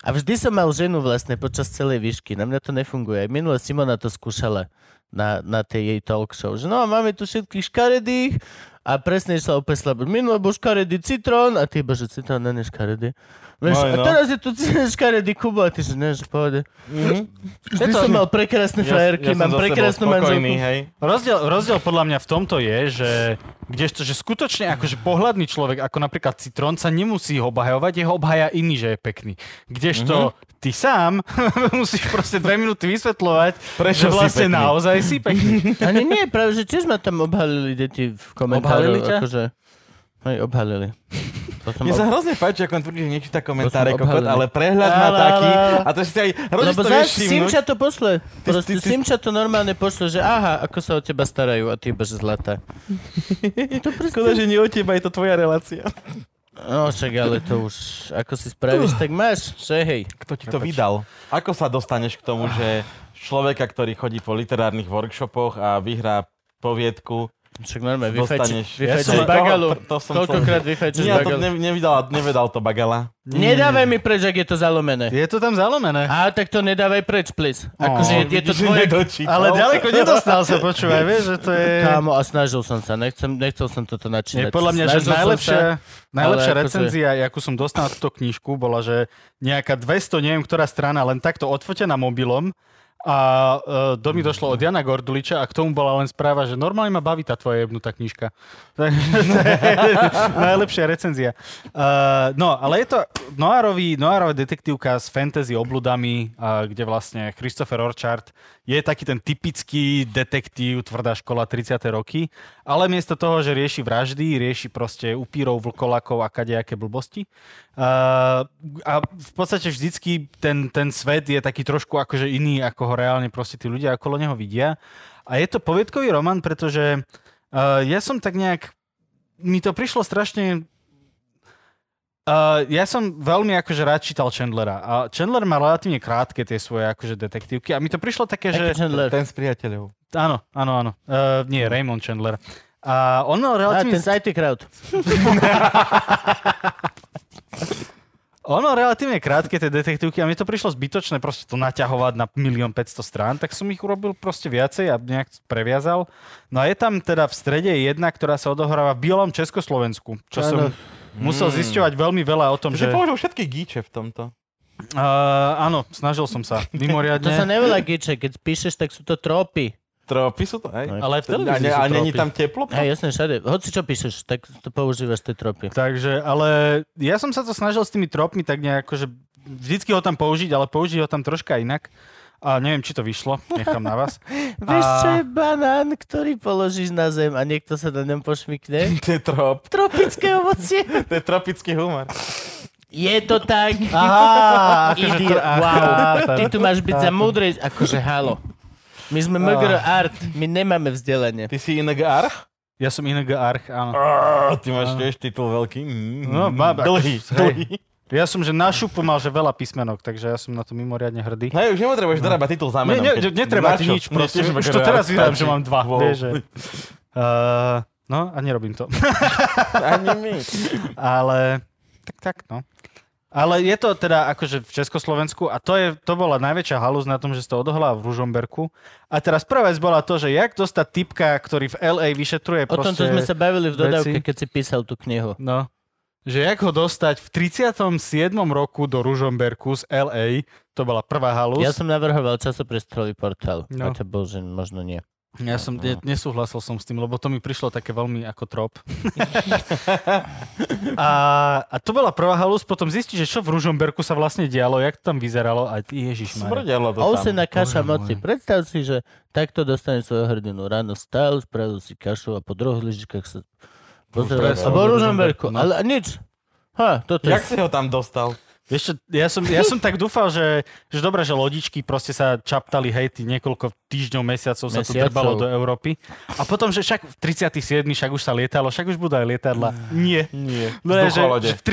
S1: A vždy som mal ženu vlastne počas celej výšky. Na mňa to nefunguje. Aj Minule Simona to skúšala na, na tej jej talk show. Že no a máme tu všetkých škaredých a presne išla úplne slabo. Minule bol škaredý citrón a ty bože, citrón není škaredý. Vieš,
S4: No,
S1: a
S4: no.
S1: teraz je tu [laughs] škaredý kubo a ty že ne, že v pohode.
S4: Mhm.
S1: Vždy som mal prekrásne frajerky, mám prekrásnu manželku.
S4: [laughs] hej.
S3: Rozdiel, rozdiel podľa mňa v tomto je, že kdežto, že skutočne akože pohľadný človek, ako napríklad Citrón, sa nemusí obhajovať, jeho obhaja iný, že je pekný.
S4: Mhm.
S3: Kdežto ty sám [laughs] musíš proste dve minúty vysvetľovať, že
S4: Prečo si
S3: vlastne
S4: pekný?
S3: naozaj si pekný.
S1: Ani nie, práve, že tiež ma tam obhalili deti v komentároch.
S3: Obhalili ťa?
S1: Akože, hej, obhalili. To som
S4: Mne sa
S1: ob...
S4: hrozne páči, ako on tvrdí, že nečíta komentáre,
S1: To som
S4: kokot,
S1: obhalený.
S4: ale prehľad má
S1: Á, lá,
S4: taký.
S1: lá, lá.
S4: A to si aj rodič
S1: Lebo
S4: to
S1: zás
S4: vieš všimnúť.
S1: Simča to posle. Proste
S4: ty- ty-
S1: Simča to normálne posle, že aha, ako sa o teba starajú a ty bože zlatá. [laughs] to
S4: Škoda,
S1: proste...
S4: že nie o teba, je to tvoja relácia.
S1: No však, ale to už, ako si
S4: Uh.
S1: spravíš, tak máš, že hej.
S4: Kto ti to vydal? Ako sa dostaneš k tomu, že človeka, ktorý chodí po literárnych workshopoch a vyhrá poviedku,
S1: Však normálne,
S4: dostaneš.
S1: vyfajčíš, vyfajčíš
S4: som-
S1: bagalu.
S4: To, to som
S1: Koľkokrát
S4: chcel.
S1: vyfajčíš
S4: Nie, ja to
S1: bagalu.
S4: ne, nevidal, nevedal to bagala.
S1: Nedávaj mi preč, ak je to zalomené.
S3: Je to tam zalomené.
S1: Á, tak to nedávaj preč, please. Akože je, je to
S4: Vidíš, že
S1: tvoje
S4: nedočítal.
S3: Ale ďaleko nedostal sa, počúvaj, vieš, že to je...
S1: Kámo, a snažil som sa, nechcem, nechcel som toto
S3: Je
S1: načínať.
S3: podľa mňa, že
S1: Snažil som
S3: najlepšia,
S1: sa.
S3: najlepšia
S1: ale akože-
S3: recenzia, akú som dostal na túto knižku, bola, že nejaká 200, neviem ktorá strana, len takto odfotená mobilom a e, do mi došlo od Jana Gorduliča a k tomu bola len správa, že normálne ma baví tá tvoja jebnutá knižka. [laughs] Takže to je najlepšia recenzia. E, no, ale je to noárový, noárová detektívka s fantasy obľudami, a kde vlastne Christopher Orchard je taký ten typický detektív, tvrdá škola 30. roky, ale miesto toho, že rieši vraždy, rieši proste upírov, vlkolakov a kadejaké blbosti. Uh, a v podstate vždycky ten, ten svet je taký trošku akože iný, ako ho reálne proste tí ľudia okolo neho vidia. A je to poviedkový román, pretože uh, ja som tak nejak... Mi to prišlo strašne Uh, ja som veľmi akože rád čítal Chandlera a Chandler má relatívne krátke tie svoje akože detektívky a mi to prišlo také, že...
S1: Taký Chandler.
S4: Ten s priateľov.
S3: Áno, áno, áno. Uh, nie, Raymond Chandler. A on mal
S1: Á,
S3: relatívne...
S1: ten z IT crowd.
S3: Ono relatívne krátke tie detektívky a mi to prišlo zbytočné proste to naťahovať na milión 500 strán, tak som ich urobil proste viacej a nejak previazal. No a je tam teda v strede jedna, ktorá sa odohráva v bielom Československu, čo som
S1: Áno.
S3: musel zisťovať veľmi veľa o tom, že...
S4: Takže použil všetky gíče v tomto.
S3: Uh, áno, snažil som
S1: [laughs] To
S3: sa
S1: sa
S3: mimoriadne.
S1: nevolá giče, keď píšeš, tak sú to trópy.
S4: Tropy sú to, hej?
S3: Ale v
S4: A,
S3: televízii
S4: ne,
S3: sú
S4: a není
S3: tropy.
S4: tam teplo? [laughs]
S1: Hej, jasne, všade. Hoci čo píšeš, tak to používaš tie trópy.
S3: Takže, ale ja som sa to snažil s tými tropmi tak nejako, že vždycky ho tam použiť, ale použiť ho tam troška inak. A neviem, či to vyšlo, nechám na
S1: [laughs]
S3: vás.
S1: Vieš,
S3: A-
S1: čo je banán, ktorý položíš na zem a niekto sa na ňom
S3: [laughs]
S1: pošmikne?
S4: To je trop.
S1: Tropické ovocie.
S4: To je tropický humor.
S1: Je to tak. [laughs]
S3: Aha, akože
S1: Idiot,
S3: to- aha,
S1: wow. Ty
S3: tak.
S1: tu máš byť za múdrej, akože halo. My sme MGR Art, my nemáme vzdelanie.
S4: Ty si inak arch?
S3: [laughs] Ja som inak arch, áno.
S4: Á, Ty máš tiež titul veľký. Mm.
S3: No, mám,
S4: Dlhý,
S3: akože,
S4: dlhý.
S3: Ja som, že na šupu mal, že veľa písmenok, takže ja som na to mimoriadne hrdý.
S4: Hej, už nepotrebuješ dorábať titul za
S3: Ne,
S4: menom.
S3: ne,
S4: keď-
S3: No. netreba
S4: na
S3: ti
S4: čo?
S3: nič, proste.
S4: Nechceš
S3: Už to
S4: McGregora,
S3: teraz vydám,
S4: stačí.
S3: že mám dva.
S4: Wow.
S3: Vieš, že... [laughs] Uh, no a nerobím to.
S4: Ani my.
S3: Ale tak, tak, no. Ale je to teda akože v Československu a to, je, to bola najväčšia halúz na tom, že sa to odohlá v Ružomberku. A teraz prvá vec bola to, že jak dostať typka, ktorý v LA vyšetruje
S1: O
S3: proste...
S1: tomto sme sa bavili v dodávke,
S3: veci.
S1: keď si písal tú knihu.
S3: No. Že jak ho dostať v 37. roku do Ružomberku z LA, to bola prvá halus.
S1: Ja som navrhoval časopriestorový portál. No. A
S3: No.
S1: to bol, že možno nie.
S3: ja som ne, nesúhlasil som s tým, lebo to mi prišlo také veľmi ako trop. [laughs] a, a to bola prvá halus, potom zistí, že čo v Ružomberku sa vlastne dialo, jak to tam vyzeralo a ježiš
S4: Smrdelo to tam.
S1: Ousená kaša
S3: Bože
S1: moci.
S3: môj.
S1: Predstav si, že takto dostane svojho hrdinu. Ráno vstal, spravil si kašu a po droch lyžikách sa pozeral.
S3: Presne,
S1: A bol
S3: v
S1: v Ružomberku.
S3: Ružomberku, no.
S1: Ale nič. Ha, toto
S4: Jak
S1: je...
S4: si ho tam dostal?
S3: Ešte, ja, som, ja som tak dúfal, že, že dobre, že lodičky proste sa čaptali hejty niekoľko týždňov, mesiacov sa to
S1: Mesiacov.
S3: drbalo do Európy. A potom, že však v 37. však už sa lietalo, však už budú aj lietadla. Mm. Nie.
S4: Nie.
S3: No,
S4: V
S3: že,
S4: ducholode.
S3: že v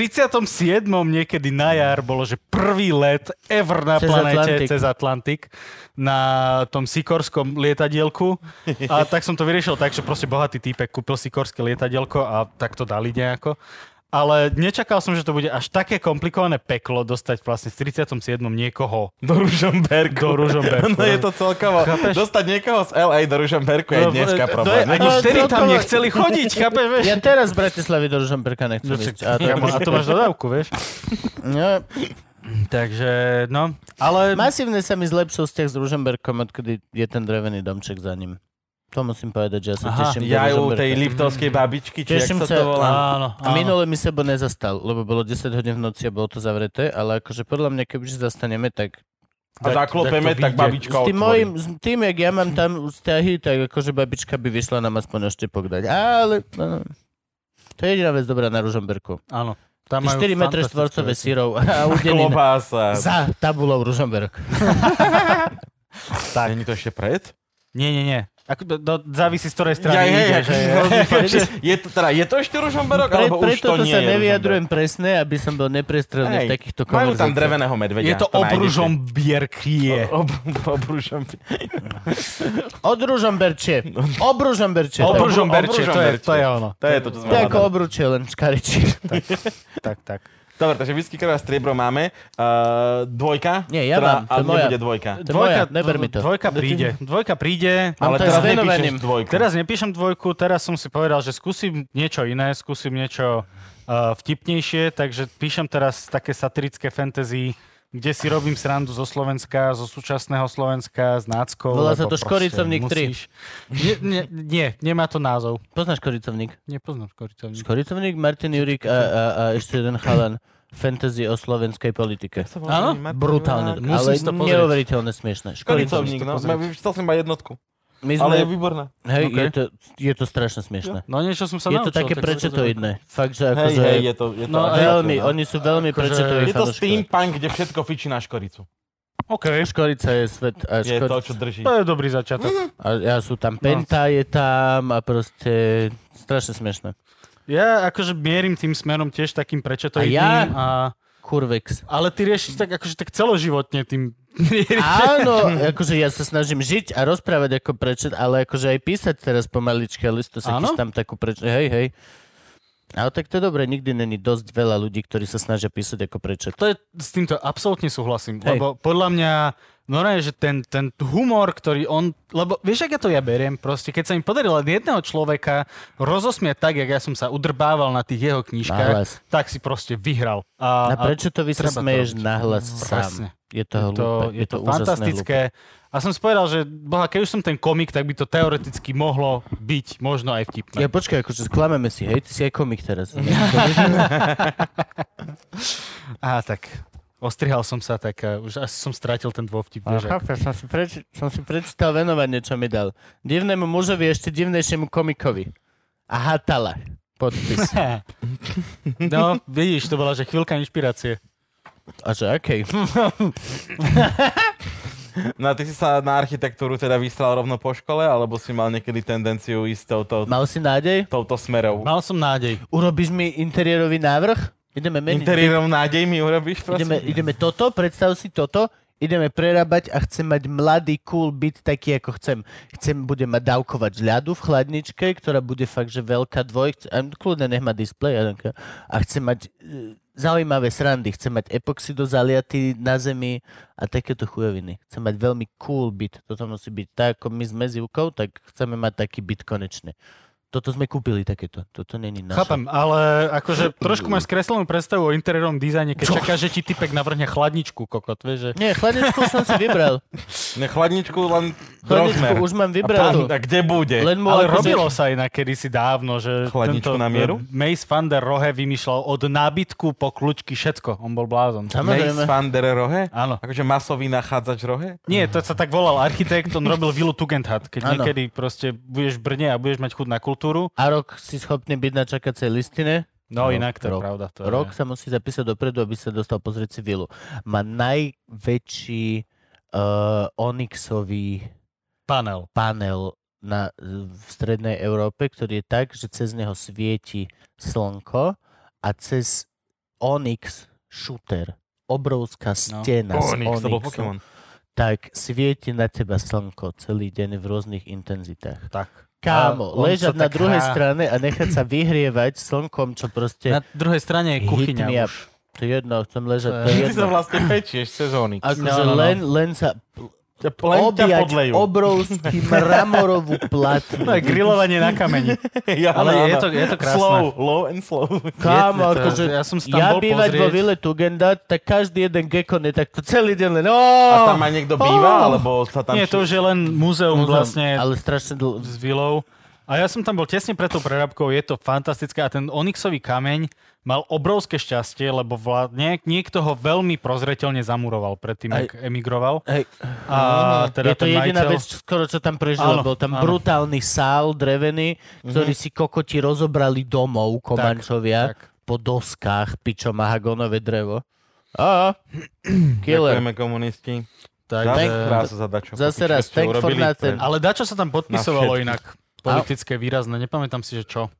S3: 37. niekedy na jar bolo, že prvý let ever na
S1: Cez
S3: planete
S1: Atlantik.
S3: cez Atlantik na tom sikorskom lietadielku. A tak som to vyriešil tak, že proste bohatý týpek kúpil sikorské lietadielko a tak to dali nejako. ale nečakal som, že to bude až také komplikované peklo dostať vlastne v 37. niekoho.
S4: Do Ružomberku.
S3: Do Ružomberku.
S4: No je to celkovo.
S3: Chápeš?
S4: Dostať niekoho z LA do Ružomberku
S3: No,
S4: je
S3: to
S4: dneska
S3: je-
S4: problém.
S3: Ani
S5: Ale
S3: vtedy tam
S5: celkovo-
S3: nechceli chodiť, chápeš, vieš? No
S5: Ja teraz z Bratislavy do Žamberka
S4: No
S5: nechcem ísť. A to,
S3: Kamo, a to máš dodávku, vieš?
S5: no,
S3: Takže, no, ale...
S5: masívne sa mi zlepšil vzťah s Ružomberkom, odkedy je ten drevený domček za ním. To musím povedať, že ja sa
S3: Aha,
S5: teším do
S4: Ja u
S5: Ružomberka.
S4: tej Liptovskej babičky, či
S5: Teším
S4: jak
S5: sa.
S4: sa to volá.
S3: Mhm. Áno,
S5: A minule mi sebo nezastal, lebo bolo 10 hodín v noci a bolo to zavreté, ale akože podľa mňa, kebyže zastaneme, tak
S4: A zaklopeme,
S3: tak to
S4: tak
S3: vyjde.
S4: babička
S5: s tým,
S4: otvorí. [laughs]
S5: mojim, s tým, jak ja mám tam vzťahy, tak akože babička by vyšla nám aspoň oštepok dať. Ale no, no. to je jediná vec dobrá na Ružomberku.
S3: áno. Tam majú
S5: 4 metre
S3: fantastické
S5: štvorcové
S3: veci.
S5: sírov
S3: [laughs]
S5: a udenina.
S4: Klobása.
S5: Za tabulou Ružomberok.
S4: Tak. Není to ešte pred?
S3: Nie, nie, nie. Ako, do, do, závisí z ktorej
S5: Teda
S3: strany
S4: Ja, hej,
S3: ideš,
S4: hej,
S3: hej. [laughs]
S4: hej. Je to, teda, je to ešte Ružomberok,
S5: Pre,
S4: alebo už
S5: preto to,
S4: to nie
S5: sa
S4: je
S5: nevyjadrujem presne, aby som bol neprestrelný v
S4: Ružomberok? Hej,
S5: takýchto
S4: Majú tam
S5: konverzáciách.
S4: dreveného medvedia.
S3: Je to obružom bierkie.
S4: [laughs] Ob, obružom.
S5: Od Ružomberčie.
S4: No,
S5: Ob Ružomberčie.
S4: Obruž-
S3: Obružom berčie, to je,
S4: obružomberčie.
S3: to je ono.
S4: To je to, čo sme
S5: To je ako
S4: hľadali.
S5: obručie, len škaričie.
S3: Tak, tak.
S4: Dobre, takže whisky, krv a striebro máme. Uh, dvojka?
S5: Nie, ja
S4: teda,
S5: mám, to
S4: ale
S5: je moja.
S4: nebude dvojka.
S5: To je moja, neber mi to.
S3: Dvojka príde. Dvojka príde.
S5: Mám to
S4: Ale
S5: aj
S4: teraz
S5: s venovaním.
S4: nepíšeš dvojku.
S3: Teraz nepíšem dvojku, teraz som si povedal, že skúsim niečo iné, skúsim niečo uh, vtipnejšie, takže píšem teraz také satirické fantasy, kde si robím srandu zo Slovenska, zo súčasného Slovenska, s náckou.
S5: Volá sa
S3: lebo
S5: to
S3: proste
S5: Škoricovník
S3: musíš- Nie, nie, nie, nemá to názov.
S5: [laughs] Poznáš koricovník?
S3: Nepoznám Škoricovník.
S5: Škoricovník, Martin Jurik a, a, a ešte jeden chalan. Fantasy o slovenskej politike.
S3: Áno,
S5: Brutálne,
S3: Musím
S5: ale
S3: si to pozrieť.
S5: neuveriteľne smiešne. Škoricovník.
S3: Musím si
S4: Koricovník,
S3: to
S4: no.
S3: pozrieť.
S4: Ma- Vyčítal som iba jednotku,
S5: My
S4: ale
S5: sme,
S4: je výborná.
S5: hej,
S3: OK.
S5: je, to, je to strašne smiešne.
S3: No niečo som sa
S5: Je to
S3: naučil.
S5: také
S3: tak-
S5: prečetoidné. Fakt, že
S4: Hej,
S5: akože...
S4: hej, je to... Je to
S3: No,
S4: až také,
S5: Veľmi,
S4: no.
S5: oni sú veľmi
S3: Akože-
S5: prečetoví
S4: Je to
S5: fanúškovia.
S4: steampunk, kde všetko fičí na škoricu.
S3: OK,
S5: Škorica je svet a,
S4: Je to,
S5: škorica,
S4: čo drží.
S3: to No. je dobrý začiatok.
S5: a ja sú tam Penta je tam a proste strašne smiešne.
S3: Ja akože mierim tým smerom tiež takým prečetoidným.
S5: A ja?
S3: A,
S5: Kurvex.
S3: ale ty riešiš tak akože tak celoživotne tým. [laughs]
S5: Áno, akože ja sa snažím žiť a rozprávať ako prečet, ale akože aj písať teraz pomaličky, ale to sa
S3: Áno?
S5: chystám takú prečet. Hej, hej. Ale tak to je dobré, nikdy není dosť veľa ľudí, ktorí sa snažia písať ako prečet.
S3: To je, s týmto absolútne súhlasím,
S5: Hej.
S3: lebo podľa mňa normálne, že ten, ten humor, ktorý on, lebo vieš, ak ja to ja beriem, proste, keď sa im podarilo len jedného človeka rozosmiať tak, jak ja som sa udrbával na tých jeho knížkach,
S5: Nahlas.
S3: tak si proste vyhral. A,
S5: A prečo to vy sa
S3: treba to
S5: smeješ
S3: robiť. No,
S5: nahlas
S3: Presne.
S5: sám? Je to
S3: Je to,
S5: hlúpe,
S3: je to,
S5: úžasné
S3: fantastické. A som si povedal, že boha, keď už som ten komik, tak by to teoreticky mohlo byť možno aj vtipné.
S5: Ja počkaj, akože sklameme si, hej, ty si aj komik teraz.
S3: Á, tak ostrihal som sa, tak uh, už asi som strátil ten dôvtip. vieš, ako-
S5: Chápem, som si, preč- som si prečítal venovanie, čo mi dal. Divnému mužovi, ešte divnejšiemu komikovi. A hatala.
S3: [laughs]
S5: Podpis.
S3: [laughs] No, vidíš, to bola, že chvíľka inšpirácie.
S5: A že akej?
S4: No a ty si sa na architektúru teda vystral rovno po škole, alebo si mal niekedy tendenciu ísť
S3: No.
S4: touto,
S5: Mal si nádej?
S4: touto smerou?
S3: Mal som nádej.
S5: Urobíš mi interiérový návrh? Ideme meniť.
S4: Interiérom nádej mi urobíš,
S5: ideme,
S4: prosím?
S5: ideme toto, predstav si toto. Ideme prerábať a chcem mať mladý, cool byt taký, ako chcem. Chcem, budem mať dávkovať ľadu v chladničke, ktorá bude fakt, že veľká dvoj. Chce- A kľudne nech má displej. I don't care. A chcem mať e, zaujímavé srandy. Chcem mať epoxido zaliaty na zemi a takéto chujoviny. Chcem mať veľmi cool byt. Toto musí byť tak, ako my sme s Ivkou, tak chceme mať taký byt konečne. Toto sme kúpili takéto. Toto není naše.
S3: Chápem, ale akože trošku máš skreslenú predstavu o interiérom dizajne, keď čaká, že ti typek navrhne chladničku, kokot, vieš, že...
S5: Nie, chladničku som si vybral.
S4: Ne, chladničku len
S5: Chladničku
S4: rozmer.
S5: už mám
S4: A,
S5: vybranú.
S4: tam- a kde bude?
S5: Len mu
S3: Ale
S5: akože-
S3: robilo sa inak kedysi dávno, že eh,
S4: Chladničku na mieru?
S3: Mace van der Rohe vymýšľal od nábytku po kľúčky všetko. On bol blázon.
S5: Samozrejme.
S4: Mace van der Rohe?
S3: Áno.
S4: Akože masový nachádzač Rohe?
S3: Nie, to sa tak volal architekt, on robil vilu Tugendhat. Keď
S5: Áno.
S3: niekedy proste budeš v Brne a budeš mať chuť na kultúru,
S5: A rok si schopný byť na čakacej listine.
S3: no
S5: Rok,
S3: inak to je
S5: rok,
S3: pravda. To je.
S5: Rok sa musí zapísať dopredu, aby sa dostal pozrieť si vilu. Má najväčší uh, onyxový
S3: panel.
S5: panel na, v strednej Európe, ktorý je tak, že cez neho svieti slnko a cez onyx šúter, obrovská stena no. z
S4: Onix, to bol
S5: onyxu,
S4: Pokémon.
S5: tak svieti na teba slnko celý deň v rôznych intenzitách.
S3: Tak.
S5: A
S1: Kámo,
S5: on
S1: ležať
S5: sa
S1: na
S5: tak
S1: druhej
S5: hrá.
S1: strane a nechať sa vyhrievať slnkom, čo proste
S3: Na druhej strane je kuchyňa
S1: hitmi a-
S3: už.
S1: To je jedno, chcem ležať, to je
S4: Ty sa
S1: jedno.
S4: vlastne pečieš sezóny.
S1: Akože
S3: No, no, no.
S1: len, len sa
S4: Ťa- Len ťa
S1: objať
S4: podlejú.
S1: obrovský mramorovú platnu.
S3: No je grilovanie na kameni.
S4: [laughs] Ja,
S3: Ale
S4: áno,
S3: je
S4: áno.
S3: to- je to krásne.
S4: Slow, low and slow.
S1: Kámo,
S3: Je to-
S1: akože
S3: ja som si tam
S1: ja
S3: bol
S1: bývať vo
S3: pozrieť.
S1: vile Tugenda, tak každý jeden gekon je takto celý deň len
S4: A
S1: "Ó!"
S4: tam aj niekto býva, alebo sa tam...
S3: Nie, to už je len múzeum vlastne
S1: Ale strašne dlho.
S3: s vilou. A ja som tam bol tesne pred tou prerábkou, je to fantastické a ten onyxový kameň mal obrovské šťastie, lebo vla... niek- niekto ho veľmi prozreteľne zamuroval predtým,
S1: Aj-
S3: ak emigroval.
S1: Hej.
S3: A teda
S1: je to
S3: ten
S1: jediná
S3: majiteľ-
S1: vec, čo, skoro čo tam prežila.
S3: Áno,
S1: Bol tam
S3: áno. Mhm.
S1: brutálny sál drevený, ktorý si kokoti rozobrali domov, komančovia,
S3: tak.
S1: po doskách, pičo mahagonové drevo. A, killer.
S4: Ďakujeme komunisti.
S3: Takže-
S4: Zase raz za dačo.
S1: Zase raz,
S4: Čo ste
S1: thank for
S4: urobili, to je-
S1: nothing.
S3: Ale dačo sa tam podpisovalo
S4: všetkých.
S3: inak. Politické, výrazné, nepamätám si, že čo.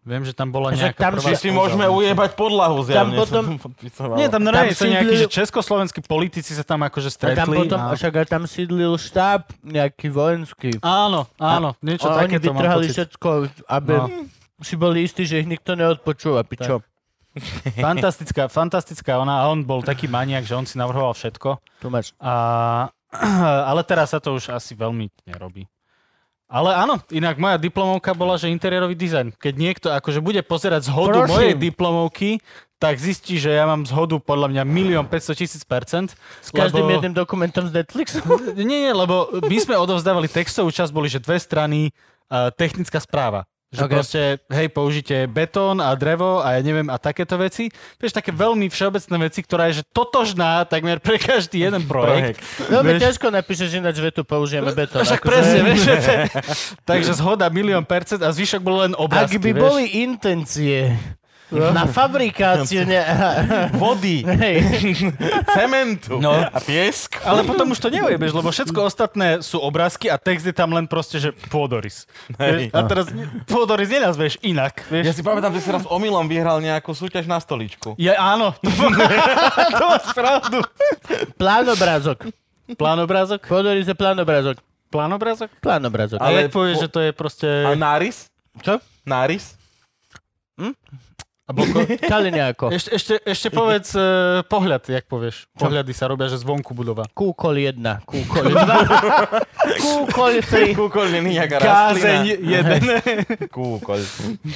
S3: Viem, že tam bola
S1: Však
S3: nejaká
S1: tam
S3: prvá...
S1: si-
S4: Si môžeme ujebať podlahu zjavne.
S1: Tam potom-
S4: sa podpisoval.
S3: Nie, tam
S1: Tam
S3: normálne je to nejaký,
S1: sídli-
S3: že československí politici sa tam akože
S1: A
S3: stretli.
S1: tam potom, a
S3: a...
S1: však aj tam sídlil štáb nejaký vojenský.
S3: Áno, áno, niečo
S1: a oni
S3: takéto mám
S1: vytrhali
S3: pocit.
S1: všetko, aby
S3: No.
S1: si boli istí, že ich nikto neodpočúva, pičo.
S3: Fantastická, fantastická ona. A on bol taký maniak, že on si navrhoval všetko.
S1: Tu máš.
S3: A, [clears throat] ale teraz sa to už asi veľmi nerobí. Ale áno, inak moja diplomovka bola, že interiérový dizajn. Keď niekto akože bude pozerať zhodu
S1: Prosím.
S3: mojej diplomovky, tak zistí, že ja mám zhodu podľa mňa milión 500 tisíc percent.
S1: S každým jedným dokumentom z Netflixu. [laughs]
S3: Nie, nie, lebo my sme odovzdávali textovú časť, boli, že dve strany, uh, technická správa.
S1: Ok.
S3: Že okay. proste, hej, použite betón a drevo a ja neviem a takéto veci. Vieš, také veľmi všeobecné veci, ktorá je, že totožná takmer pre každý jeden projekt.
S1: Veľmi
S3: Vieš-
S1: ťažko napíšeš ináč vetu, použijeme betón. akože-
S3: Však presne, vieš, že to je- Takže zhoda milión percent a zvyšok bol len
S1: Ak
S3: obrázky,
S1: by
S3: vieš. No.
S1: boli intencie na fabrikáciu,
S3: [laughs]
S1: ne...
S4: Vody,
S1: Hej,
S4: cementu a piesk.
S3: Ale potom už to neujebeš, lebo všetko ostatné sú obrázky a text je tam len proste, že pôdorys. Vieš,
S4: Hej.
S3: a teraz ne- pôdorys nenazveš inak, vieš.
S4: Ja si pamätám, že si raz omylom vyhral nejakú súťaž na stoličku.
S3: Ja, áno, to, to máš pravdu.
S1: plánobrázok.
S3: Plánobrázok?
S1: Podorí sa plánobrázok.
S3: Plánobrázok?
S1: Plánobrázok.
S3: Ale
S4: Ale
S3: jak povieš,
S4: po-
S3: že to je proste...
S4: A nárys?
S1: Čo?
S4: Nárys?
S3: A
S1: [laughs]
S3: bloko...
S1: Kali nejako.
S3: ešte, ešte, ešte povedz uh, pohľad, jak povieš. Pohľady sa robia, že zvonku budova.
S1: Kúkol 1, [laughs] kúkol 2, kúkol 3.
S4: Kúkoliny, jaká [laughs]
S3: Kázeň
S4: rastlina.
S3: jeden.
S4: Kúkol.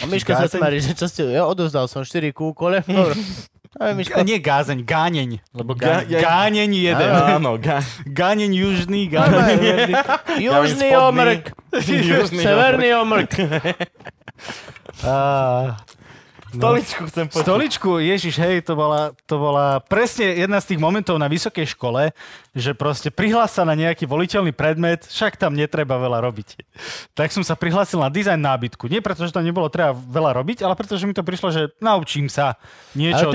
S1: A [laughs] Miška sa
S3: Kázeň.
S1: smári, že čo ste... Ja odovzdal som 4
S3: [laughs]
S1: kúkole. Dobre. Aj Miška.
S3: Nie gázeň, gáneň. Lebo
S4: Ga-
S3: gáneň,
S4: ja-
S3: gáneň jeden.
S4: Áno, ga-
S3: Gáneň južný, gáneň [laughs] jedný.
S1: Južný
S4: Ja viem, spodný.
S1: omrk,
S4: Južný
S1: severný omrk.
S3: Ah.
S4: Stoličku chcem počuť.
S3: Stoličku, ježiš, hej, to bola, to bola presne jedna z tých momentov na vysokej škole, že proste prihlás sa na nejaký voliteľný predmet, však tam netreba veľa robiť. Tak som sa prihlásil na dizajn nábytku. Nie preto, že tam nebolo treba veľa robiť, ale preto, že mi to prišlo, že naučím sa niečo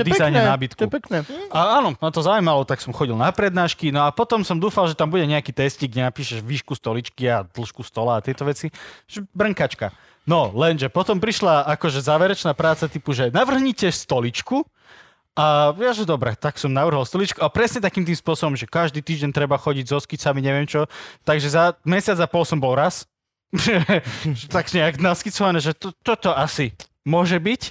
S1: Ale
S3: o
S1: to je
S3: dizajne
S1: pekné,
S3: nábytku.
S1: To je pekné.
S3: A áno, ma to zaujímalo, tak som chodil na prednášky, no a potom som dúfal, že tam bude nejaký testík, kde napíšeš výšku stoličky a dĺžku stola a tieto veci. Že brnkačka. No, lenže potom prišla akože záverečná práca typu, že navrhnite stoličku, a ja, že dobre, tak som navrhol stoličku a presne takým tým spôsobom, že každý týždeň treba chodiť so skicami, neviem čo. Takže za mesiac a pol som bol raz. [laughs] Že tak nejak naskicované, že to, toto asi môže byť.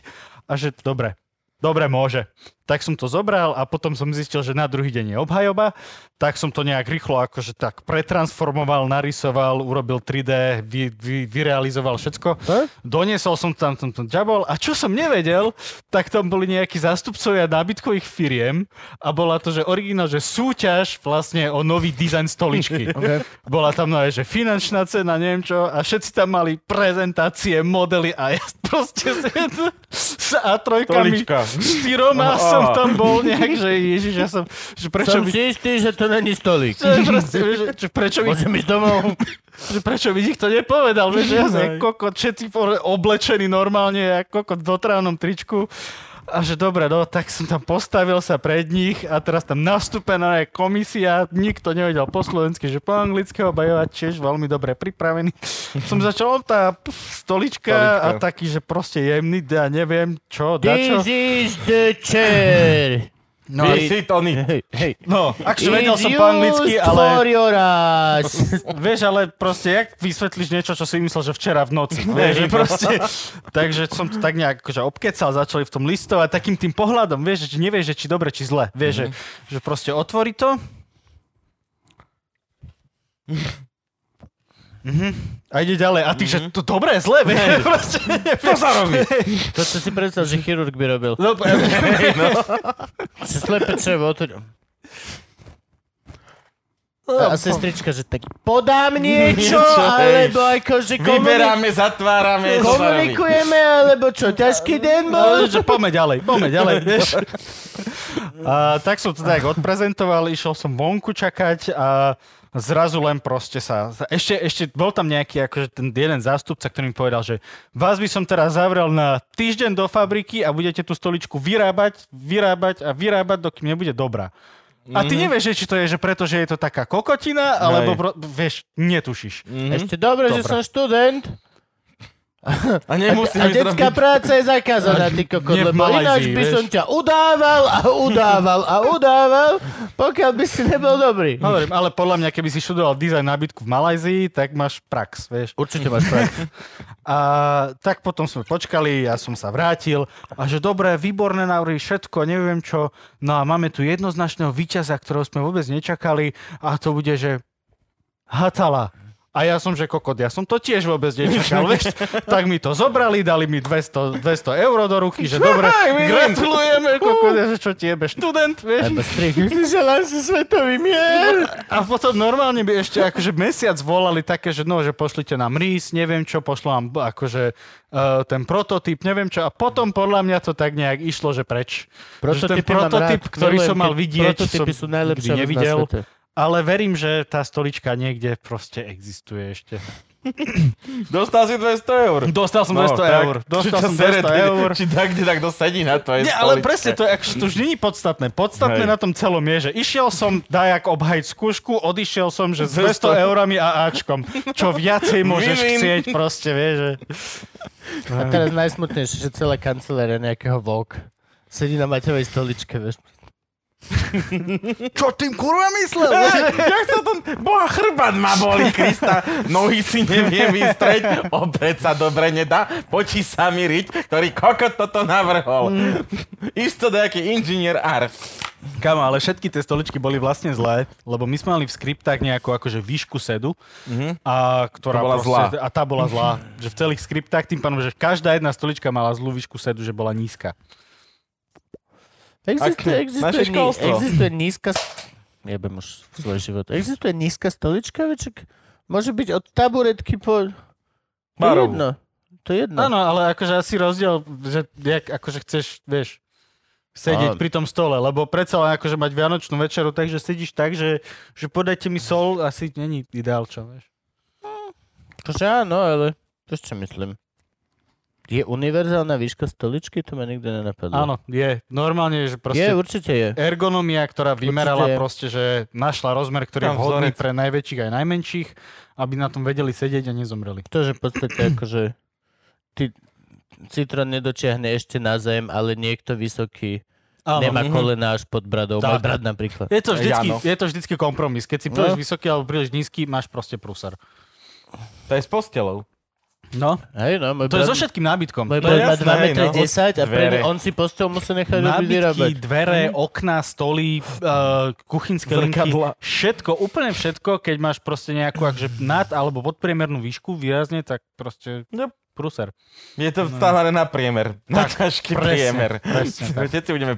S3: A že dobre, dobre môže. Tak som to zobral a potom som zistil, že na druhý deň je obhajoba. Tak som to nejak rýchlo akože tak pretransformoval, narysoval, urobil 3D, vy, vy, vyrealizoval všetko. Doniesol som tam ten, ten jabol a čo som nevedel, tak tam boli nejakí zástupcovia nábytkových firiem a bola to, že originál, že súťaž vlastne o nový dizajn stoličky. okay. Bola tam no, že finančná cena, neviem čo, a všetci tam mali prezentácie, modely a ja [laughs] proste s, s A3-kami,
S4: Stolička.
S3: štyroma
S4: Aha.
S3: no som tam bol nejak, že ježiš, ja som, že prečo
S1: Som
S3: by...
S1: si istý, že to není stolík.
S3: Že, proste, vieš, že, že prečo by
S1: Môžem ísť domov.
S3: [laughs] že prečo by nikto nepovedal, vieš, že ja som kokot, všetci por- oblečení normálne, ako kokot v dotrávnom tričku. A že dobre, no, tak som tam postavil sa pred nich a teraz tam nastúpená je komisia, nikto nevedel po slovensky, že po anglicky obajovať, tiež veľmi dobre pripravený. Som začal tá pf, stolička,
S4: Stolička.
S3: a taký, že proste jemný, ja neviem čo, dačo.
S1: This is the chair.
S2: No, si to oni.
S3: No, akže vedel som
S1: It's
S3: po anglicky,
S1: used
S3: ale
S1: for your eyes.
S3: [laughs] vieš, ale proste, jak vysvetlíš niečo, čo si myslel, že včera v noci? Vieš, že proste, takže som to tak nejak akože obkecal, začali v tom listovať takým tým pohľadom, vieš, že nevieš, že či dobre, či zle. Vieš, že, že proste otvorí to. Mhm. A ide ďalej. A ty, že to dobré, zlé, vieš, [laughs] proste nevieš. [laughs]
S5: To čo si predstav, že chirurg by robil.
S3: No,
S5: Že slepe črevo otvorí.
S3: No,
S5: A sestrička, že tak podám niečo,
S4: Niečo, hej.
S5: alebo akože komunikujeme,
S4: Vyberáme, zatvárame.
S5: komunikujeme, alebo čo, ťažký deň bol?
S3: No, že poďme ďalej, poďme ďalej, vieš. A, tak som to tak odprezentoval, išiel som vonku čakať a zrazu len proste sa... sa- Ešte, ešte bol tam nejaký akože ten jeden zástupca, ktorý mi povedal, že vás by som teraz zavrel na týždeň do fabriky a budete tú stoličku vyrábať, vyrábať a vyrábať, dokým nebude dobrá. A ty nevieš, že či to je, že preto, že je to taká kokotina, alebo pro, vieš, netušíš.
S5: Ešte dobre, že som študent.
S4: A
S5: A
S4: nemusíme
S5: detská práca je zakázaná, ty kokot,
S3: Nie v
S5: lebo
S3: Malajzii,
S5: ináč by
S3: vieš.
S5: som ťa udával a udával a udával, pokiaľ by si nebol dobrý.
S3: Hovorím, ale podľa mňa, keby si študoval dizajn nábytku v Malajzii, tak máš prax, vieš.
S5: Určite máš pravdu.
S3: [laughs] A tak potom sme počkali, ja som sa vrátil a že dobre, výborné návrhy, všetko, neviem čo. No a máme tu jednoznačného víťaza, ktorého sme vôbec nečakali a to bude, že Hatala. A ja som, že kokot, ja som to tiež vôbec nečakal,
S5: [laughs]
S3: vieš. Tak mi to zobrali, dali mi 200, 200 eur do ruky, že dobre, gratulujeme, kokot, ja, že čo tiebe, študent, vieš.
S5: Želám si svetový mier.
S3: A potom normálne by ešte akože mesiac volali také, že no, že pošlite nám rís, neviem čo, pošlo nám b- akože uh, ten prototyp, neviem čo. A potom podľa mňa to tak nejak išlo, že preč. Že ten
S5: mám rád.
S3: prototyp, ktorý
S5: Milujem,
S3: som mal
S5: keď
S3: vidieť,
S5: Prototypy
S3: som
S5: sú najlepšia
S3: nikdy
S5: vec na
S3: nevidel.
S5: svete.
S3: Ale verím, že tá stolička niekde proste existuje
S4: [laughs]
S3: ešte.
S4: Dostal si 200 eur.
S3: Dostal som 200
S4: No, tak.
S3: eur. Dostal
S4: Čo
S3: som
S4: sere,
S3: 200 eur.
S4: Či tak, kde tak dosadí na to.
S3: Nie, ale presne to, je, akože to už není podstatné. Podstatné
S4: Hej.
S3: na tom celom je, že išiel som dajak obhajť skúšku, odišiel som, že s 200 eurami a Ačkom. Čo viacej môžeš
S4: Win-win.
S3: chcieť proste, vieš. Že...
S5: A teraz najsmutnejšie, že celá kancelária nejakého Vogue sedí na Maťovej stoličke, vieš.
S3: Čo tým kurva myslel?
S4: Jak sa to... Boha, chrbát ma boli, Krista. Nohy si neviem vystrieť. Opäť sa dobre nedá. Poči sa mi riť, ktorý kokot toto navrhol. Isto nejaký inžinier art.
S3: Kamo, ale všetky tie stoličky boli vlastne zlé, lebo my sme mali v skriptách nejakú akože výšku sedu, a ktorá
S4: To bola
S3: proste,
S4: zlá.
S3: A tá bola Mhm. zlá. že v celých skriptách tým pádom, že každá jedna stolička mala zlú výšku sedu, že bola nízka.
S5: Existuje,
S4: Ak-
S5: existuje,
S4: naše
S5: ní-
S4: školstvo.
S5: existuje nízka... Jebem už v svoj život. Existuje nízka stolička, veček? Môže byť od taburetky po... To je
S4: Barovú.
S5: jedno. To je jedno.
S3: Áno, ale akože asi rozdiel, že jak, akože chceš, vieš,
S5: Áno.
S3: sedieť pri tom stole, lebo predsa len akože mať vianočnú večeru, takže sedíš tak, že, že podajte mi sol, asi není ideál, čo vieš.
S5: Akože áno, ale... To čo myslím. Je univerzálna výška stoličky? To ma nikdy nenapadlo.
S3: Áno, je. Normálne, že proste...
S5: No. Je, určite je.
S3: ergonomia, ktorá vymerala
S5: Určite je.
S3: proste, že našla rozmer, ktorý je
S4: Tam
S3: vhodný
S4: vzorec.
S3: pre najväčších aj najmenších, aby na tom vedeli sedieť a nezomreli.
S5: To, že v podstate akože ty citrón nedočiahne ešte na zem, ale niekto vysoký
S3: Áno.
S5: nemá kolena až pod bradou. Môj
S3: Tak.
S5: brat
S3: [laughs]
S5: napríklad.
S3: Je to, vždycky,
S4: Jano.
S3: je to vždycky kompromis. Keď si príliš
S5: No.
S3: vysoký alebo príliš nízky, máš proste prúsar.
S4: To je s postelou.
S3: No,
S5: Hej, no, môj
S3: to je
S5: brat,
S3: so všetkým nábytkom.
S5: môj
S4: to
S5: brat
S4: je
S5: má
S4: jasné,
S5: 2 metre
S4: no.
S5: 10 a pre
S4: Dvere.
S5: on si postel musel nechať robiť Mhm. vyrábať.
S3: Nábytky, dvere, okná, stoly, uh, kuchynské linky,
S4: Zrkadla.
S3: všetko, úplne všetko, keď máš proste nejakú akže nad alebo podpriemernú výšku výrazne, tak proste
S4: Yep.
S3: prúser.
S4: Je to stávané na priemer. Na ťažký
S3: No. presne,
S4: priemer.
S3: presne tak.
S4: Všetci budeme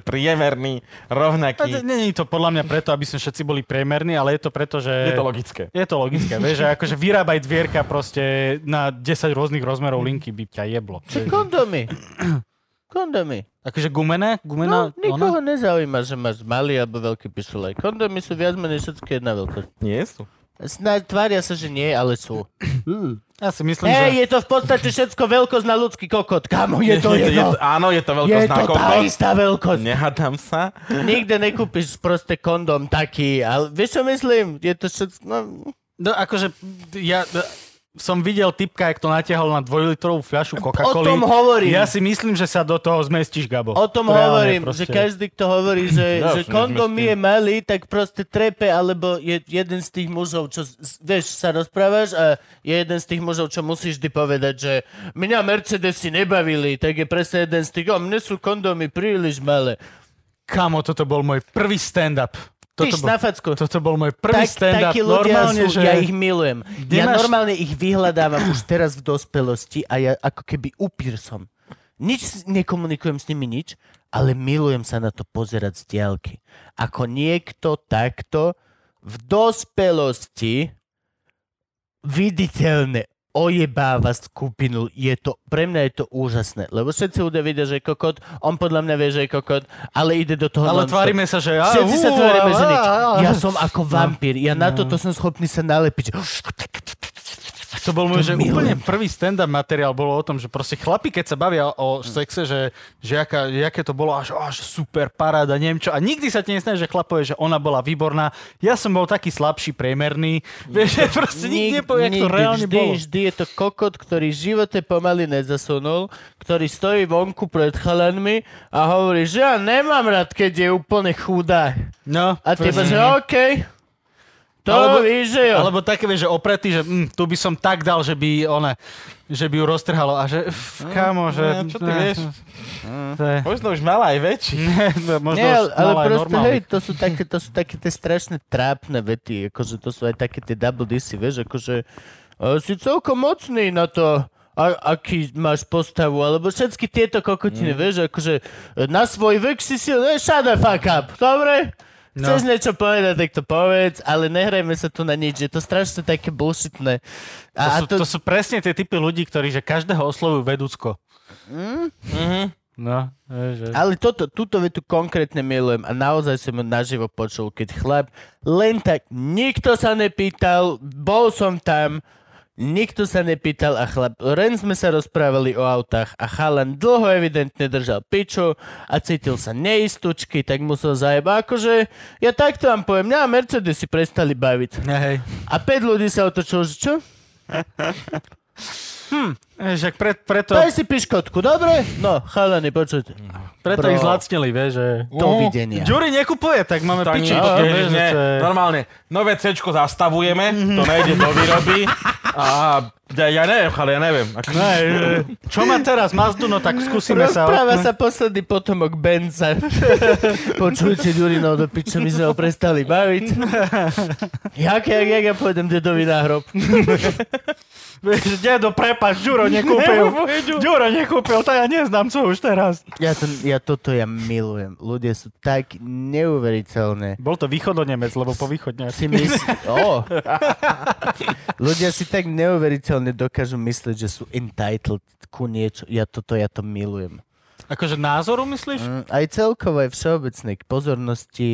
S3: A
S4: priemerní,
S3: to-
S4: rovnakí.
S3: Není to podľa mňa preto, aby sme všetci boli priemerní, ale je to preto, že...
S4: Je to logické.
S3: Je to logické, vieš, že akože vyrábaj dvierka proste na 10 rôznych rozmerov linky by ťa jeblo.
S5: Čo kondomy? Kondomy.
S3: Akože gumené?
S5: No,
S3: Gumená?
S5: nikoho nezaujíma, že máš malý alebo veľký pištolej. Kondomy sú viac menej všetky jedna veľkosť.
S4: Nie sú.
S5: Snáď tvária sa, že nie, ale
S3: [clears throat]
S5: sú.
S3: Ja si myslím, že...
S5: Hej, je to v podstate všetko veľkosť na ľudský kokot. Kamo, je to
S4: je,
S5: jedno.
S4: to- áno, je to
S5: Je
S4: veľkosť na
S5: to tá
S4: kokot.
S5: istá veľkosť.
S4: Nehádam sa.
S5: Nikde nekúpiš proste kondom taký, ale vieš čo myslím? Je to všetko... No,
S3: No akože ja... som videl typka, jak to natiahol na dvojlitrovú fľašu Coca-Coli.
S1: O tom hovorím.
S3: Ja si myslím, že sa do toho zmestíš, Gabo.
S1: O tom
S3: Reálne
S1: hovorím, že
S3: proste.
S1: každý, kto hovorí,
S3: [laughs]
S1: že,
S4: Ja
S1: že
S4: už sme
S1: kondom
S4: zmestili.
S1: je malý, tak proste trepe, alebo je jeden z tých mužov, čo, s- vieš, sa rozprávaš a je jeden z tých mužov, čo musíš vždy povedať, že mňa Mercedesy nebavili, tak je presne jeden z tých, o, mne sú kondomy príliš malé.
S3: Kamo, toto bol môj prvý stand-up. Toto
S1: Tyš,
S3: bol,
S1: na facku.
S3: toto bol môj
S1: Tak,
S3: prvý stand-up.
S1: takí ľudia
S3: Normálne,
S1: sú,
S3: že...
S1: ja ich milujem. Ja
S3: Nemáš-
S1: normálne ich vyhľadávam už teraz v dospelosti a ja ako keby upír som. Nič s- nekomunikujem s nimi nič, ale milujem sa na to pozerať z diaľky. Ako niekto takto v dospelosti viditeľne ojebáva skupinu. Je to, pre mňa je to úžasné, lebo všetci ľudia vidia, že je kokot, on podľa mňa vie, že je kokot, ale ide do toho
S3: Ale
S1: nonstop.
S3: tvárime sa, že... á,
S1: Všetci sa
S3: ú,
S1: tvárime,
S3: á,
S1: že nič.
S3: á, á.
S1: Ja som ako
S3: No.
S1: vampír. Ja na toto som schopný sa nalepiť.
S3: To bol môj, že
S1: milujem.
S3: úplne prvý stand-up materiál bolo o tom, že proste chlapi, keď sa bavia o sexe, že, že aká, aké to bolo, až, až super, paráda, neviem čo. A nikdy sa ti nesne, že chlap povie, že ona bola výborná. Ja som bol taký slabší, priemerný. Vieš, [laughs] že proste nikdy nepovie, jak to
S1: nikdy.
S3: reálne
S1: vždy,
S3: bolo.
S1: vždy je to kokot, ktorý v živote pomaly nezasunul, ktorý stojí vonku pred chalanmi a hovorí, že ja nemám rád, keď je úplne chudá.
S3: No,
S1: A ty že
S3: presne.
S1: OK, to
S3: Alebo-
S1: alebo, víš, že jo.
S3: Alebo také, vieš, že opretý, že mm, tu by som tak dal, že by ona, že by ju roztrhalo a že
S1: No,
S3: f, kámo, že...
S4: Ne, čo ty vieš?
S3: To je,
S4: Možno už mala aj
S3: [laughs]
S4: väčší.
S3: ne, možno
S1: Nie, ale,
S3: už
S1: ale
S3: mala aj
S1: proste,
S3: normálnych.
S1: hej, to sú, také, to sú také tie strašne trápne vety, akože to sú aj také tie double disy, vieš, akože e, si celkom mocný na to, a, aký máš postavu, alebo všetky tieto
S3: Mm.
S1: kokotiny, vieš, akože e, na svoj vek si si, e, shut the fuck up, dobre?
S3: No.
S1: Chceš niečo povedať, tak to povedz, ale nehrajme sa tu na nič, je to strašne také bullshitné.
S3: To,
S1: A,
S3: sú, to... to sú presne tie typy ľudí, ktorí že každého oslovujú vedúcko. Mm? No, vieš, že...
S1: Ale toto, túto vetu konkrétne milujem a naozaj som ju naživo počul, keď chlap len tak, nikto sa nepýtal, bol som tam, nikto sa nepýtal a chlap, len sme sa rozprávali o autách a chalan dlho evidentne držal piču a cítil sa neistučky, tak musel zajebať, akože ja takto vám poviem, mňa Mercedes si prestali baviť.
S3: Ne, hej.
S1: A 5 ľudí sa otočilo, že čo?
S3: Vieš, že pre, preto,
S1: Daj si piškotku, dobre? No, chalani, počujte.
S3: preto
S1: bro.
S3: ich zlacnili, vieš, že...
S1: Dovidenia.
S3: Ďuri nekupuje, tak máme
S4: To
S3: piči.
S4: nie,
S3: potom,
S4: ježiš,
S3: vieš, že
S4: nie.
S3: to je- Mhm.
S4: Normálne, nové C zastavujeme, to nejde do výroby. A ja, ja neviem, ale ja neviem. Ako,
S3: Ne, že- Čo má teraz Mazdu, no tak skúsime sa...
S1: Rozpráva sa posledný potomok Benza. [laughs] Počujte, Ďurino, do piče, my sme ho prestali baviť. Jak, jak, jak ja pôjdem dedovi na hrob.
S3: Vieš, dedo, prepáč, Ďuro nekúpil. Ďuro nekúpil, to ja neznám, co už teraz.
S1: Ja, to, ja toto ja milujem. Ľudia sú tak neuveriteľné.
S3: Bol to východonemiec, lebo po východne.
S1: Si mysl... [laughs] o. Ľudia si tak neuveriteľne dokážu myslieť, že sú entitled ku niečo. Ja toto, ja to milujem.
S3: Akože názoru myslíš?
S1: Mm, Aj celkovo, aj všeobecne, k pozornosti,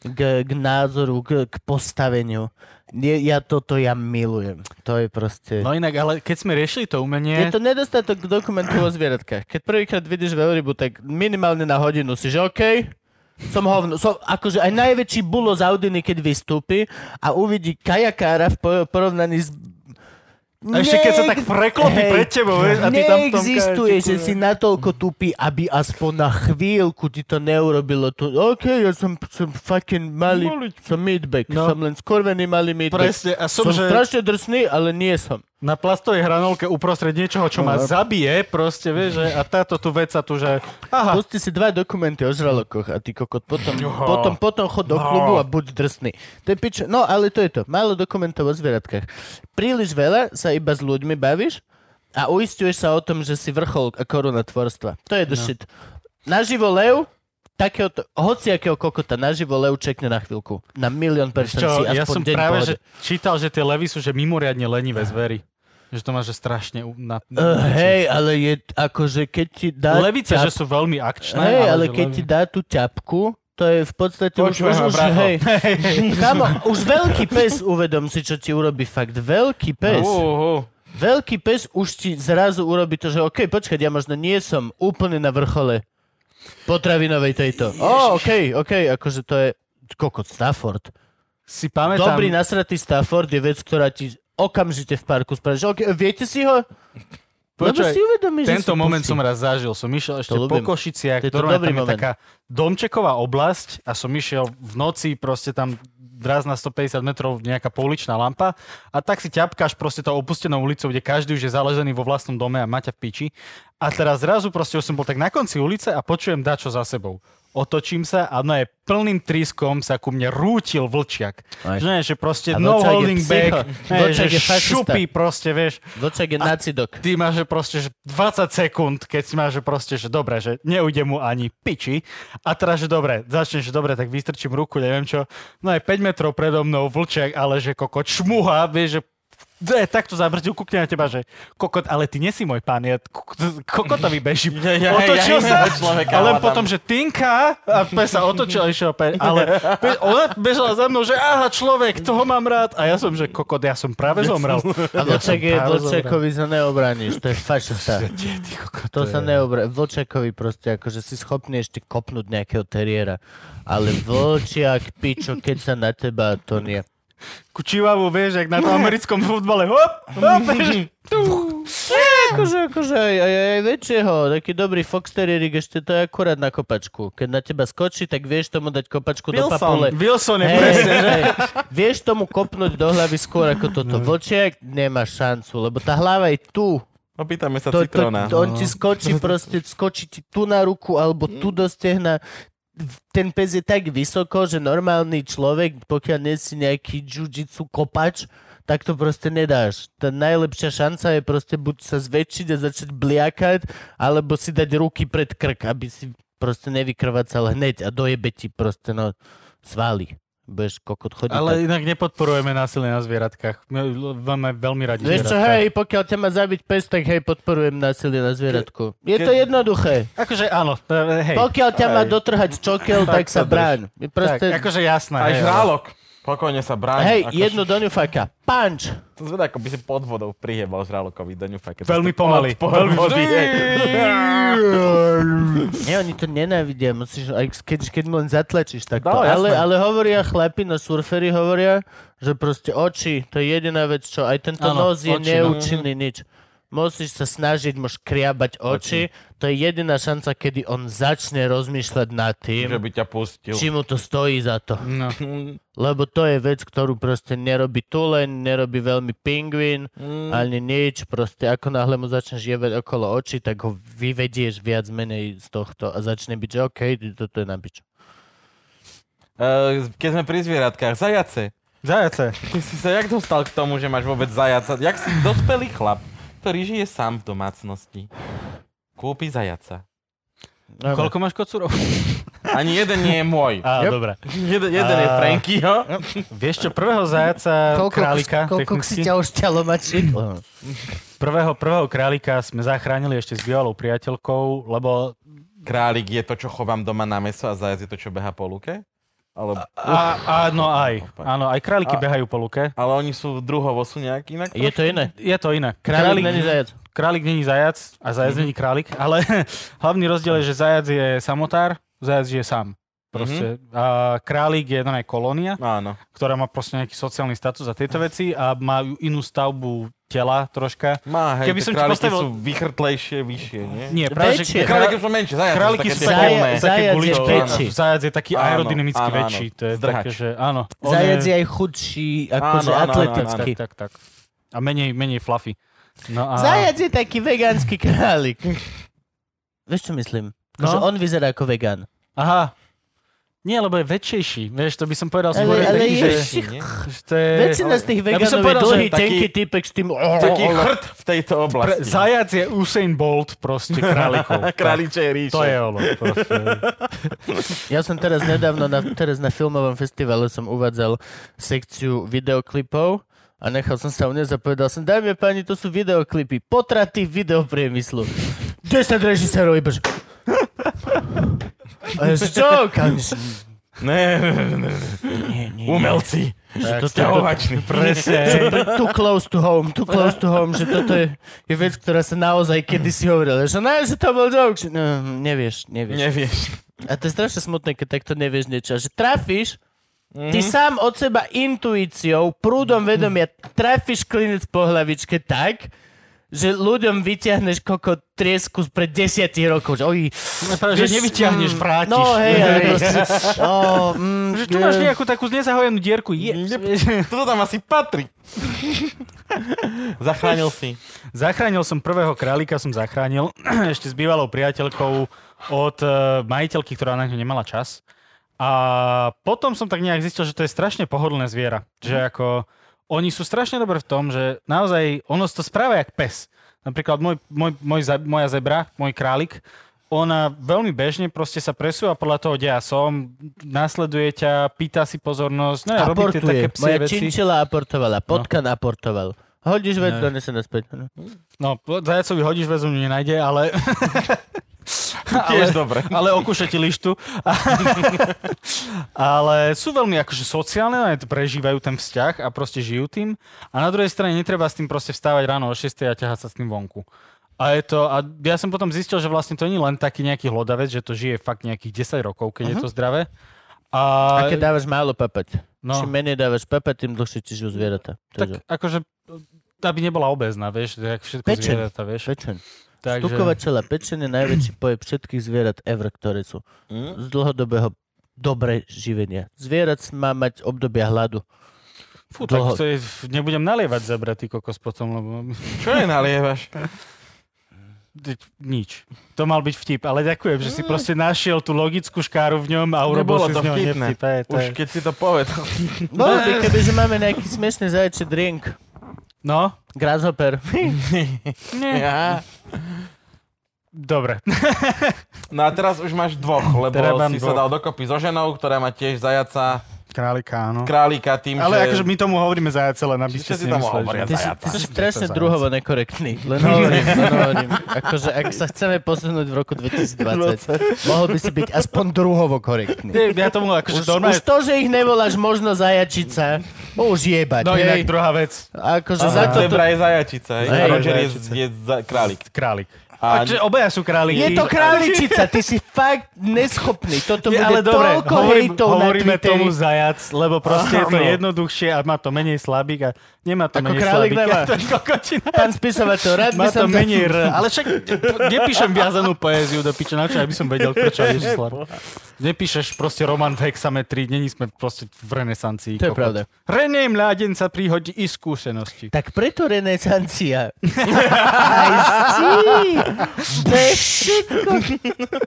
S1: k, k názoru, k, k postaveniu. Je, ja toto ja milujem. To je proste...
S3: No inak, ale keď sme riešili to
S1: Je
S3: umenie...
S1: to nedostatok dokumentov o zvieratkách. Keď prvýkrát vidíš veľrybu, tak minimálne na hodinu si, že OK, som hovno. Som, akože aj najväčší bulo z Audiny, keď vystúpi a uvidí kajakára v po- porovnaní s...
S3: A ešte keď sa tak preklopí
S1: Hej.
S3: pred tebou, vieš, Torej, a ty tam v tom
S1: Neexistuje,
S3: kajačiku,
S1: že
S3: no.
S1: si natoľko tupý, aby aspoň na chvíľku ti to neurobilo. To, OK, ja som, som fucking malý, som midback,
S3: No.
S1: som len skurvený malý midback.
S3: Presne, a
S1: Som,
S3: som, že
S1: strašne drsný, ale nie som.
S3: na plastovej hranolke uprostred niečoho, čo
S1: No.
S3: ma zabije, proste, vieš, že, a táto tu vec sa tu, že... Aha,
S1: Pusti si dva dokumenty o žralokoch a ty kokot, potom,
S3: No.
S1: potom, potom chod do klubu a buď drsný. To je pič... No, ale to je to. Málo dokumentov o zvieratkách. Príliš veľa sa iba s ľuďmi bavíš a uistuješ sa o tom, že si vrchol a koruna tvorstva. To je the no. shit. Naživo lev, takého, hociakého kokota, naživo lev čekne na chvíľku. Na milión percent
S3: čo,
S1: si aspoň
S3: ja som
S1: deň
S3: práve,
S1: pohode.
S3: že čítal, že tie levy sú, že mimoriadne lenivé zvery. Že to má, že strašne... u- Na, na,
S1: Uh, hej, ale je akože keď ti dá...
S3: Levice,
S1: ťap-
S3: že sú veľmi akčné.
S1: Hej, ale
S3: že
S1: keď
S3: levy-
S1: ti dá tú ťapku, to je v podstate už,
S4: Počúvaj
S1: už,
S4: ma,
S1: už,
S4: bracho.
S1: hej. Kamo, už veľký pes, uvedom si, čo ti urobí fakt. Veľký pes.
S4: Uhu.
S1: Veľký pes už ti zrazu urobí to, že okej, počkať, ja možno nie som úplne na vrchole potravinovej tejto. Ó, okej, okej, akože to je kokot Stafford.
S3: Si pamätám...
S1: Dobrý nasratý Stafford je vec, ktorá ti okamžite v parku spravíš. Ok, viete si ho? Lebo
S3: Počúvaj,
S1: si uvedomíš, že
S3: Tento
S1: si
S3: moment
S1: pustí.
S3: som raz zažil. Som išiel ešte
S1: To
S3: po
S1: ľúbim.
S3: Košiciach,
S1: To je to
S3: ktorá
S1: dobrý
S3: tam je
S1: moment.
S3: taká domčeková oblasť a som išiel v noci, proste tam raz na 150 metrov nejaká pouličná lampa a tak si ťapkáš proste tou opustenou ulicou, kde každý už je zaležený vo vlastnom dome a má ťa v piči. A teraz zrazu proste už som bol tak na konci ulice a počujem dačo za sebou. Otočím sa a no je plným trískom sa ku mne rútil vlčiak.
S1: Aj.
S3: Že, ne, že proste
S1: A vlčiak
S3: no
S1: je
S3: holding back,
S1: psycho.
S3: ne,
S1: Vlčiak
S3: že
S1: je fašista.
S3: šupy proste, vieš.
S1: Vlček je nacidok.
S3: Ty máš že proste že 20 sekúnd, keď si máš že proste, že dobre, že neujde mu ani piči. A teraz, že dobre, začneš, že dobre, tak vystrčím ruku, neviem čo. No aj 5 metrov predo mnou vlček, ale že kokot šmuha, vieš, že je, takto zabrzdil, kúkne na teba, že kokot, ale ty nesi môj pán, ja ku- kokotovi bežím.
S4: Ja, ja,
S3: Otočil
S4: ja
S3: sa,
S4: iného človeka
S3: ale
S4: hľadám.
S3: potom, že Tinka, a pes sa otočil a išiel opäť, ale pe- ona bežala za mnou, že aha, človek, toho mám rád. A ja som, že kokot, ja som práve zomrel.
S1: A vlček je,
S3: práve
S1: vlčekovi sa neobraníš, to je fašista. To sa neobra... Vlčekovi proste, akože si schopný ešte kopnúť nejakého teriéra. Ale vlčiak, pičo, keď sa na teba, to nie.
S3: Kučivavu, vieš, jak na tom americkom futbale. Hop, hop, vieš.
S1: Akože, akože aj, aj, aj, aj väčšieho, taký dobrý fox terriérik, ešte to je akurát na kopačku. Keď na teba skočí, tak vieš tomu dať kopačku do papule.
S3: Wilson je
S1: Hej,
S3: presne.
S1: hej. Vieš tomu kopnúť do hlavy skôr ako toto. Vlčiak nemá šancu, lebo tá hlava je tu.
S4: Opýtame No, sa
S1: To, to,
S4: Citrona.
S1: to, on ti skočí proste, skočí ti tu na ruku alebo tu do stehna. Ten pes je tak vysoko, že normálny človek, pokiaľ nie si nejaký jujitsu kopač, tak to proste nedáš. Tá najlepšia šanca je proste buď sa zväčšiť a začať bliakať, alebo si dať ruky pred krk, aby si proste nevykrvácal hneď a dojebe ti proste no svaly. Budeš kokot chodiť.
S3: Ale inak nepodporujeme násilie na zvieratkách. My l- máme veľmi radi
S1: Vieš čo,
S3: zvieratka.
S1: hej, pokiaľ ťa má zabiť pes, tak hej, podporujem násilie na zvieratku. Je to
S4: ke-
S1: jednoduché.
S3: Akože áno, e, hej.
S1: Pokiaľ ťa má dotrhať čokel, tak, sa bráň. Je
S3: Tak,
S1: Proste,
S3: akože jasná.
S4: Aj
S3: hej, ale-
S4: žrálok. Pokojne sa bráň.
S1: hej,
S4: ako
S1: jednu do ňufaka. Punch!
S4: To zvedá, ako by si pod vodou prihebal žralokovi do ňufaka.
S3: Veľmi pomaly. Veľmi
S4: vody. hej.
S1: Nie, oni to nenávidia, musíš, aj keď, keď mu len zatlačíš takto.
S4: No, jasné.
S1: ale, ale hovoria chlapi na surferi, hovoria, že proste oči, to je jediná vec, čo aj tento
S3: Áno,
S1: nos je
S3: oči, no.
S1: neúčinný nič. Musíš sa snažiť, môžeš kriabať oči. To je jediná šanca, kedy on začne rozmýšľať nad tým,
S4: Že by ťa pustil.
S1: či mu to stojí za to.
S3: No.
S1: Lebo to je vec, ktorú proste nerobí Tulen, nerobí veľmi pingvin, mm. ani nič. Proste ako náhle mu začneš jebať okolo očí, tak ho vyvedieš viac menej z tohto a začne byť, že OK, toto je na piču.
S4: Eh, keď sme pri zvieratkách, zajace.
S3: Zajace.
S4: Ty si sa jak dostal k tomu, že máš vôbec zajaca? Jak si dospelý chlap, ktorý žije sám v domácnosti, kúpi zajaca.
S1: No,
S3: Koľko máš kocúrov?
S4: Ani jeden nie je môj.
S3: Á,
S1: Yep.
S3: dobre.
S4: Jeden, jeden je
S3: A-
S4: Frankyho.
S3: Vieš čo, prvého zajaca, králika,
S1: koľko si
S3: technicky,
S1: ťa už ťalo [laughs] mačí?
S3: prvého, prvého králika sme zachránili ešte s bývalou priateľkou, lebo
S4: Králik je to, čo chovám doma na meso a zajac je to, čo beha po luke? Alebo...
S3: A, áno, aj.
S4: Opak.
S3: Áno, aj králiky
S4: A-
S3: behajú po luke.
S4: Ale oni sú druhovo, sú nejak inak?
S1: Je to iné.
S3: Je to iné.
S1: Králik není zajac. Mhm.
S3: Králik není zajac a zajac není králik, ale [laughs] hlavný rozdiel je, že zajac je samotár, zajac žije sám. Proste.
S1: Mhm.
S3: A králik je jedna kolónia,
S4: Áno.
S3: ktorá má proste nejaký sociálny status a
S1: Mhm.
S3: tieto veci a majú inú stavbu tela troška.
S1: Mhm.
S4: Má, hej,
S3: Keby
S4: Keby
S3: som ti
S4: králiky
S3: postavil-
S4: sú vychrtlejšie, vyššie, nie?
S3: Nie, práve,
S1: Väčšie.
S3: že
S4: Králiky sú menšie, zajace
S3: králiky
S4: sú
S3: sú
S4: také tie
S1: zajac-
S4: voľné.
S1: zajac-
S3: také
S1: je
S3: guličky.
S1: väčší.
S3: Zajac je taký
S4: Áno,
S3: aerodynamicky
S4: áno, áno.
S3: väčší. To je
S4: Zdrhač.
S3: také, že áno. on
S1: Zajac je aj chudší, akože
S4: Áno, áno, áno,
S3: tak,
S1: atletický.
S3: tak, tak. A menej, menej fluffy. No a...
S1: Zajac je taký vegánsky králik. Vieš, čo myslím? Akože
S3: No.
S1: on vyzerá ako vegán.
S3: Aha. Nie, lebo je väčšejší. Vieš, to by som povedal skôr
S1: Ale, ale
S3: taký,
S1: je
S3: že...
S1: šich...
S3: že to je...
S1: Väčšina z tých
S3: Eh, Ja by som
S1: vegánov je
S3: povedal, že
S1: dlhý,
S4: taký-
S1: tenký typek s tým...
S4: Taký chrt v tejto
S3: Pre,
S4: oblasti.
S3: zajac je Usain Bolt proste králikov.
S4: Králičej ríše.
S3: To je ono. Proste.
S1: Ja som teraz nedávno, na, teraz na filmovom festivale som uvádzal sekciu videoklipov a nechal som sa u mňa zapovedal som, dajme páni, to sú videoklipy, potraty videopriemyslu. 10 režisérov, ibaž... A ja, že čo? Kam- že
S4: Ne, ne, ne, ne.
S1: Nie, nie, nie.
S4: Umelci.
S1: Že toto je to-
S4: Ťahovačný.
S3: Presne.
S1: že pr- too close to home, too close to home, že toto je, je vec, ktorá sa naozaj kedysi hovorila. Že ne, že to bol joke. Že, no, nevieš, nevieš.
S4: Nevieš.
S1: A to je strašne smutné, keď takto nevieš niečo. Že trafíš
S3: Mhm.
S1: Ty sám od seba intuíciou, prúdom vedomia trafíš klinec po hlavičke tak, že ľuďom vyťahneš koko triesku pred desiatich rokov. Že, oj,
S3: Práve, No, že
S1: vieš,
S3: nevyťahneš,
S1: mm,
S3: vrátiš.
S1: No hej, ale [laughs] proste, o,
S3: [laughs]
S1: mm,
S3: Že tu máš nejakú takú nezahojenú dierku. Je.
S4: Toto tam asi patrí. [laughs] Zachránil si.
S3: Zachránil som prvého králika, som zachránil [clears throat] ešte s bývalou priateľkou od eh, majiteľky, ktorá na ňu nemala čas. A potom som tak nejak zistil, že to je strašne pohodlné zviera. Že ako, oni sú strašne dobré v tom, že naozaj ono si to správa jak pes. Napríklad môj, môj, môj, ze- moja zebra, môj králik, ona veľmi bežne proste sa presúva podľa toho, kde ja som, nasleduje ťa, pýta si pozornosť, no ja robí tie také
S1: aportuje.
S3: psie
S1: Moja
S3: veci.
S1: činčila aportovala, potkan aportoval. Hodíš vec, donese naspäť. No.
S3: No, zajacovi hodíš väzu, nenájde, ale... Tiež ale, dobre. Ale okúša ti lištu. [laughs] ale sú veľmi akože sociálne, oni to prežívajú ten vzťah a proste žijú tým. A na druhej strane netreba s tým proste vstávať ráno o 6 a ťahať sa s tým vonku. A, je to, a ja som potom zistil, že vlastne to nie je len taký nejaký hlodavec, že to žije fakt nejakých 10 rokov, keď je to zdravé. A,
S1: Mhm. A keď dávaš málo papať. No.
S3: no,
S1: Čím menej dávaš papať, tým dlhšie ti žijú zvieratá.
S3: tak akože aby nebola obezná, vieš, tak všetko
S1: Pečeň.
S3: zvieratá, vieš.
S1: Pečen.
S3: Takže-
S1: Stukovačela pečen je najväčší pojeb všetkých zvierat ever, ktoré sú. Z dlhodobého dobre živenia. Zvierat má mať obdobia [laughs] hladu.
S3: Fú, tak
S1: Dlho-
S3: to je, f- nebudem nalievať zebra, ty kokos potom, lebo
S4: Čo je nalievaš?
S3: Deď nič. To mal byť vtip, ale ďakujem, že si proste našiel tú logickú škáru v ňom a urobil
S4: Nebolo
S3: si z
S4: to
S3: ňoho
S4: vtipné.
S3: nevtip. hej, to
S4: Už
S3: je-
S4: keď si to povedal.
S1: Bolo by, keby, že máme nejaký smiešný zajčí drink.
S3: No,
S1: [laughs] Grasshopper.
S4: Ja.
S3: dobre.
S4: No a teraz už máš dvoch, lebo
S3: Teraz mám
S4: si
S3: dvoch.
S4: sa dal dokopy so ženou, ktorá má tiež zajaca,
S3: Králika, áno.
S4: králika tým,
S3: Ale
S4: že...
S3: akože my tomu hovoríme zajace, len aby ste
S4: Ešte
S3: si
S4: si tam
S3: nemysleli,
S4: hovoria
S3: že...
S1: Ty si,
S4: zajaca.
S1: ty si
S3: Čo
S1: strašne
S3: to zajac?
S1: druhovo nekorektný. [laughs] Len hovorím, len hovorím. Akože ak sa chceme posunúť v [laughs] roku 2020, mohol by si byť aspoň druhovo korektný.
S3: Nie, Ja tomu akože
S1: Už, už
S3: normálne...
S1: to, že ich nevoláš možno zajačica, už jebať.
S3: No
S1: hej.
S3: inak druhá vec,
S1: Akože
S4: Aha,
S1: za toto...
S4: Zebra je zajačica, hej?
S1: Hej,
S4: A Roger je,
S3: zajačica.
S4: je za, králik.
S3: králik.
S4: A-
S3: Takže obaja sú králiky.
S1: Je to králičica, ty si fakt neschopný. Toto
S3: Nie,
S1: bude
S3: ale dobre,
S1: toľko hejtov na
S3: hovoríme
S1: Twitteri.
S3: tomu zajac, lebo proste je to
S4: Áno.
S3: jednoduchšie a má to menej slabík a nemá to
S1: Ako
S3: menej
S1: králik
S3: slabík.
S1: nemá.
S3: [laughs] To je kokotina.
S1: Pán spisovateľ, rád by
S3: [laughs] Má to
S1: som... tak-
S3: menej R, ale však nepíšem viazanú poéziu do piče, na čo aby som vedel, prečo je Nepíšeš proste román v hexametrii, není sme proste v renesancii.
S1: To je pravda.
S3: René mládenca príhodí i skúsenosti.
S1: Tak preto [laughs] renesancia. Aj si. To je všetko.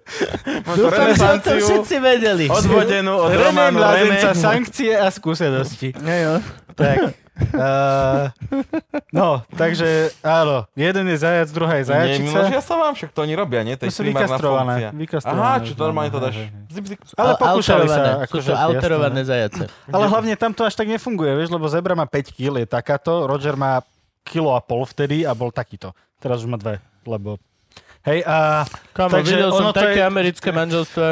S1: Dúfam, že o tom
S4: Renesanciu
S1: všetci vedeli.
S4: [laughs] Odvodenú od
S3: René
S4: románu
S3: mládenca,
S4: René.
S3: sankcie a skúsenosti.
S1: No jo.
S3: Tak. Uh, no, takže áno, jeden je zajac, druhá je
S4: Nie,
S3: zajačica.
S4: Miloš, ja sa vám, však to oni robia, nie? To je
S3: No sú
S4: primárna
S3: vykastrované,
S4: funkcia.
S3: vykastrované
S4: Aha, čo
S3: už, no,
S4: normálne to
S3: hej,
S4: dáš.
S3: hej,
S4: Zip, zip.
S3: Ale
S1: A-
S3: pokúšali
S1: alterované.
S3: sa.
S1: Sú
S3: akože,
S1: to
S3: jasné,
S1: alterované zajace.
S3: Ale hlavne tam to až tak nefunguje, vieš, lebo Zebra má 5 kg, je takáto, Roger má kilo a pol vtedy a bol takýto. Teraz už má dve, lebo... Hej, a...
S1: Kamo,
S3: Takže
S1: videl som
S3: ono to
S1: také
S3: je-
S1: americké manželstva.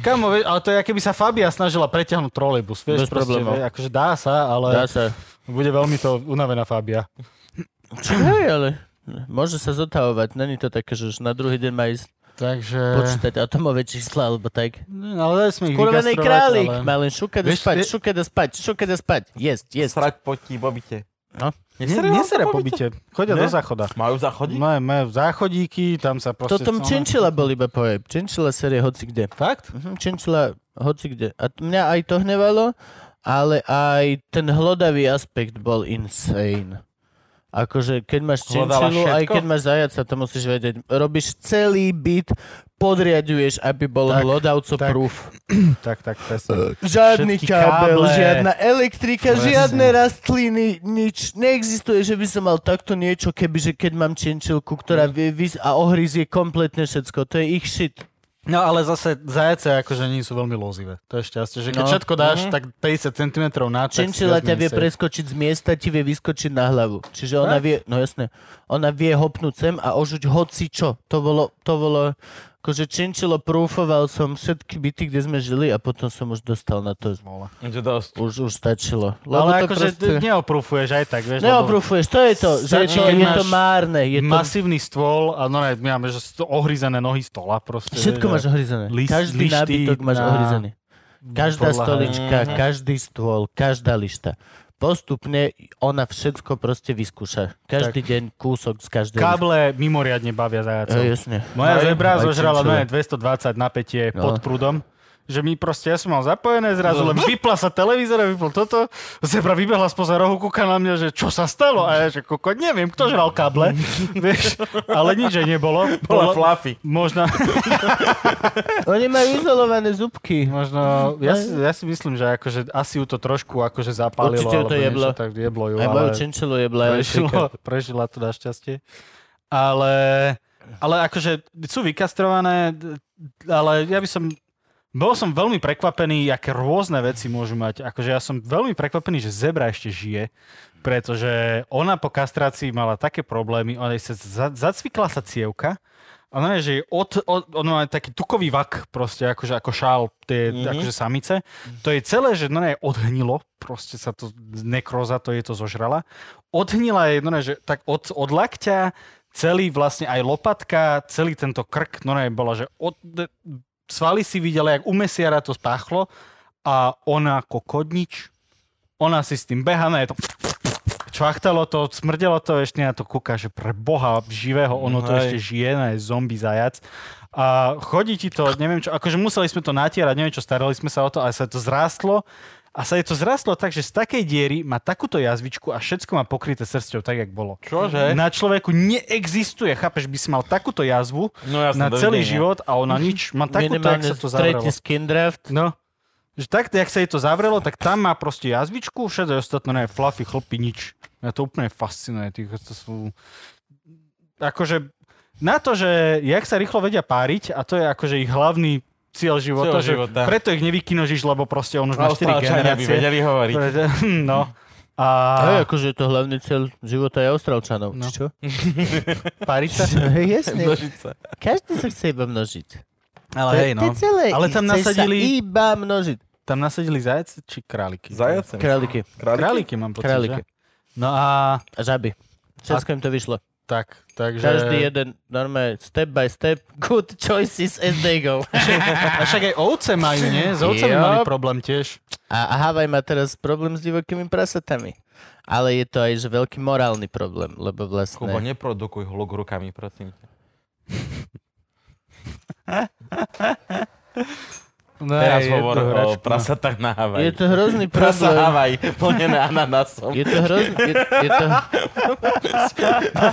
S3: Kamo, vieš, ale to je, keby sa Fabia snažila preťahnuť trolejbus, vieš,
S1: Bez
S3: proste,
S1: problémov.
S3: vieš, akože dá sa, ale
S1: Dá sa.
S3: bude veľmi to unavená Fabia.
S1: Čo hej, ale... Môže sa zotavovať, není to také, že už na druhý deň má
S3: Eh.
S1: ísť
S3: Takže...
S1: počítať atomové čísla, alebo tak.
S3: No, Ale dali sme ich
S1: Kurvený
S3: vykastrovať,
S1: králik, ale...
S3: ale-
S1: má len šukať a
S3: Vieš,
S1: spať,
S3: je-
S1: šukať a spať, šukať a spať. Jesť, jesť.
S4: Srať po ti, bobite.
S1: No.
S3: Nie,
S4: Nesere vám to
S3: nesere
S4: po
S3: po
S4: byte?
S3: byte. No. Chodia
S4: Ne?
S3: do záchoda.
S4: Majú zachodiť?
S3: Majú, majú záchodíky, tam sa proste...
S1: To tam
S3: celé-
S1: činčila bol iba pojeb. Činčila série hoci kde.
S3: Fakt?
S1: Mhm, činčila hoci kde. A t- mňa aj to hnevalo, ale aj ten hlodavý aspekt bol insane. Akože keď máš
S4: Hlodala
S1: činčilu, aj
S4: všetko?
S1: keď máš zajaca, to musíš vedieť. Robíš celý byt, podriaduješ, aby bol
S3: Tak,
S1: hlodavco
S3: tak.
S1: proof.
S3: No, Tak, tak, presne.
S1: Žiadny
S3: Všetky
S1: kábel,
S3: káble.
S1: žiadna elektrika,
S3: Presne.
S1: žiadne rastliny, nič. Neexistuje, že by som mal takto niečo, kebyže keď mám činčilku, ktorá vie vys- a ohryzie kompletne všetko. To je ich shit.
S3: No ale zase zajace akože nie sú veľmi lozivé. To je šťastie, že keď
S1: No.
S3: všetko dáš, tak 50 cm na tak
S1: Činčila
S3: si
S1: ťa vie
S3: vezme safe.
S1: preskočiť z miesta, ti vie vyskočiť na hlavu. Čiže ona vie, no jasné, ona vie hopnúť sem a ožuť hoci čo. To bolo, to bolo, akože činčilo prúfoval som všetky byty, kde sme žili a potom som už dostal na to.
S4: Že dosť.
S1: Už, už stačilo. Lebo
S3: Ale
S1: to
S3: akože
S1: proste...
S3: proste... neoprúfuješ aj tak, vieš. lebo
S1: Neoprofuješ, to je to, že je
S3: Stačí,
S1: to,
S3: keď
S1: je
S3: máš
S1: to márne, je to,
S3: Masívny stôl a no ne, my máme, že sto- ohryzené nohy stola proste.
S1: všetko
S3: vieš,
S1: máš
S3: a-
S1: ohryzené.
S3: List-
S1: Každý
S3: lišty
S1: nábytok máš
S3: na-
S1: ohryzený. Každá
S3: podlaha.
S1: stolička, každý stôl, každá lišta. Postupne ona všetko proste vyskúša. Každý deň kúsok z každej
S3: Káble mimoriadne bavia
S1: lišty. E,
S3: zajacov.
S1: jasne.
S3: Moja zebra
S1: aj
S3: zožrala
S1: činčule.
S3: na 220 napätie
S1: No.
S3: pod prúdom. Že mi proste, ja som mal zapojené zrazu, len vypla sa televízor a vypol toto. Zebra vybehla spoza rohu, kúka na mňa, že čo sa stalo? A ja, že koko, neviem, kto žral káble.
S1: [laughs]
S3: Vieš, ale nič jej nebolo.
S4: Bola fluffy.
S3: možno,
S1: Oni majú izolované zúbky. [laughs]
S3: možno, ja si, ja si myslím, že akože asi ju to trošku akože zapálilo.
S1: Určite ju to
S3: alebo niečo,
S1: jeblo.
S3: Tak jeblo ju,
S1: Aj
S3: ale...
S1: moju činčilu je blá
S3: prežila, [laughs] prežila to našťastie. Ale, ale akože sú vykastrované, d- ale ja by som... Bol som veľmi prekvapený, aké rôzne veci môžu mať. Akože ja som veľmi prekvapený, že zebra ešte žije, pretože ona po kastrácii mala také problémy, ona jej sa za, zacvikla sa cievka, a normálne, že je od, od, on má taký tukový vak, proste akože ako šál tie mm-hmm. akože samice. To je celé, že normálne odhnilo, proste sa to nekroza, to je to zožrala. Odhnila je normálne, že tak od, od lakťa, celý vlastne aj lopatka, celý tento krk, normálne bola, že od, d- svaly si videla, jak u mesiara to spáchlo a ona ako kodnič, ona si s tým beha, no je to čvachtalo to, smrdelo to, ešte na to kúka, že pre boha živého, ono to ešte žije, no je zombie zajac. A chodí ti to, neviem čo, akože museli sme to natierať, neviem čo, starali sme sa o to, ale sa to zrástlo. A sa je to zrástlo tak, že z takej diery má takúto jazvičku a všetko má pokryté srsťou, tak jak bolo.
S4: Čože?
S3: Na človeku neexistuje, chápeš, by si mal takúto jazvu
S4: No jasne,
S3: na celý
S4: dovidenia.
S3: život a ona nič, má takúto, jak
S1: Minimálne
S3: sa to zavrelo.
S1: tretí skin draft.
S3: No. Že tak, jak sa jej to zavrelo, tak tam má proste jazvičku, všetko je ostatné, ne, fluffy, chlopy, nič. Mňa to úplne fascinuje, tí, to sú... Akože, na to, že jak sa rýchlo vedia páriť, a to je akože ich hlavný cieľ života,
S4: Cieľ
S3: že
S4: života. No,
S3: preto ich nevykinožíš, lebo proste on už má 4
S4: Austrálčania by
S3: generácie.
S4: vedeli hovoriť. [laughs]
S3: Preto- [laughs] No. A
S1: A... Aj, akože to hlavný cieľ života je Austrálčanov, no.
S3: [laughs]
S1: či čo?
S3: páriť sa.
S1: Jasne,
S4: Množiť sa.
S1: každý sa chce iba množiť.
S3: Ale
S1: To je-
S3: No. hej,
S1: to je
S3: no.
S1: celé.
S3: Ale tam
S1: Chceš
S3: nasadili-
S1: sa iba množiť.
S3: Tam nasadili zajace či králiky?
S4: Zajacem.
S1: Králiky,
S3: Králiky mám pocit,
S1: králiky.
S3: že? No a
S1: A žaby. Všetko im to vyšlo.
S3: tak, takže...
S1: Každý jeden, normálne, step by step, good choices as they go.
S3: A však aj ovce majú, nie? S ovcami
S1: Jo.
S3: mali problém tiež.
S1: [laughs] A, a Havaj má teraz problém s divokými prasatami. Ale je to aj že veľký morálny problém, lebo vlastne...
S4: Kubo, neprodukuj hluk rukami, prosím ťa.
S3: No,
S4: Teraz
S3: aj
S4: hovor
S3: jednu
S4: o
S3: hračku.
S4: prasatách na Havaji.
S1: Je to hrozný
S4: [laughs] Prasa
S1: problém.
S4: Havaj, plnené ananasom.
S1: Je to hrozný... Je, je to...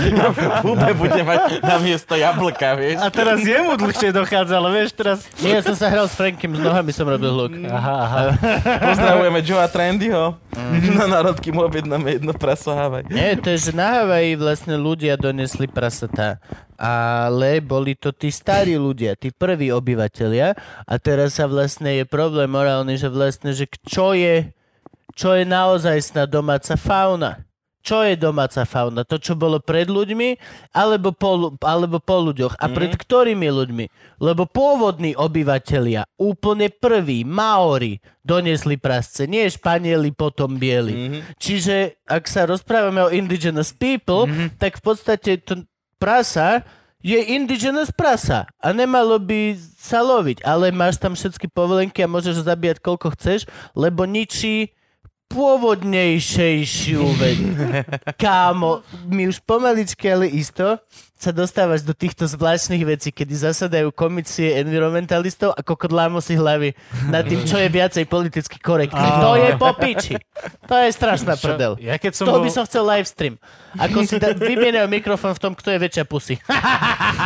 S4: [laughs] Hube bude mať na miesto jablka, vieš.
S3: A teraz jemu dlhšie dochádza, ale vieš, teraz...
S1: Nie, ja som sa hral s Frankim, s nohami som robil hluk.
S3: Aha, aha.
S4: Pozdravujeme Joea Trendyho.
S1: Mhm.
S4: Na národky mu objednáme jedno prasa Havaj.
S1: Nie, to je, že na Havaji vlastne ľudia donesli prasatá. Ale boli to tí starí ľudia, tí prví obyvateľia. A teraz sa vlastne je problém morálny, že vlastne, že k- čo je, čo je naozaj sná domáca fauna. Čo je domáca fauna? To, čo bolo pred ľuďmi, alebo po, ľu- alebo po ľuďoch. A pred ktorými ľuďmi? Lebo pôvodní obyvateľia, úplne prví, Maori, doniesli prasce. Nie Španieli, potom bieli. Čiže ak sa rozprávame o indigenous people, tak v podstate to prasa je indigenous prasa a nemalo by sa loviť, ale máš tam všetky povolenky a môžeš ho zabíjať koľko chceš, lebo ničí pôvodnejšejšiu
S3: [laughs]
S1: vec. Kámo, my už pomaličky, ale isto sa dostávaš do týchto zvláštnych vecí, kedy zasadajú komisie environmentalistov a kokodlámo si hlavy nad tým, čo je viacej politicky korektné. To je popiči. To je strašná prdel.
S3: Ja keď som
S1: To
S3: bol...
S1: by som chcel live stream. Ako si da-
S3: [laughs]
S1: vymieňajú mikrofón v tom, kto je väčšia pusy.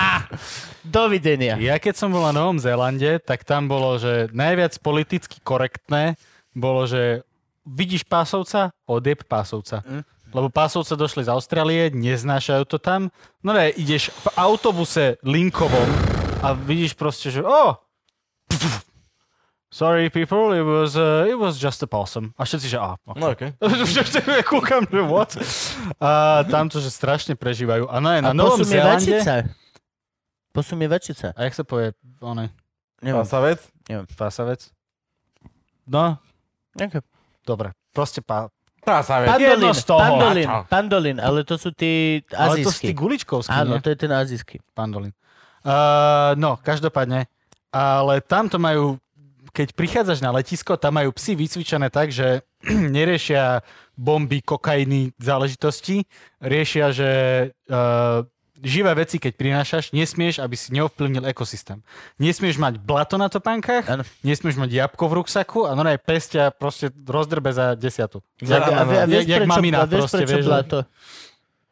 S1: [laughs] Dovidenia.
S3: Ja keď som bol na Novom Zélande, tak tam bolo, že najviac politicky korektné bolo, že vidíš pásovca, odjeb pásovca. Lebo pásovce došli z Austrálie, neznášajú to tam. No ne, ideš v autobuse linkovom a vidíš proste, že oh, Sorry people, it was, uh, it was just a possum. A všetci, že á, okay.
S4: No okej.
S3: ja [laughs] kúkam, že what? A tamto, že strašne prežívajú. A, no, je, na
S1: A
S3: Novom Zélande...
S1: posumievačica. Posumievačica.
S3: A jak sa povie, one,
S1: Nemám.
S4: Pasavec?
S3: pasavec? No,
S1: Ďakujem.
S3: dobre. Proste pá...
S4: Pasavec.
S1: Pandolin,
S3: Jedno z toho.
S1: pandolin,
S4: A čo?
S1: pandolin, ale to sú tí
S3: Ale to sú
S1: azijskí.
S3: tí guličkovskí,
S1: Áno,
S3: Áno,
S1: to je ten azijský.
S3: Eh, pandolin. Uh, no, každopádne. Ale tamto majú keď prichádzaš na letisko, tam majú psy vycvičené tak, že [clears throat] neriešia bomby, kokainy, záležitosti. Riešia, že uh, živé veci, keď prinášaš, nesmieš, aby si neovplyvnil ekosystém. Nesmieš mať blato na topánkach,
S5: Áno.
S3: nesmieš mať jabko v ruksaku a normálne pestia proste rozdrbe za desiatu.
S1: Tak, a, a, a vieš,
S3: Jak- jak
S1: prečo,
S3: mamina
S1: a vieš,
S3: proste,
S1: prečo
S3: vieš, že-
S1: blato?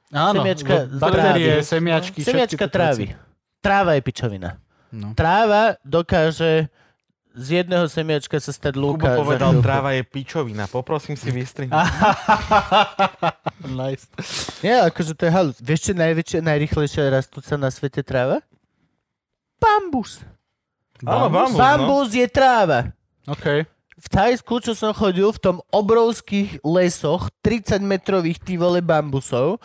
S3: Áno,
S1: Semiačka
S3: lebo baktérie,
S1: trávy.
S3: semiačky, všetky
S1: Semiačka
S3: tieto
S1: trávy.
S3: veci.
S1: Tráva je pičovina.
S3: No.
S1: Tráva dokáže z jedného semiačka sa stať lúka.
S4: Kubo
S1: za
S4: povedal,
S1: chvíľku.
S4: tráva je pičovina, poprosím si vystrihnúť.
S1: Ah,
S3: Nice.
S1: Nie, akože to je halus. Vieš, čo je najväčšia, najrychlejšia rastúca na svete tráva? Bambus.
S4: Áno, bambus, no.
S1: Bambus je tráva.
S3: OK.
S1: V Thajsku, čo som chodil, v tom obrovských lesoch, 30-metrových ty vole bambusov,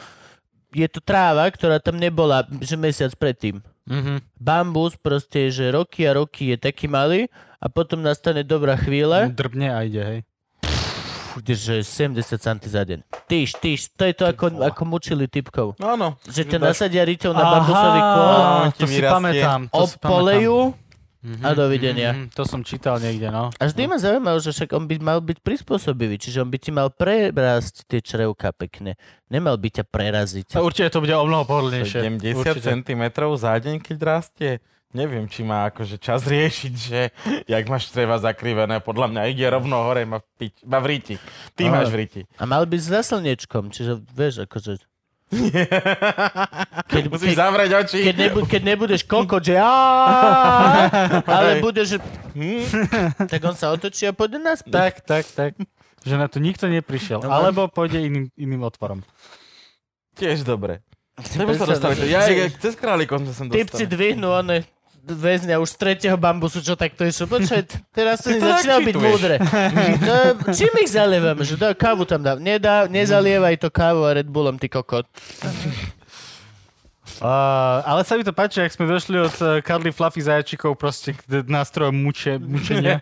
S1: je to tráva, ktorá tam nebola, že mesiac predtým.
S3: Mhm.
S1: Bambus proste, že roky a roky je taký malý a potom nastane dobrá chvíľa,
S3: Drbne a ide, hej.
S1: pf, že 70 cm za deň. Tyš, tyš, to je to, ako, ako mučili typkov.
S4: Áno.
S1: Že ťa nasadia ryťou na bambusový kôl,
S4: Aha,
S3: to
S4: ti
S3: si
S4: vyrastie.
S3: pamätám. To si
S1: opolejú a dovidenia.
S3: pamätám. Mhm, to som čítal niekde, no.
S1: A vždy ma zaujímalo, že však on by mal byť prispôsobivý, čiže on by ti mal prerásť tie črevka pekne. Nemal by ťa preraziť.
S3: A určite to bude o mnoho pohodlnejšie.
S4: 70
S3: Určite.
S4: cm za deň, keď rastie. Neviem, či má akože čas riešiť, že jak máš treba zakrivené, podľa mňa ide rovno hore, má, pič, má v ríti. Ty
S1: Áno.
S4: máš v ríti.
S1: A mal byť za slnečkom, čiže vieš, akože... Keď, keď,
S4: Musíš zavrieť oči.
S1: keď, nebu, keď nebudeš kokot, [laughs] že "Á", ale budeš...
S3: Hm?
S1: Tak on sa otočí a pôjde naspäť.
S3: Tak, tak, tak. Že na to nikto neprišiel. Alebo pôjde iným, iným otvorom.
S4: Tiež dobre. Tebe sa dostali.
S1: Predstavujem,
S4: Ja
S1: že-
S4: ja cez králikov sme sem
S1: Typci
S4: dostali.
S1: dvihnú one väzňa už z tretieho bambusu, čo takto išlo. Počkaj, teraz to
S4: Ty to
S1: začína byť
S4: načítuješ.
S1: múdre. No, čím ich zalievame? Že dá, kávu tam dám. Nedá, nezalievaj to kávu a Red Bullom, ty kokot.
S3: Uh, ale sa mi to páči, ak sme došli od uh, Karly Fluffy zajačikov proste k d- nástrojom muče, mučenia.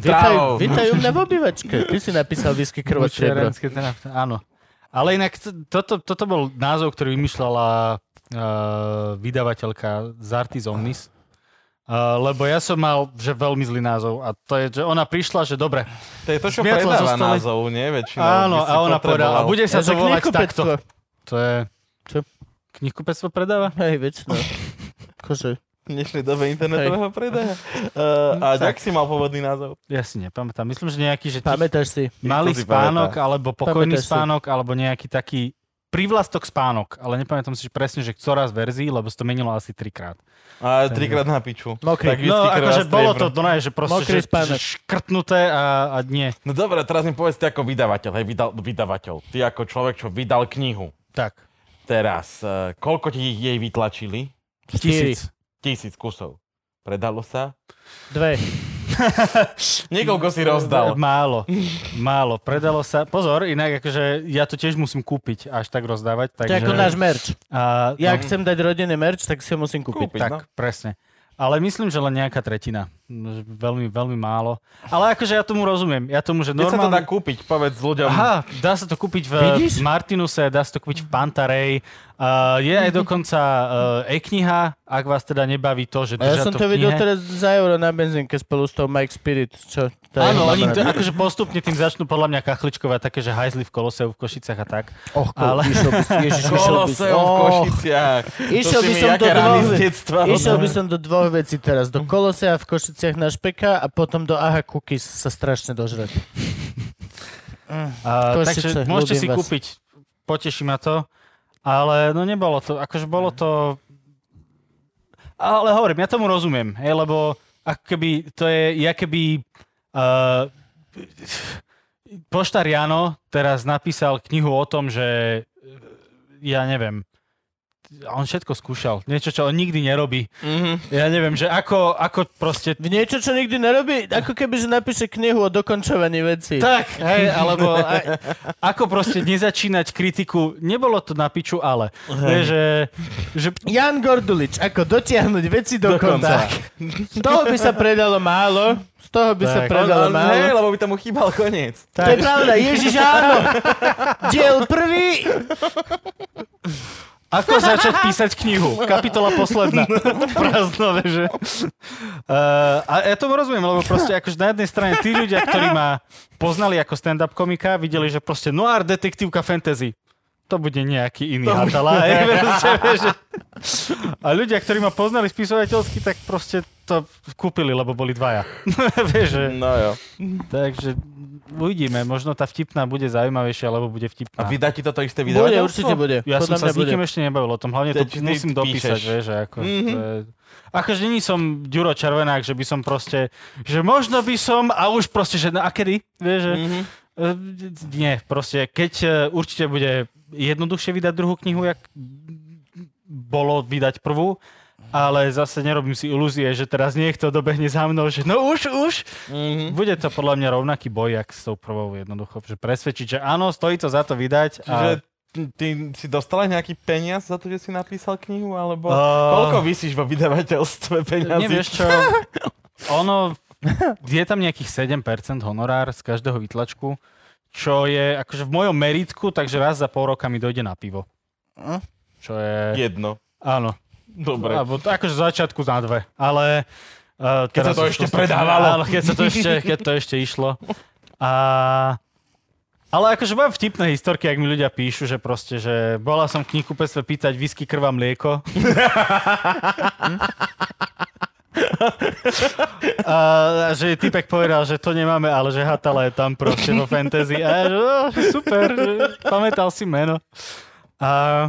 S1: Vítaj,
S4: Trávou.
S1: vítaj u mňa v obývačke. Ty si napísal whisky krvočie, bro.
S3: Mučerenské, teda, áno. Ale inak t- toto, toto bol názov, ktorý vymýšľala uh, vydavateľka Zartis Omnis. Uh, lebo ja som mal že veľmi zlý názov a to je, že ona prišla, že dobre,
S4: To je to, čo
S3: Zmietla zo
S4: predáva
S3: stola.
S4: názov, nie? Väčšinou
S3: áno,
S4: by si
S3: a ona povedala, a
S4: potreboval.
S3: bude sa
S1: Ja
S3: to
S1: za
S3: volať takto.
S1: knihkupectvo.
S3: To je...
S1: Čo?
S3: Knihkupectvo predáva?
S1: Hej, no.
S3: [laughs]
S1: väčšinou. Kože.
S4: V dnešnej dobe internetového
S3: [laughs]
S4: predaja. Uh, a jak si mal pôvodný názov?
S3: Ja si nepamätám. Myslím, že nejaký, že tich,
S1: Pamätáš si?
S3: malý
S4: To si
S3: spánok,
S4: pamätá.
S3: alebo pokojný
S1: Pamätáš si.
S3: spánok, alebo nejaký taký privlastok spánok, ale nepamätám si že presne, že ktorá z verzií, lebo si to menilo asi trikrát.
S4: A trikrát na piču.
S1: Mokrý.
S4: Tak
S3: No,
S4: whisky krvá
S3: akože bolo to,
S4: striebro.
S3: no ne, že proste,
S1: Mokrý
S3: že, že
S1: spánok.
S3: škrtnuté a, a nie.
S4: No dobre, teraz mi povedzte ako vydavateľ, hej, vydal, vydavateľ. Ty ako človek, čo vydal knihu.
S3: Tak.
S4: Teraz, e, koľko ti ich jej vytlačili?
S3: Tisíc.
S4: Tisíc kusov. Predalo sa?
S1: Dve.
S4: Niekoľko si rozdal. [laughs]
S3: Málo, málo. Predalo sa. Pozor, inak akože ja to tiež musím kúpiť a až tak rozdávať.
S1: To
S3: Takže,
S1: je ako náš merch.
S3: a,
S1: Ja ak chcem dať rodinný merch, tak si ho musím kúpiť.
S4: Kúpiť,
S3: Tak,
S4: no.
S3: presne. Ale myslím, že len nejaká tretina. No, Že Veľmi, veľmi málo. Ale akože ja tomu rozumiem. Ja tomu, že
S4: Kde sa to dá
S3: normálne...
S4: kúpiť? Povedz ľuďom.
S3: Aha, dá sa to kúpiť v
S1: Vidíš?
S3: Martinuse, dá sa to kúpiť v Pantarej. Uh, je
S1: [laughs]
S3: aj dokonca uh, e-kniha, ak vás teda nebaví to, že
S1: A ja
S3: držia
S1: som
S3: to
S1: to
S3: v
S1: videl
S3: knihe.
S1: teraz za euro na benzínke spolu s tou Mike Spirit, čo to je.
S3: Áno,
S1: mám
S3: oni to,
S1: rád.
S3: akože postupne tým začnú podľa mňa kachličkovať také, že hajzli v Koloseu v Košicach a tak.
S1: Och,
S3: Ale-
S1: ale... išiel by,
S3: [laughs]
S1: ježiš, išiel by,
S4: Koloseum [laughs] v
S1: oh,
S4: Košiciach.
S1: išiel
S4: To si
S1: by
S4: mi
S1: som
S4: jaké
S1: do
S4: rány
S1: dvoch,
S4: z detstva.
S1: išiel by som do dvoch vecí teraz. Do Kolosea v Košiciach na Špeka a potom do Aha Cookies sa strašne dožrať.
S3: A,
S1: Košice,
S3: takže môžete
S1: ľúbim
S3: si
S1: vás.
S3: kúpiť, poteší ma to, ale no nebolo to, akože bolo to... Ale hovorím, ja tomu rozumiem, hej, lebo ako keby to je, ja keby uh, Poštár Jano teraz napísal knihu o tom, že eh, ja neviem, a on všetko skúšal, niečo, čo on nikdy nerobí.
S4: Mhm.
S3: Ja neviem, že ako, ako proste
S1: Niečo, čo nikdy nerobí, ako keby, že napíše knihu o dokončovaní veci.
S3: [laughs] Tak, hej, alebo aj, ako proste nezačínať kritiku. Nebolo to na piču, ale. Vieš, že, že
S1: Jan Gordulič, ako dotiahnuť veci do,
S4: Do konca.
S1: konca. Z toho by sa predalo málo, z toho by sa
S3: Tak.
S1: predalo
S4: On- on-
S1: málo.
S4: Hej, lebo by tomu chýbal koniec.
S1: To je pravda, Ježiš, áno. Diel prvý.
S3: Ako začať písať knihu? Kapitola [laughs] posledná. Prázdnové, že... Uh, a ja tomu rozumiem, lebo proste akože na jednej strane tí ľudia, ktorí ma poznali ako stand-up komika, videli, že proste noir detektívka fantasy. To bude nejaký iný hatala. [laughs] a ľudia, ktorí ma poznali spisovateľsky, tak proste to kúpili, lebo boli dvaja. [laughs] vieš, že...
S4: No jo.
S3: Takže uvidíme, možno tá vtipná bude zaujímavejšia, alebo bude vtipná.
S4: A vydá ti toto isté video?
S5: Bude, určite bude.
S3: Ja
S5: Podľa
S3: som sa
S5: mňa
S3: s
S5: bude.
S3: nikým ešte nebavil o tom, hlavne to
S4: Teď ty
S3: musím dopísať,
S4: píšeš.
S3: vieš, že ako... to je- Akože není som Ďuro Červenák, že by som proste, že možno by som, a už proste, že no a kedy, vieš, že... E, d- d- Nie, proste, keď e, určite bude jednoduchšie vydať druhú knihu, jak bolo vydať prvú, ale zase nerobím si ilúzie, že teraz niekto dobehne za mnou, že no už, už. Mm-hmm. Bude to podľa mňa rovnaký boj, jak s tou prvou jednoducho, že presvedčiť, že áno, stojí to za to vydať.
S4: Čiže
S3: A...
S4: ty- ty si dostal aj nejaký peniaz za to, že si napísal knihu, alebo
S3: Eh,
S4: koľko vysíš vo vydavateľstve peniazy?
S3: Nevieš čo, ono, je tam nejakých 7% honorár z každého vytlačku, čo je akože v mojom meritku, takže raz za pol roka mi dojde na pivo. Čo je...
S4: Jedno.
S3: Áno.
S4: Dobre.
S3: Alebo t- akože v začiatku na dve, ale... Uh,
S4: Keď sa to ešte predávalo.
S3: Áno, keď sa to ešte, keď to ešte išlo. A... Ale akože mám vtipné historky, ak mi ľudia píšu, že proste, že bola som v knihkupectve pýtať whisky, krva, mlieko. a, a že typek povedal, že to nemáme, ale že Hatala je tam proste vo fantasy. A ja, že, oh, super, že pamätal si meno. A,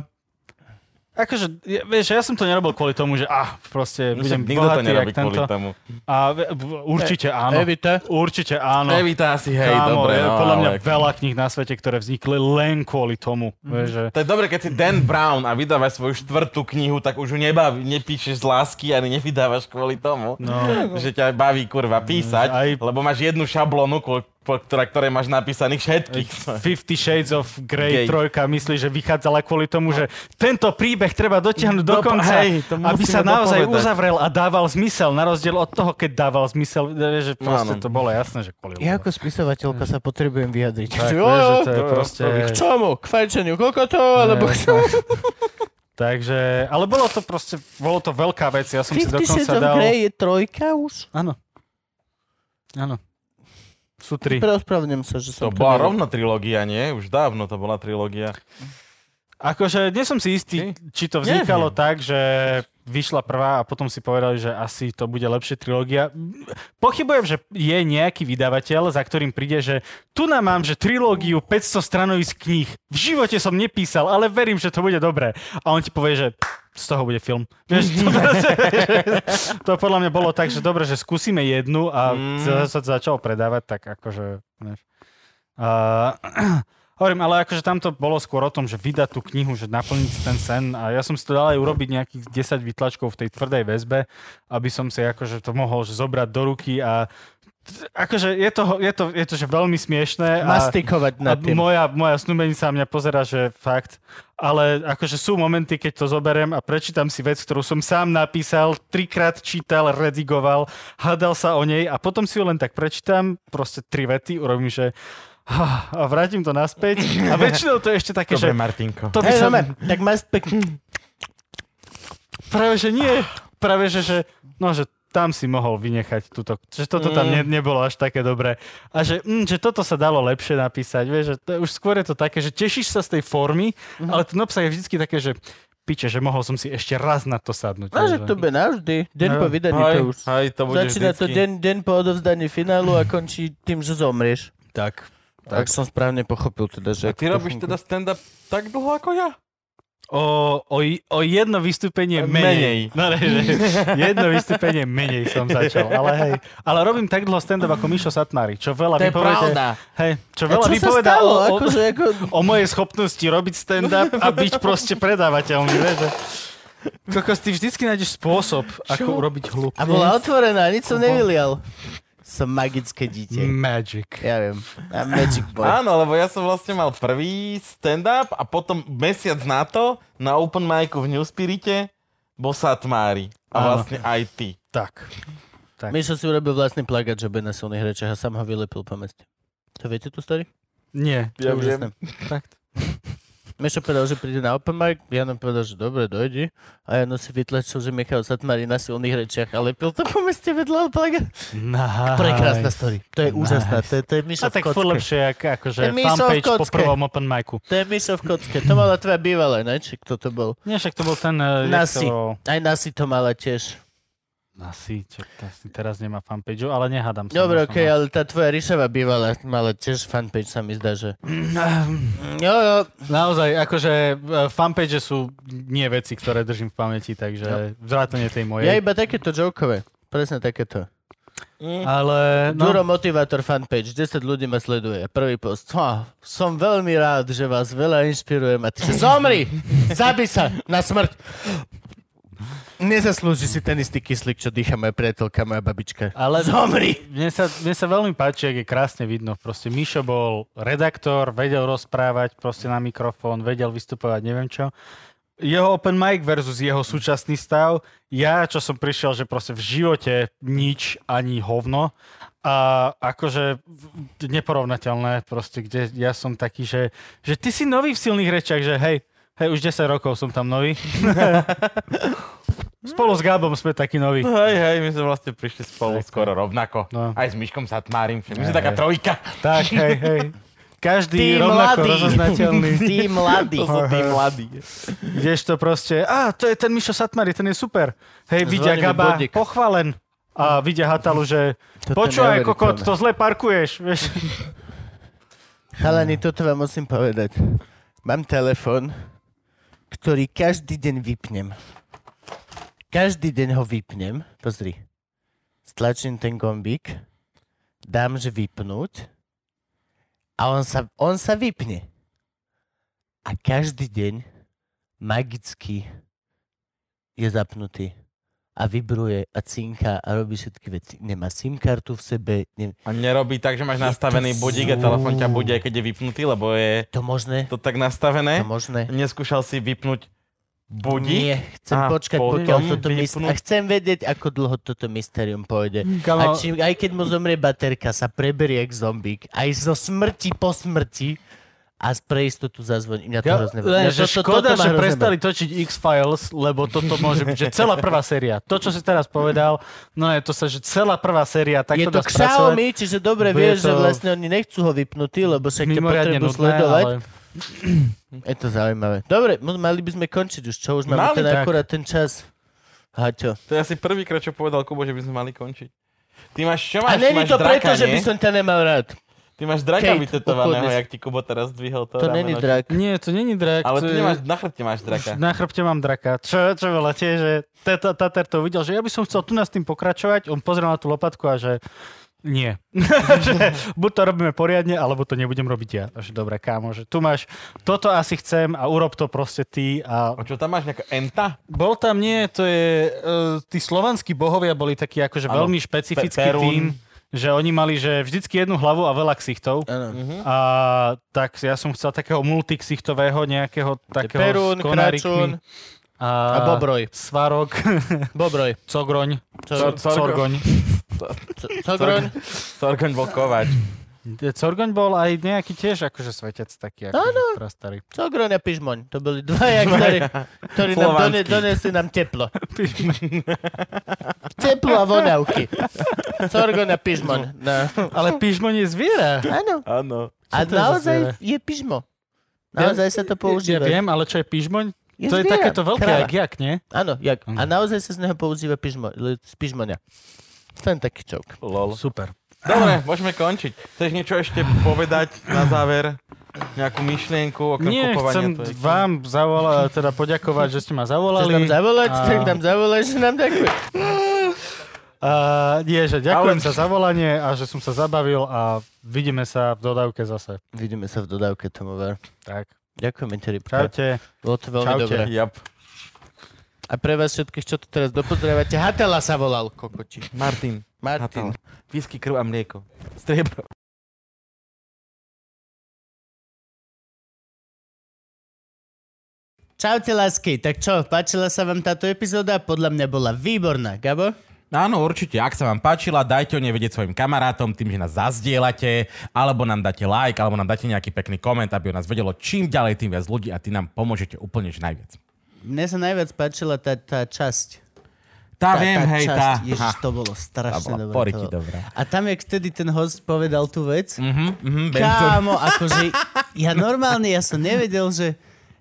S3: akože, ja- vieš, ja som to nerobil kvôli tomu, že ah, proste budem
S4: No Nikto to
S3: bohatý,
S4: nerobí
S3: jak
S4: kvôli
S3: tento.
S4: tomu.
S3: A, ve- v- určite áno.
S5: Evita.
S3: Určite áno.
S4: Evita asi, hej,
S3: No. Kámo,
S4: dobre.
S3: je
S4: no,
S3: podľa mňa
S4: ale-
S3: veľa kníh na svete, ktoré vznikli len kvôli tomu. Vieš, že...
S4: To je dobre, keď si Dan Brown a vydávaš svoju štvrtú knihu, tak už ju nebaví, nepíšeš z lásky ani nevydávaš kvôli tomu, no. že ťa baví kurva
S3: Mm,
S4: písať,
S3: Aj-
S4: Aj... lebo máš jednu šablónu, kvôl- po- ktorá, ktoré máš napísaných všetkých.
S3: Fifty Shades of Grey
S4: Gej.
S3: trojka myslí, že vychádzala kvôli tomu, že tento príbeh treba dotiahnuť do
S4: Dopo-
S3: konca,
S4: No, hej, to
S3: aby
S4: musíme
S3: sa naozaj
S4: dopovedať.
S3: uzavrel a dával zmysel, na rozdiel od toho, keď dával zmysel, e, že proste
S4: Áno.
S3: to bolo jasné, že kvôli
S5: Ja ako spisovateľka sa potrebujem vyjadriť.
S3: tak,
S5: Že,
S3: vieš,
S5: "O,
S3: že to je
S4: jo,
S3: proste... No,
S4: to
S5: K čomu? K fajčeniu kokotov? Alebo k čomu?
S3: [laughs] Takže, ale bolo to proste, bolo to veľká vec, ja som si
S5: Fifty Shades
S3: dokonca
S5: of
S3: dal...
S5: Grey je trojka už?
S3: Áno. Áno. Sú tri.
S5: Preospravňujem sa, že som...
S4: To bola
S5: nevedel.
S4: rovno trilógia, nie? Už dávno to bola trilógia.
S3: Akože nie som si istý, či to vznikalo tak, že vyšla prvá a potom si povedali, že asi to bude lepšie trilógia. Pochybujem, že je nejaký vydavateľ, za ktorým príde, že tu nám mám, že trilógiu 500 stranovisk kníh. V živote som nepísal, ale verím, že to bude dobré. A on ti povie, že z toho bude film. Vieš, to, [laughs] to podľa mňa bolo tak, že dobre, že skúsime jednu a mm. sa to začalo predávať, tak akože... Vieš. A- [clears throat] Hovorím, ale akože tam to bolo skôr o tom, že vydať tú knihu, že naplniť ten sen a ja som si to dal aj urobiť nejakých 10 vytlačkov v tej tvrdej väzbe, aby som si akože to mohol že zobrať do ruky a t- akože je to, je to, je to že veľmi smiešné. a-
S5: Mastikovať
S3: a
S5: nad tým.
S3: moja, moja snúbenica mňa pozera, že fakt. Ale akože sú momenty, keď to zoberiem a prečítam si vec, ktorú som sám napísal, trikrát čítal, redigoval, hádal sa o nej a potom si ju len tak prečítam, proste tri vety, urobím, že "Ha", a vrátim to naspäť. A väčšinou to je ešte také, že
S4: Dobre, Martinko.
S3: to by
S5: Hej,
S3: som...
S5: dobre, tak máš pekný.
S3: Práve, že nie. Práve, že, že, no, že tam si mohol vynechať túto, že toto
S5: Mm.
S3: tam ne, nebolo až také dobré. A že, mm, že toto sa dalo lepšie napísať, vieš, že to, už skôr je to také, že tešíš sa z tej formy,
S5: Mhm.
S3: ale ten obsah je vždycky také, že piče, že mohol som si ešte raz na to sadnúť.
S5: No, že
S3: vieš,
S5: to
S3: že-
S5: bude navždy. Deň
S3: No.
S5: po vydaní
S4: Hej,
S5: to už.
S4: hej, to bude
S5: Začína to
S4: vždycky.
S5: deň, deň po odovzdaní finálu a končí tým, že zomrieš.
S3: tak.
S5: Tak. Ak som správne pochopil teda, že...
S4: A ty robíš teda stand-up tak dlho ako ja?
S3: O, o, i- o jedno vystúpenie menej. menej.
S4: Menej.
S3: No, ne,
S5: [laughs]
S3: že jedno vystúpenie menej som začal, ale hej. Ale robím tak dlho stand-up ako Mišo Satmári, čo veľa
S4: To je
S3: vypovedá-
S4: pravda.
S3: Hej,
S5: A
S3: čo
S5: čo
S3: veľa
S5: sa
S3: vypovedá
S5: stalo?
S3: o, o,
S5: Akože, ako...
S3: o mojej schopnosti robiť stand-up a byť proste predávateľný, vieš. že- Kokos, ty vždycky nájdeš spôsob, ako urobiť hlúb.
S5: A bola otvorená, nič som nevylial. Som magické
S3: Mm.
S5: dieťa.
S3: Magic.
S5: Ja viem. A Magic Boy.
S4: Áno, lebo ja som vlastne mal prvý stand-up a potom mesiac na to na open micu v New Spirite bol Satmári.
S3: Áno.
S4: A vlastne aj ty.
S3: Tak. tak.
S5: Mišo si urobil vlastný plagát, že bude na silných rečiach a sám ho vylepil po meste. To viete tu, starý?
S3: Nie.
S5: Ja viem.
S3: Fakt.
S1: Mešo povedal, že príde na open mic, Jano povedal, že dobre, dojdi. A Jano si vytlačil, že Michal Satmári na silných rečiach, ale pil to po meste vedľa plaga.
S3: Nice.
S1: [laughs] Prekrásna story. To je úžasná. To je, to je Mišo
S3: A
S1: v
S3: tak
S1: kocke.
S3: furt lepšie, ak,
S1: Ten
S3: akože
S1: Mišo v
S3: fanpage po
S1: kocke.
S3: prvom open micu.
S1: To je Mišo v kocke. To mala tvoja bývalá, ne? Či kto to bol?
S3: Nie, však to bol ten... eh, jak
S1: Nasi.
S3: to bol?
S1: Aj Nasi to mala tiež.
S3: Nasi, čo Nasi teraz nemá fanpage, ale nehádam sa.
S1: Dobre,
S3: možno,
S1: okej,
S3: no.
S1: ale tá tvoja Ríšava bývalá mala tiež fanpage, sa mi zdá, [clears throat] že... Jo, jo,
S3: Naozaj, akože eh, fanpage sú nie veci, ktoré držím v pamäti,
S1: No.
S3: takže vrátane tej mojej.
S1: ja iba takéto jokové. Presne takéto.
S3: Ale
S1: No. Duro
S3: no,
S1: Motivátor fanpage, 10 ľudí ma sleduje. Prvý post. Ha, som veľmi rád, že vás veľa inšpirujem. A ty, že zomri! Zabi sa! Na smrť! Nezaslúži si ten istý kyslík, čo dýcha moja priateľka, moja babička.
S3: ale
S1: Zomri!
S3: mne sa, mne sa veľmi páči, ak je krásne vidno. Proste Mišo bol redaktor, vedel rozprávať proste na mikrofón, vedel vystupovať, neviem čo. Jeho open mic versus jeho súčasný stav. Ja, čo som prišiel, že proste v živote nič ani hovno. A akože v- neporovnateľné proste, kde ja som taký, že, že ty si nový v silných rečiach, že hej, hej, už 10 rokov som tam nový. [laughs] Spolu s Gábom sme takí noví.
S4: Hej, hej, my sme vlastne prišli spolu skoro rovnako.
S3: No.
S4: Aj s Myškom Satmárim, my sme taká trojka.
S3: Tak, [laughs] hej, hej. Každý
S5: Tí
S3: rovnako
S5: mladí.
S3: [laughs] rozoznateľný.
S5: Tí mladí.
S4: To sú tí mladí.
S3: Kdež to proste, a to je ten Mišo Satmari, ten je super. Hej, vidia
S1: Zvonený
S3: Gaba,
S1: bodík.
S3: pochvalen. A vidia Hatalu, že počúvaj, kokot, to zle parkuješ. Vieš.
S1: Chalani, toto vám musím povedať. Mám telefon, ktorý každý deň vypnem. Každý deň ho vypnem. Pozri. Stlačím ten gombík, dám, že vypnúť a on sa, on sa vypne. A každý deň magicky je zapnutý a vibruje a cinka a robí všetky veci. Nemá SIM kartu v sebe, ne...
S4: A nerobí tak, že máš nastavený budík a telefon ťa bude, aj keď je vypnutý, lebo je
S1: to možné?
S4: to tak
S1: To
S4: nastavené.
S1: možné?
S4: Neskúšal si vypnúť budík?
S1: Nie, chcem
S4: A
S1: počkať,
S4: potom
S1: pokiaľ toto mys-
S4: vypnú-
S1: a chcem vedieť, ako dlho toto mysterium pôjde.
S3: Kamo-
S1: A či, aj keď mu zomrie baterka, sa preberie k zombík, aj zo smrti po smrti a pre istotu zazvoní. Mňa to hrozne baví. Mňa
S3: Len, že
S1: to- to-
S3: škoda,
S1: toto ma
S3: že
S1: hrozne
S3: prestali
S1: baví.
S3: točiť X-Files, lebo toto môže byť, že celá prvá séria. To, čo si teraz povedal, no je to sa, že celá prvá séria, tak
S1: Je
S3: to
S1: to
S3: dá
S1: k
S3: spracovať.
S1: Xiaomi, čiže dobre
S3: Bude
S1: vieš, že
S3: to
S1: vlastne oni nechcú ho vypnutý, lebo však ťa
S3: Mimoriadne
S1: potrebujú
S3: nudné,
S1: sledovať.
S3: ale
S1: Je to zaujímavé. Dobre, mu- mali by sme končiť už, čo? Už máme
S4: Mali,
S1: ten
S4: tak.
S1: akurát ten čas. Haťo.
S4: To je asi prvýkrát, čo povedal Kubo, že by sme mali končiť. Ty máš, čo
S1: A
S4: máš? Ty
S1: není
S4: máš
S1: to
S4: draka,
S1: preto, že by
S4: nie?
S1: som ťa nemal rád.
S4: Ty máš draka
S1: Kate,
S4: vytetovaného,
S1: pochodne.
S4: jak ti Kubo teraz zdvihol to
S1: To není
S4: rameno.
S1: drak.
S3: Nie, to není drak.
S4: Ale
S3: to
S4: ty
S3: je-
S4: nemáš, na chrbte máš draka.
S3: Na chrbte mám draka. Čo, čo bolo tie, že teta- Tater to uvidel, že ja by som chcel tu nás tým pokračovať, on pozrel na tú lopatku a že nie. [laughs] že buď to robíme poriadne, alebo to nebudem robiť ja. Až dobre, kámo, že tu máš, toto asi chcem a urob to proste ty. A...
S4: A čo tam máš, nejaká enta?
S3: Bol tam, nie, to je, uh, tí slovanskí bohovia boli takí akože
S4: Áno.
S3: veľmi špecifický
S4: Pe- Perún.
S3: tým, že oni mali, že vždycky jednu hlavu a veľa ksichtov.
S1: Áno.
S3: A tak ja som chcel takého multiksichtového nejakého takého
S1: Perún,
S3: s konárikmi.
S1: Kračún.
S3: A,
S1: A Bobroj.
S3: Svarok, [laughs]
S1: Bobroj.
S3: Cogroň,
S1: Čo,
S4: Sorgo.
S3: Corgoň.
S1: čo, čo, Groň?
S4: Sorgoň bol kovač.
S3: Corgoň bol aj nejaký tiež akože svetec taký, akože prastarý.
S1: Cogron a Pižmoň, to boli dvaja, ktorí, ktorí nám done,
S4: Slovanský.
S1: donesli nám teplo. teplo a vonavky. Corgon a Pižmoň. No.
S3: Ale Pižmoň je zviera.
S1: Áno.
S4: Áno.
S1: A
S3: to je za zviera?
S1: naozaj je Pižmo. Naozaj sa to
S3: Ja
S1: používa.
S3: viem, ale čo je Pižmoň?
S1: Je
S3: to je
S1: zviera,
S3: takéto veľké,
S1: kráva.
S3: jak jak, nie?
S1: Áno, jak. A naozaj sa z neho používa pižmo, l- z Pižmoňa. Ten taký čok.
S4: Lol.
S3: Super.
S4: Dobre, môžeme končiť. Chceš niečo ešte povedať na záver? Nejakú myšlienku okrem
S3: Nie,
S4: kupovania?
S3: chcem
S4: to je-
S3: vám zavola, teda poďakovať, že ste ma
S1: Chceš
S3: zavolali.
S1: nám zavolať?
S3: A-
S1: Tak nám zavolaj, že nám ďakuje.
S3: A, nie, že ďakujem
S4: Ale-
S3: za zavolanie a že som sa zabavil a vidíme sa v dodávke zase.
S1: Vidíme sa v dodávke, Tomover.
S3: Tak,
S1: Ďakujeme ti, Rybka.
S3: čaute.
S1: Bolo to veľmi
S3: Čaute.
S1: dobré.
S4: Jap.
S1: A pre vás všetkých, čo tu teraz dopozdravate, Hatela sa volal, kokoti.
S4: Martin.
S1: Martin.
S4: Whisky, krv a mlieko. Striebro.
S5: Čaute lásky, tak čo, páčila sa vám táto epizóda? Podľa mňa bola výborná, Gabo?
S2: No Áno, určite. Ak sa vám páčila, dajte o nej vedieť svojim kamarátom tým, že nás zazdielate, alebo nám dáte like, alebo nám dáte nejaký pekný koment, aby o nás vedelo čím ďalej, tým viac ľudí a ty nám pomôžete úplne že najviac.
S5: Mne sa najviac páčila tá, tá časť.
S2: Tá, viem, hej,
S5: časť,
S2: tá.
S5: Ježiš,
S2: Ha.
S5: to bolo strašne
S2: bola
S5: dobré.
S2: poriky
S5: to bolo.
S2: dobrá.
S5: A tam, jak vtedy ten host povedal tú vec,
S2: Mhm, mhm, viem to.
S5: kámo, akože ja normálne, ja som nevedel, že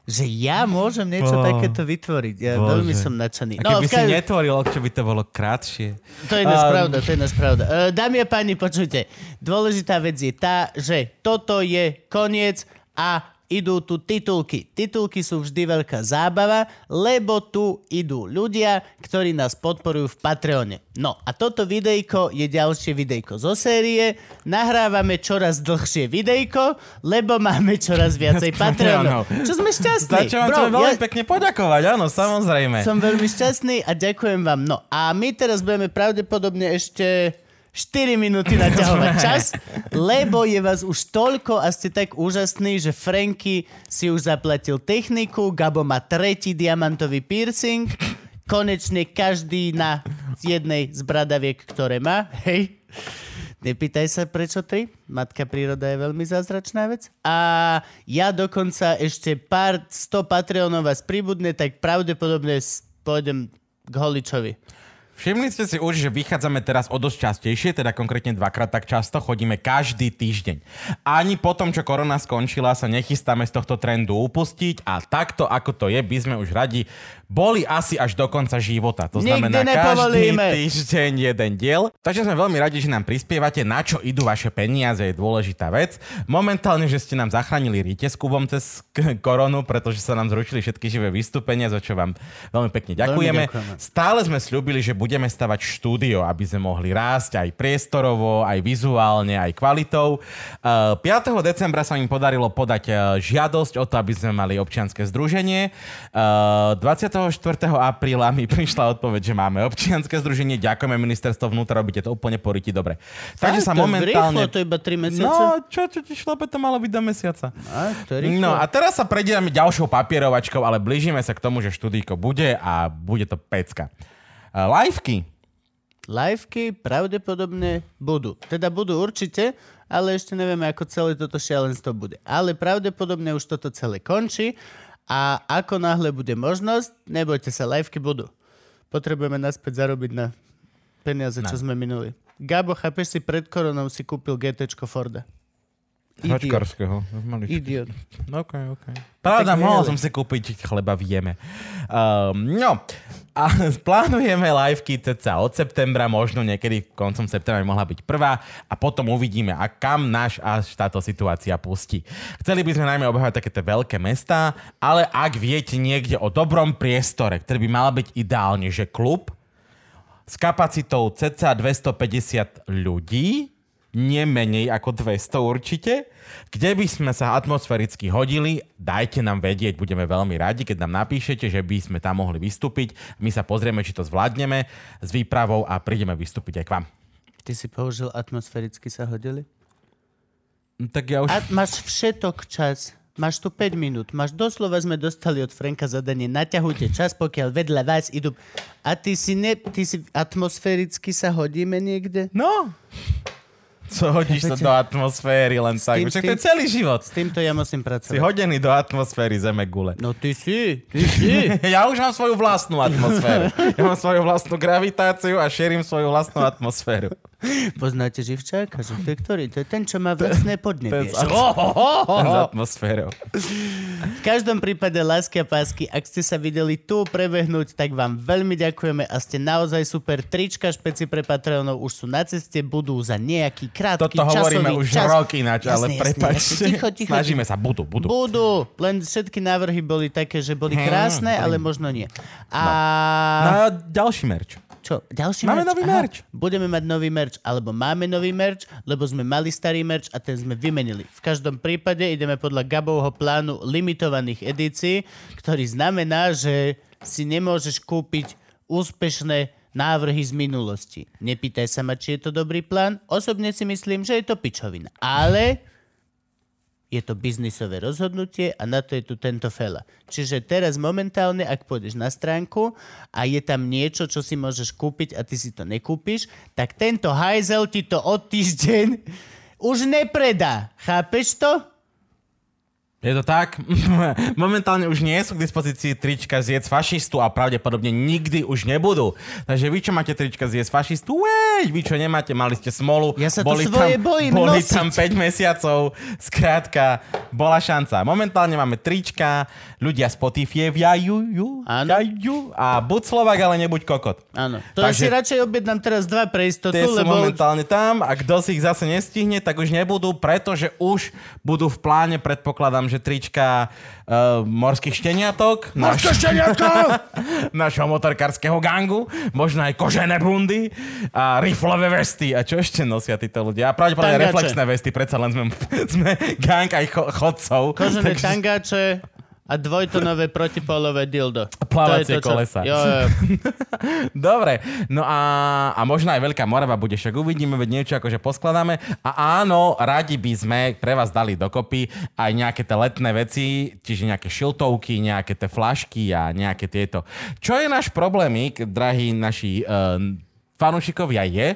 S5: že ja môžem niečo
S2: Bo-
S5: takéto vytvoriť. Ja
S2: Bože.
S5: veľmi som nadšený. No,
S2: A keby
S5: v
S2: si
S5: každom-
S2: netvoril, čo by to bolo krátšie.
S5: To je nás pravda,
S2: Ehm.
S5: to je nás pravda. E, dámy a páni, počujte. Dôležitá vec je tá, že toto je koniec a idú tu titulky. Titulky sú vždy veľká zábava, lebo tu idú ľudia, ktorí nás podporujú v Patreone. No a toto videjko je ďalšie videjko zo série. Nahrávame čoraz dlhšie videjko, lebo máme čoraz
S2: [laughs]
S5: viacej Patreonov. Čo sme
S2: Za
S5: šťastní.
S2: čo vám
S5: Bro,
S2: chceme
S5: ja-
S2: veľmi pekne poďakovať, áno, samozrejme.
S5: som veľmi šťastný a ďakujem vám. No a my teraz budeme pravdepodobne ešte 4 minúty naťahovať čas, lebo je vás už toľko a ste tak úžasní, že Franky si už zaplatil techniku, Gabo má tretí diamantový piercing, konečne každý na jednej z bradaviek, ktoré má. Hej. Nepýtaj sa, prečo tri. Matka príroda je veľmi zázračná vec. A ja dokonca ešte pár 100 Patreonov vás pribudne, tak pravdepodobne s- pôjdem k Holičovi.
S2: Všimli ste si už, že vychádzame teraz o dosť častejšie, teda konkrétne dvakrát tak často, chodíme každý týždeň. Ani po tom, čo korona skončila, sa nechystáme z tohto trendu upustiť a takto, ako to je, by sme už radi boli asi až do konca života. To
S5: Nikdy
S2: znamená, každý
S5: nepovolíme.
S2: týždeň jeden diel. Takže sme veľmi radi, že nám prispievate, na čo idú vaše peniaze, je dôležitá vec. Momentálne, že ste nám zachránili rite s Kubom cez k- koronu, pretože sa nám zrušili všetky živé vystúpenia, za čo vám veľmi pekne ďakujeme.
S5: ďakujeme.
S2: Stále sme slúbili, že budeme stavať štúdio, aby sme mohli rásť aj priestorovo, aj vizuálne, aj kvalitou. Eh, 5. decembra sa im podarilo podať eh, žiadosť o to, aby sme mali občianske združenie. Eh, 24. apríla mi [laughs] prišla odpoveď, že máme občianske združenie. Ďakujeme ministerstvo vnútra, robíte to úplne poriti dobre. Takže sa
S5: to je Rýchlo,
S2: momentálne...
S5: to je iba 3 mesiace.
S2: No, čo, čo ti šlo, to malo byť do mesiaca.
S5: A, to je rýchlo.
S2: No a teraz sa predierame ďalšou papierovačkou, ale blížime sa k tomu, že študíko bude a bude to pecka. Eh, Liveky.
S5: Liveky pravdepodobne budú. Teda budú určite, ale ešte nevieme, ako celé toto šialenstvo bude. Ale pravdepodobne už toto celé končí a ako náhle bude možnosť, nebojte sa, liveky budú. Potrebujeme naspäť zarobiť na peniaze, čo sme minuli. Gabo, chápeš si, pred koronou si kúpil GT Forda. Idiot.
S2: Hačkarského.
S5: Idiot.
S2: OK, OK.
S5: Tak
S2: Pravda, mohol
S5: nejeli.
S2: som si kúpiť chleba v jeme. Um, no, a [laughs] plánujeme liveky ceca od septembra, možno niekedy koncom septembra by mohla byť prvá a potom uvidíme, a kam náš až táto situácia pustí. Chceli by sme najmä obehovať takéto veľké mestá, ale ak viete niekde o dobrom priestore, ktorý by mal byť ideálne, že klub, s kapacitou cca 250 ľudí, nie menej ako 200 určite. Kde by sme sa atmosféricky hodili, dajte nám vedieť, budeme veľmi radi, keď nám napíšete, že by sme tam mohli vystúpiť. My sa pozrieme, či to zvládneme s výpravou a prídeme vystúpiť aj k vám.
S5: Ty si použil atmosféricky sa hodili?
S2: Tak ja už...
S5: A máš všetok čas. Máš tu 5 minút. Máš doslova sme dostali od Franka zadanie. Naťahujte čas, pokiaľ vedľa vás idú. A ty si, ne, ty si atmosféricky sa hodíme niekde?
S2: No! Co hodíš sa do atmosféry len tak?
S5: tým-
S2: Však
S5: s
S2: to je
S5: tým-
S2: celý život.
S5: S týmto ja musím
S2: Si
S5: pracovať.
S2: hodený do atmosféry zeme gule.
S5: No ty si, ty si.
S2: [laughs] Ja už mám svoju vlastnú atmosféru. Ja mám svoju vlastnú gravitáciu a šerím svoju vlastnú atmosféru.
S5: Poznáte živčáka, že to je ktorý? To je ten, čo má vlastné podnebie.
S2: Bez- S atmosférou.
S5: V každom prípade, lásky a pásky, ak ste sa videli tu prebehnúť, tak vám veľmi ďakujeme a ste naozaj super. Trička špeci pre Patreonov už sú na ceste, budú za nejaký krátky
S2: Toto hovoríme
S5: časový
S2: už
S5: čas.
S2: rok ináč,
S5: Jasne,
S2: ale
S5: jasne,
S2: prepáčte.
S5: jasne. Ticho, ticho,
S2: Snažíme sa, budú, budú.
S5: Budú, len všetky návrhy boli také, že boli krásne, ale možno nie. A
S2: Na ďalší merč.
S5: čo, ďalší
S2: No. Máme
S5: merch?
S2: nový
S5: Aha,
S2: merch.
S5: Budeme mať nový merch, alebo máme nový merch, lebo sme mali starý merch a ten sme vymenili. V každom prípade ideme podľa Gabovho plánu limitovaných edícií, ktorý znamená, že si nemôžeš kúpiť úspešné návrhy z minulosti. Nepýtaj sa ma, či je to dobrý plán. Osobne si myslím, že je to pičovina. Ale Je to biznisové rozhodnutie a na to je tu tento fela. Čiže teraz momentálne, ak pôjdeš na stránku a je tam niečo, čo si môžeš kúpiť a ty si to nekúpiš, tak tento hajzel ti to od týždeň už nepredá. Chápeš to?
S2: Je to tak? [laughs] Momentálne už nie sú k dispozícii trička zjedz fašistu a pravdepodobne nikdy už nebudú. Takže vy, čo máte trička zjedz fašistu, uej, vy, čo nemáte, mali ste smolu.
S5: Ja sa to svoje bojím
S2: Boli
S5: nosiť.
S2: tam 5 mesiacov, skrátka, bola šanca. Momentálne máme trička, ľudia Spotify jajú,
S5: Áno.
S2: jajú a buď Slovak, ale nebuď kokot.
S5: Áno. To
S2: Takže-
S5: Takže... si radšej objednám teraz dva pre istotu,
S2: Tie sú
S5: lebo...
S2: momentálne tam a kto si ich zase nestihne, tak už nebudú, pretože už budú v pláne, predpokladám, že trička uh, morských šteniatok. Morské [laughs] šteniatko! našho motorkárskeho gangu, možno aj kožené bundy a riflové vesty. A čo ešte nosia títo ľudia? A pravdepodobne
S5: Tangače.
S2: reflexné vesty, predsa len sme, [laughs] sme gang aj cho, chodcov.
S5: Kožené tangáče a dvojtonové protipolové dildo.
S2: Plávacie
S5: To je to, čo-
S2: kolesa.
S5: Jo, jo.
S2: Dobre, no a, a možno aj Veľká Morava bude, však uvidíme, veď niečo akože poskladáme. A áno, radi by sme pre vás dali dokopy aj nejaké tie letné veci, čiže nejaké šiltovky, nejaké tie flašky a nejaké tieto. Čo je náš problémik, drahí naši eh, fanúšikovia je,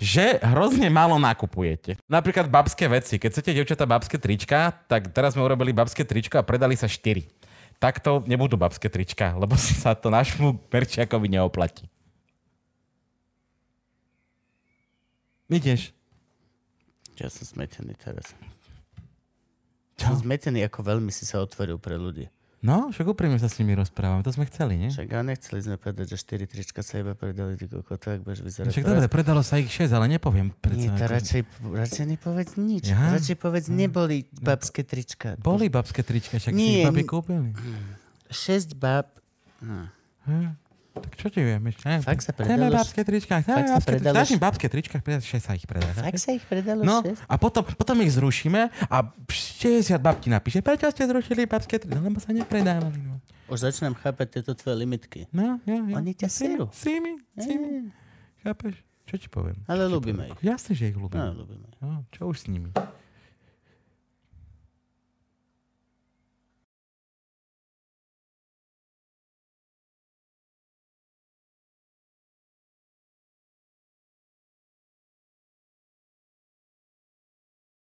S2: že hrozne málo nakupujete. Napríklad babské veci. Keď chcete, devčata, babské trička, tak teraz sme urobili babské tričko a predali sa 4. Takto nebudú babské trička, lebo [laughs] sa to nášmu merčiakovi neoplatí. Ideš.
S5: Ja som smetený teraz. Čo? Som zmetený, ako veľmi si sa otvoril pre ľudí.
S2: No, však úprimne sa s nimi rozprávam, to sme chceli, nie?
S5: Však ale nechceli sme povedať, že 4 trička sa iba predali, ty koko, tak budeš vyzerať.
S2: Však
S5: teraz.
S2: dobre, predalo sa ich 6, ale nepoviem.
S5: Nie,
S2: Prečo,
S5: to
S2: ako-
S5: radšej, radšej nepovedz nič.
S2: Ja?
S5: Radšej povedz, neboli babské trička.
S2: No. Boli babské trička, však si
S5: Nie,
S2: ich babi
S5: nie.
S2: kúpili.
S5: 6 bab... No.
S2: Tak čo ti viem ešte? ne?
S5: Fakt sa
S2: Chceme
S5: predalo š-
S2: babské trička, chceme
S5: fakt sa
S2: babské trička.
S5: predalo
S2: Našim babské trička, predá- 6 sa ich predá.
S5: Tak sa ich predalo
S2: No
S5: 6?
S2: a potom, potom ich zrušíme a 60 babti napíše, prečo ste zrušili babské trička, lebo sa nepredávali. no.
S5: Už začínam chápať tieto tvoje limitky.
S2: No, ja, ja.
S5: Oni ťa serú.
S2: Sými, sými. Chápeš? Čo ti poviem?
S5: Ale ľúbime ich.
S2: Jasne, že ich ľúbim.
S5: No, ľúbime ich.
S2: No, čo už s nimi?